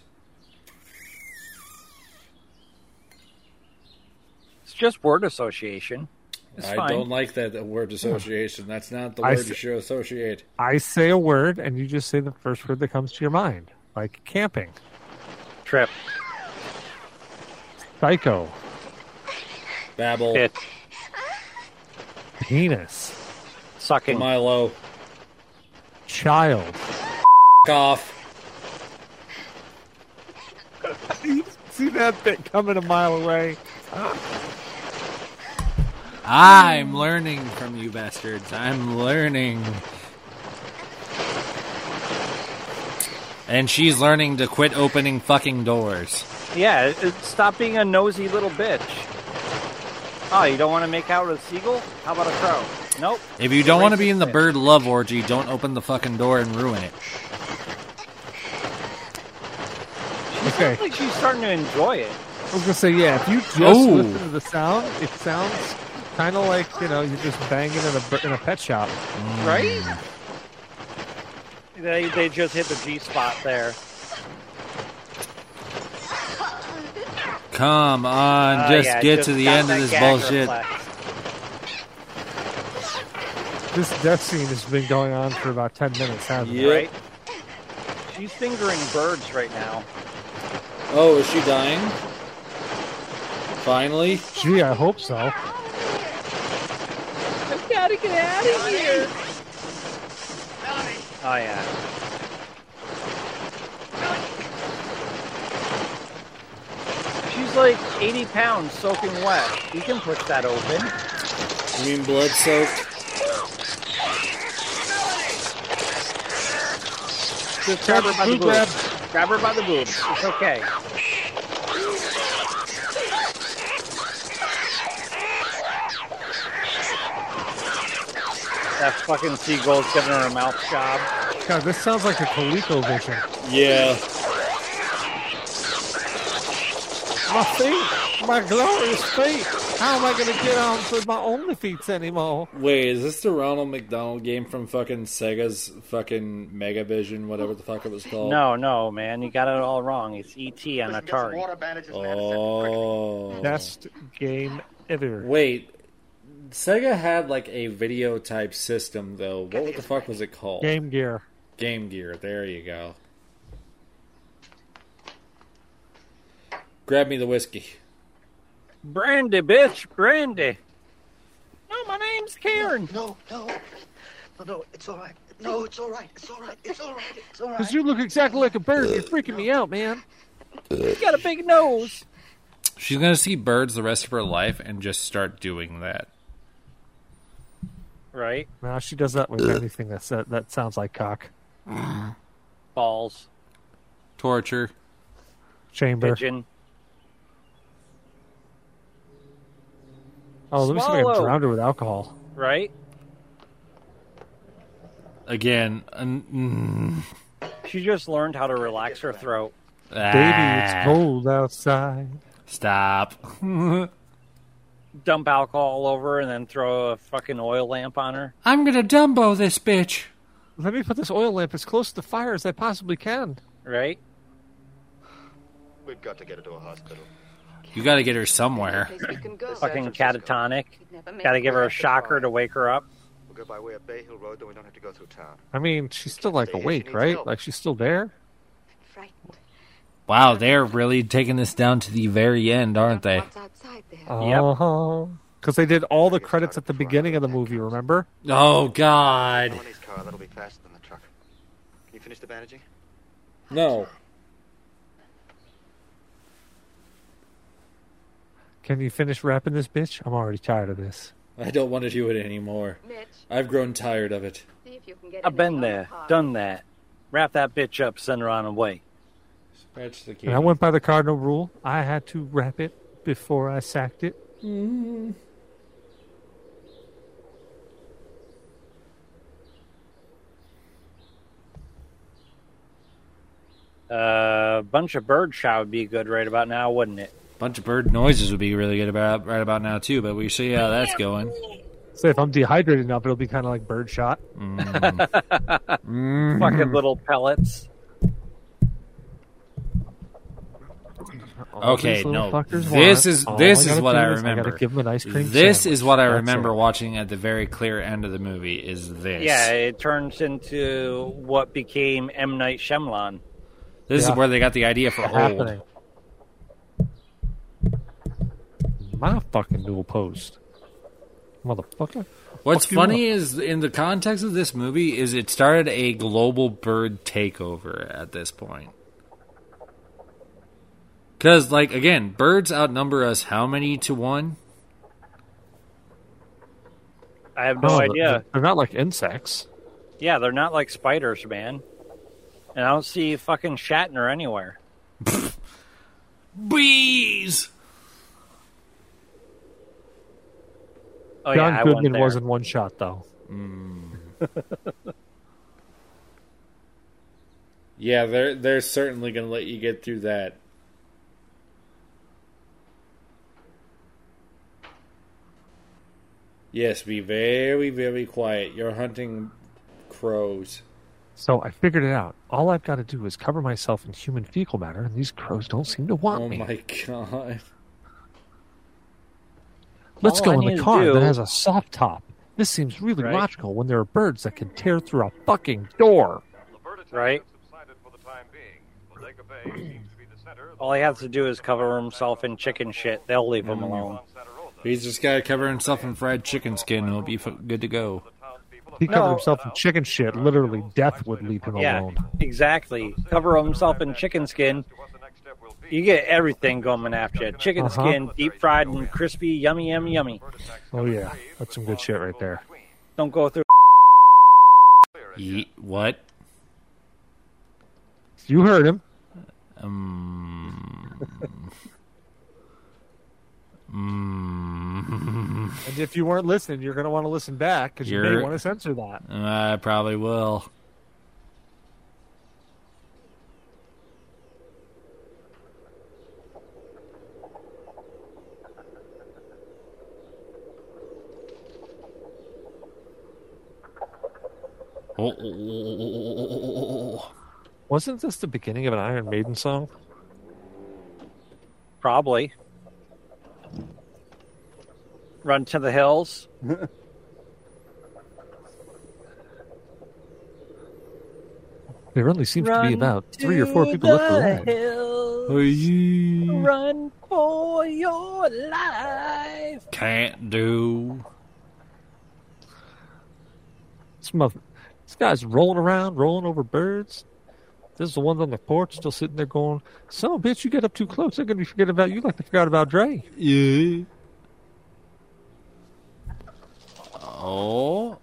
Speaker 4: It's just word association. It's
Speaker 22: I
Speaker 4: fine.
Speaker 22: don't like that the word association. That's not the
Speaker 5: I
Speaker 22: word
Speaker 5: s-
Speaker 22: you should associate.
Speaker 5: I say a word, and you just say the first word that comes to your mind, like camping,
Speaker 4: Trip.
Speaker 5: psycho,
Speaker 22: Babble.
Speaker 4: It.
Speaker 5: penis,
Speaker 4: Sucking.
Speaker 22: Milo.
Speaker 5: child.
Speaker 22: F- off.
Speaker 5: You see that bit coming a mile away.
Speaker 2: I'm learning from you bastards. I'm learning. And she's learning to quit opening fucking doors.
Speaker 4: Yeah, it, it- stop being a nosy little bitch. Oh, you don't want to make out with a seagull? How about a crow? Nope.
Speaker 2: If you don't want to be in the bird love orgy, don't open the fucking door and ruin it.
Speaker 5: Okay,
Speaker 4: I think she's starting to enjoy it.
Speaker 5: I was gonna say yeah. If you just
Speaker 2: Oh.
Speaker 5: listen to the sound, it sounds kind of like you know you're just banging in a bur- in a pet shop.
Speaker 4: Right?
Speaker 2: Mm.
Speaker 4: They, they just hit the G spot there.
Speaker 2: Come on,
Speaker 4: Uh,
Speaker 2: just
Speaker 4: yeah,
Speaker 2: get
Speaker 4: just
Speaker 2: to the
Speaker 4: got
Speaker 2: end of
Speaker 4: that
Speaker 2: this
Speaker 4: gag
Speaker 2: bullshit.
Speaker 4: reflex.
Speaker 5: This death scene has been going on for about ten minutes, hasn't it?
Speaker 4: Right? She's fingering birds right now.
Speaker 22: Oh, is she dying? Finally?
Speaker 5: Gee, I hope so.
Speaker 4: I gotta get out of here. Oh yeah. She's like 80 pounds soaking wet. You can push that open.
Speaker 22: You mean blood soaked?
Speaker 4: Just grab her by the
Speaker 5: Boob
Speaker 4: boob.
Speaker 5: grab.
Speaker 4: Grab her by the boob. It's okay. That fucking seagull's giving her a mouth job.
Speaker 5: God, this sounds like a ColecoVision.
Speaker 22: Yeah.
Speaker 5: My feet, my glorious feet. How am I gonna get on with my only feet anymore?
Speaker 22: Wait, is this the Ronald McDonald game from fucking Sega's fucking Megavision, whatever the fuck it was called?
Speaker 4: No, no, man, you got it all wrong. It's ET on Atari.
Speaker 22: Oh.
Speaker 5: Best game ever.
Speaker 22: Wait. Sega had like a video type system though. What the fuck was it called?
Speaker 5: Game Gear.
Speaker 22: Game Gear. There you go. Grab me the whiskey.
Speaker 4: Brandy, bitch, Brandy. No, my name's Karen.
Speaker 17: No, no. No, no, it's all right. No, it's all right. It's all right. It's all right. It's all right.
Speaker 5: Cause you look exactly like a bird. You're freaking me out, man.
Speaker 4: You got a big nose.
Speaker 2: She's gonna see birds the rest of her life and just start doing that.
Speaker 4: Right?
Speaker 5: No, she does that with anything that sa- that sounds like cock.
Speaker 4: Balls.
Speaker 2: Torture.
Speaker 5: Chamber.
Speaker 4: Pigeon.
Speaker 5: Oh, let me see if I can
Speaker 4: Swallow.
Speaker 5: drown her with alcohol.
Speaker 4: Right?
Speaker 2: Again. an- mm.
Speaker 4: She just learned how to relax her throat.
Speaker 5: Baby, it's
Speaker 2: Ah,
Speaker 5: cold outside.
Speaker 2: Stop.
Speaker 4: Dump alcohol all over and then throw a fucking oil lamp on her.
Speaker 2: I'm gonna Dumbo this bitch.
Speaker 5: Let me put this oil lamp as close to the fire as I possibly can.
Speaker 4: Right?
Speaker 13: We've got to get her to a hospital.
Speaker 2: You gotta get her somewhere.
Speaker 4: Fucking catatonic. Gotta give her a shocker to wake her up.
Speaker 13: We'll go by way of Bay Hill Road, then we don't have to go through town.
Speaker 5: I mean, she's still like awake, right? Like she's still there.
Speaker 6: frightened.
Speaker 2: Wow, they're really taking this down to the very end, aren't they?
Speaker 5: Oh, because they did all the credits at the beginning of the movie. Remember?
Speaker 2: Oh God!
Speaker 7: Somebody's car. That'll be faster than the truck. Can you finish the bandaging?
Speaker 24: No.
Speaker 5: Can you finish wrapping this bitch? I'm already tired of this.
Speaker 24: I don't want to do it anymore. I've grown tired of it.
Speaker 4: I've been there, done that. Wrap that bitch up, send her on her way.
Speaker 24: Scratch the
Speaker 5: And I went by the cardinal rule. I had to wrap it before I sacked it.
Speaker 4: A uh, bunch of bird shot would be good right about now, wouldn't it?
Speaker 2: Bunch of bird noises would be really good about right about now too, but we see how that's going.
Speaker 5: So if I'm dehydrated enough, it'll be kind of like birdshot. Mm-hmm.
Speaker 4: Fucking little pellets.
Speaker 5: All
Speaker 2: Okay,
Speaker 5: these little
Speaker 2: no.
Speaker 5: fuckers
Speaker 2: This
Speaker 5: want-
Speaker 2: is
Speaker 5: all
Speaker 2: this
Speaker 5: I
Speaker 2: is
Speaker 5: gotta
Speaker 2: what
Speaker 5: do
Speaker 2: I
Speaker 5: is
Speaker 2: remember.
Speaker 5: gotta give them an ice cream.
Speaker 2: this
Speaker 5: sandwich.
Speaker 2: is what I
Speaker 5: That's
Speaker 2: remember
Speaker 5: it.
Speaker 2: watching at the very clear end of the movie. Is this?
Speaker 4: Yeah, it turns into what became M. Night Shyamalan.
Speaker 2: This
Speaker 4: Yeah.
Speaker 2: is where they got the idea for old.
Speaker 5: Happening. My fucking dual post, motherfucker.
Speaker 2: What's
Speaker 5: Fuck you
Speaker 2: funny
Speaker 5: up.
Speaker 2: is in the context of this movie is it started a global bird takeover at this point. Cuz like again, birds outnumber us how many to 1?
Speaker 4: I have no
Speaker 5: Oh,
Speaker 4: idea.
Speaker 5: they're- They're not like insects.
Speaker 4: Yeah, they're not like spiders, man. And I don't see fucking Shatner anywhere.
Speaker 2: Bees.
Speaker 4: Oh
Speaker 5: John
Speaker 4: yeah, I went
Speaker 5: Goodman
Speaker 4: there.
Speaker 5: was in one shot though.
Speaker 24: Yeah, they're they're certainly going to let you get through that. Yes, be very very quiet. You're hunting crows.
Speaker 5: So I figured it out. All I've got to do is cover myself in human fecal matter, and these crows don't seem to want
Speaker 24: Oh
Speaker 5: me.
Speaker 24: my god.
Speaker 5: Let's
Speaker 24: All
Speaker 5: go
Speaker 24: I
Speaker 5: in
Speaker 24: need
Speaker 5: the
Speaker 24: to
Speaker 5: car
Speaker 24: do-
Speaker 5: that has a soft top. This seems really
Speaker 24: Right.
Speaker 5: logical when there are birds that can tear through a fucking door.
Speaker 4: Right. All he has to do is cover himself in chicken shit. They'll leave him
Speaker 5: Mm-hmm.
Speaker 4: alone.
Speaker 2: He's just got to cover himself in fried chicken skin and he'll be f- good to go.
Speaker 5: He covered
Speaker 4: No.
Speaker 5: himself in chicken shit. Literally, death would leave him
Speaker 4: Yeah,
Speaker 5: alone.
Speaker 4: exactly. Cover himself in chicken skin. You get everything going after you. Chicken
Speaker 5: Uh-huh.
Speaker 4: skin, deep fried and crispy, yummy, yummy, yummy.
Speaker 5: Oh yeah, that's some good shit right there.
Speaker 4: Don't go through.
Speaker 2: Ye- what?
Speaker 5: You heard him.
Speaker 2: Um, mm,
Speaker 5: And if you weren't listening, you're going to want to listen back because you may
Speaker 2: You're-
Speaker 5: want to censor that.
Speaker 2: I probably will. Oh.
Speaker 5: Wasn't this the beginning of an Iron Maiden song?
Speaker 4: Probably. Run to the hills.
Speaker 5: There only seems to be
Speaker 4: Run
Speaker 5: about three or four
Speaker 4: to
Speaker 5: people left
Speaker 4: the
Speaker 5: alive.
Speaker 4: hills. Run for your life.
Speaker 2: Can't do.
Speaker 5: This, mother- this guy's rolling around, rolling over birds. This is the ones on the porch still sitting there going, son of a bitch, you get up too close. They're going to be forgetting about you like they forgot about Dre.
Speaker 2: Yeah. Oh.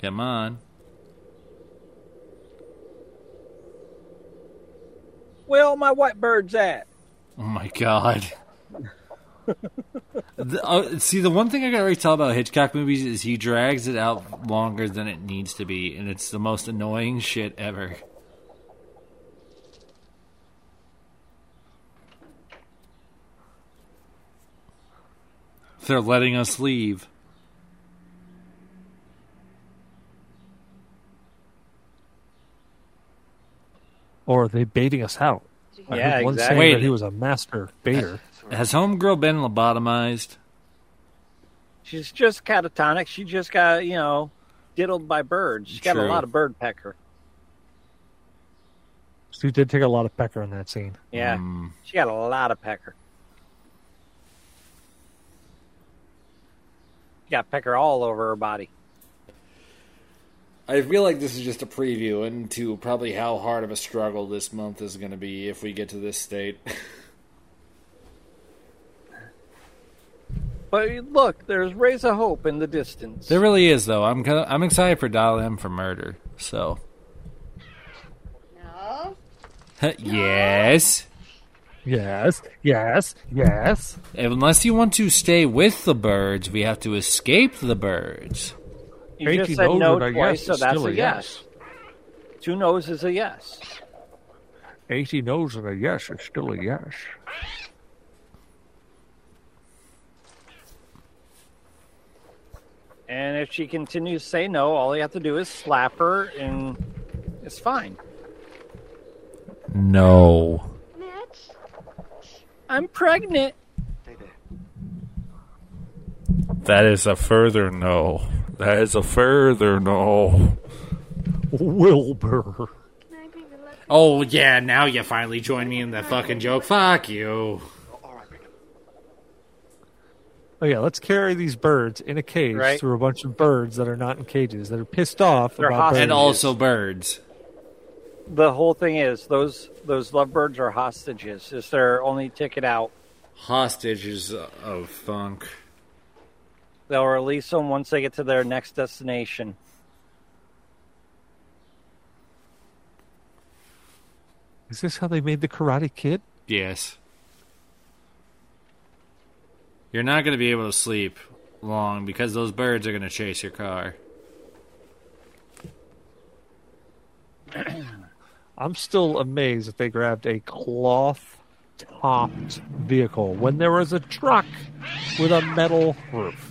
Speaker 2: Come on.
Speaker 4: Where all my white birds at?
Speaker 2: Oh my god. The- uh, see, the one thing I can already tell about Hitchcock movies is he drags it out longer than it needs to be, and it's the most annoying shit ever. They're letting us leave.
Speaker 5: Or are they baiting us out? I
Speaker 2: Yeah,
Speaker 5: heard one
Speaker 2: exactly.
Speaker 5: saying that
Speaker 2: Wait.
Speaker 5: he was a master baiter.
Speaker 2: Has Homegirl been lobotomized?
Speaker 4: She's just catatonic. She just got, you know, diddled by birds. She got a
Speaker 5: True.
Speaker 4: lot of bird pecker.
Speaker 5: She did take a lot of pecker in that scene.
Speaker 4: Yeah,
Speaker 5: Mm.
Speaker 4: she got a lot of pecker. She got pecker all over her body.
Speaker 25: I feel like this is just a preview into probably how hard of a struggle this month is going to be if we get to this state.
Speaker 4: But look, there's rays of hope in the distance.
Speaker 2: There really is, though. I'm kind of, I'm excited for Dial M for murder. So,
Speaker 26: No.
Speaker 2: yes,
Speaker 5: yes, yes, yes.
Speaker 2: Unless you want to stay with the birds, we have to escape the birds.
Speaker 4: You just said no twice, so that's a yes. Two no's is a yes.
Speaker 5: 80 no's and a yes is still a yes.
Speaker 4: And if she continues to say no, all you have to do is slap her, and it's fine.
Speaker 2: No.
Speaker 4: I'm pregnant.
Speaker 2: That is a further no. That is a further no.
Speaker 5: Wilbur.
Speaker 27: Oh yeah, now you finally join me in that fucking joke. Fuck you.
Speaker 5: Oh, yeah, let's carry these birds in a cage
Speaker 27: Right.
Speaker 5: through a bunch of birds that are not in cages, that are pissed off
Speaker 4: They're
Speaker 5: about
Speaker 4: hostile.
Speaker 5: birds.
Speaker 4: And also
Speaker 2: birds.
Speaker 4: The whole thing is those those lovebirds are hostages. It's their only ticket out.
Speaker 25: Hostages of funk.
Speaker 4: They'll release them once they get to their next destination.
Speaker 5: Is this how they made the Karate Kid?
Speaker 2: Yes. You're not going to be able to sleep long because those birds are going to chase your car.
Speaker 5: I'm still amazed that they grabbed a cloth topped vehicle when there was a truck with a metal roof.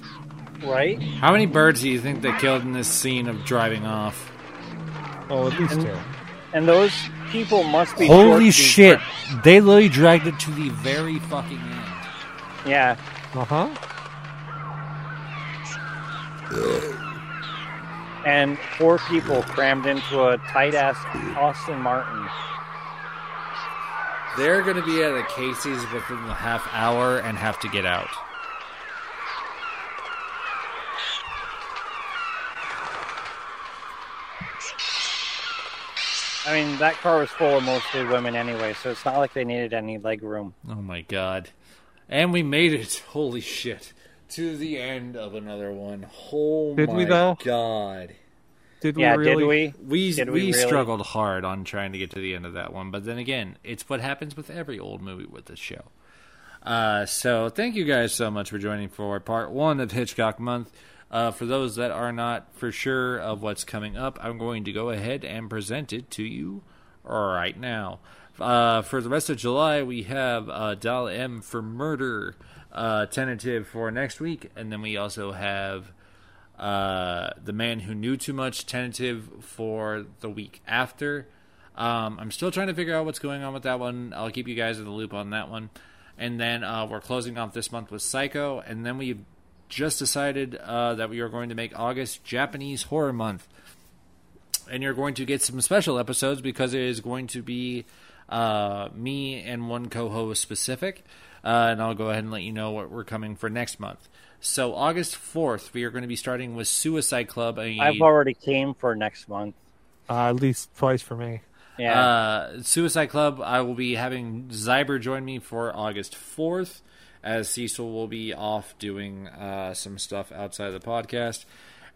Speaker 4: Right?
Speaker 2: How many birds do you think they killed in this scene of driving off?
Speaker 5: Oh, at least two.
Speaker 4: And those people must be short
Speaker 2: Holy
Speaker 4: these
Speaker 2: shit! They literally dragged it to the very fucking end.
Speaker 4: Yeah.
Speaker 5: Uh huh.
Speaker 4: and four people crammed into a tight ass Austin Martin.
Speaker 2: They're going to be at a Casey's within the half hour and have to get out.
Speaker 4: I mean, that car was full of mostly women anyway, so it's not like they needed any leg room.
Speaker 2: Oh my god. And we made it. Holy shit. To the end of another one. Oh
Speaker 5: Did
Speaker 2: my
Speaker 5: we, though?
Speaker 2: god.
Speaker 5: Did we Yeah, did really? we?
Speaker 2: We,
Speaker 5: Did
Speaker 2: we,
Speaker 5: we really?
Speaker 2: struggled hard on trying to get to the end of that one, but then again, it's what happens with every old movie with this show. Uh, so thank you guys so much for joining for part one of Hitchcock Month. Uh, for those that are not for sure of what's coming up, I'm going to go ahead and present it to you right now. Uh, for the rest of July, we have uh, Dal M for Murder uh, tentative for next week, and then we also have uh, The Man Who Knew Too Much tentative for the week after. Um, I'm still trying to figure out what's going on with that one. I'll keep you guys in the loop on that one. And then uh, we're closing off this month with Psycho, and then we just decided uh, that we are going to make August Japanese Horror Month and you're going to get some special episodes because it is going to be uh, me and one co-host specific. Uh, and I'll go ahead and let you know what we're coming for next month. So August fourth, we are going to be starting with Suicide Club. a-
Speaker 4: I've already came for next month.
Speaker 5: Uh, at least twice for me.
Speaker 2: Uh, Suicide Club, I will be having Zyber join me for August 4th, as Cecil will be off doing uh, some stuff outside of the podcast.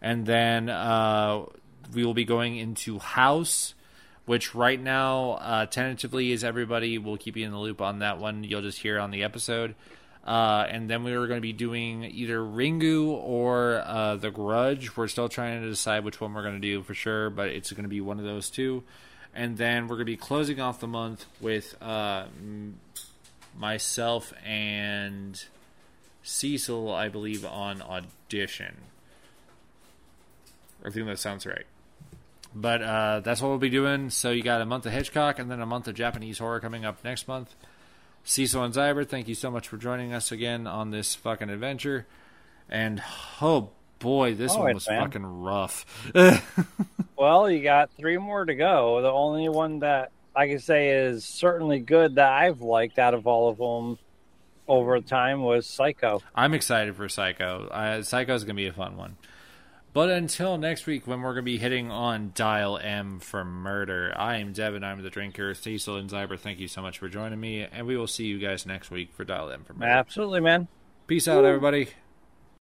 Speaker 2: And then uh, we will be going into House, which right now, uh, tentatively, is everybody. We'll keep you in the loop on that one. You'll just hear on the episode. Uh, and then we are going to be doing either Ringu or uh, The Grudge. We're still trying to decide which one we're going to do for sure, but it's going to be one of those two and then we're going to be closing off the month with uh, m- myself and Cecil, I believe, on audition. I think that sounds right. But uh, that's what we'll be doing. So you got a month of Hitchcock and then a month of Japanese horror coming up next month. Cecil and Zyber, thank you so much for joining us again on this fucking adventure. And oh boy, this
Speaker 4: All
Speaker 2: one
Speaker 4: right,
Speaker 2: was
Speaker 4: man.
Speaker 2: fucking rough.
Speaker 4: well, you got three more to go. The only one that I can say is certainly good that I've liked out of all of them over time was Psycho.
Speaker 2: I'm excited for Psycho. Uh, Psycho's going to be a fun one. But until next week, when we're going to be hitting on Dial M for Murder, I am Devin. I'm the drinker. Cecil and Zyber, thank you so much for joining me. And we will see you guys next week for Dial M for Murder.
Speaker 4: Absolutely, man.
Speaker 2: Peace out, everybody.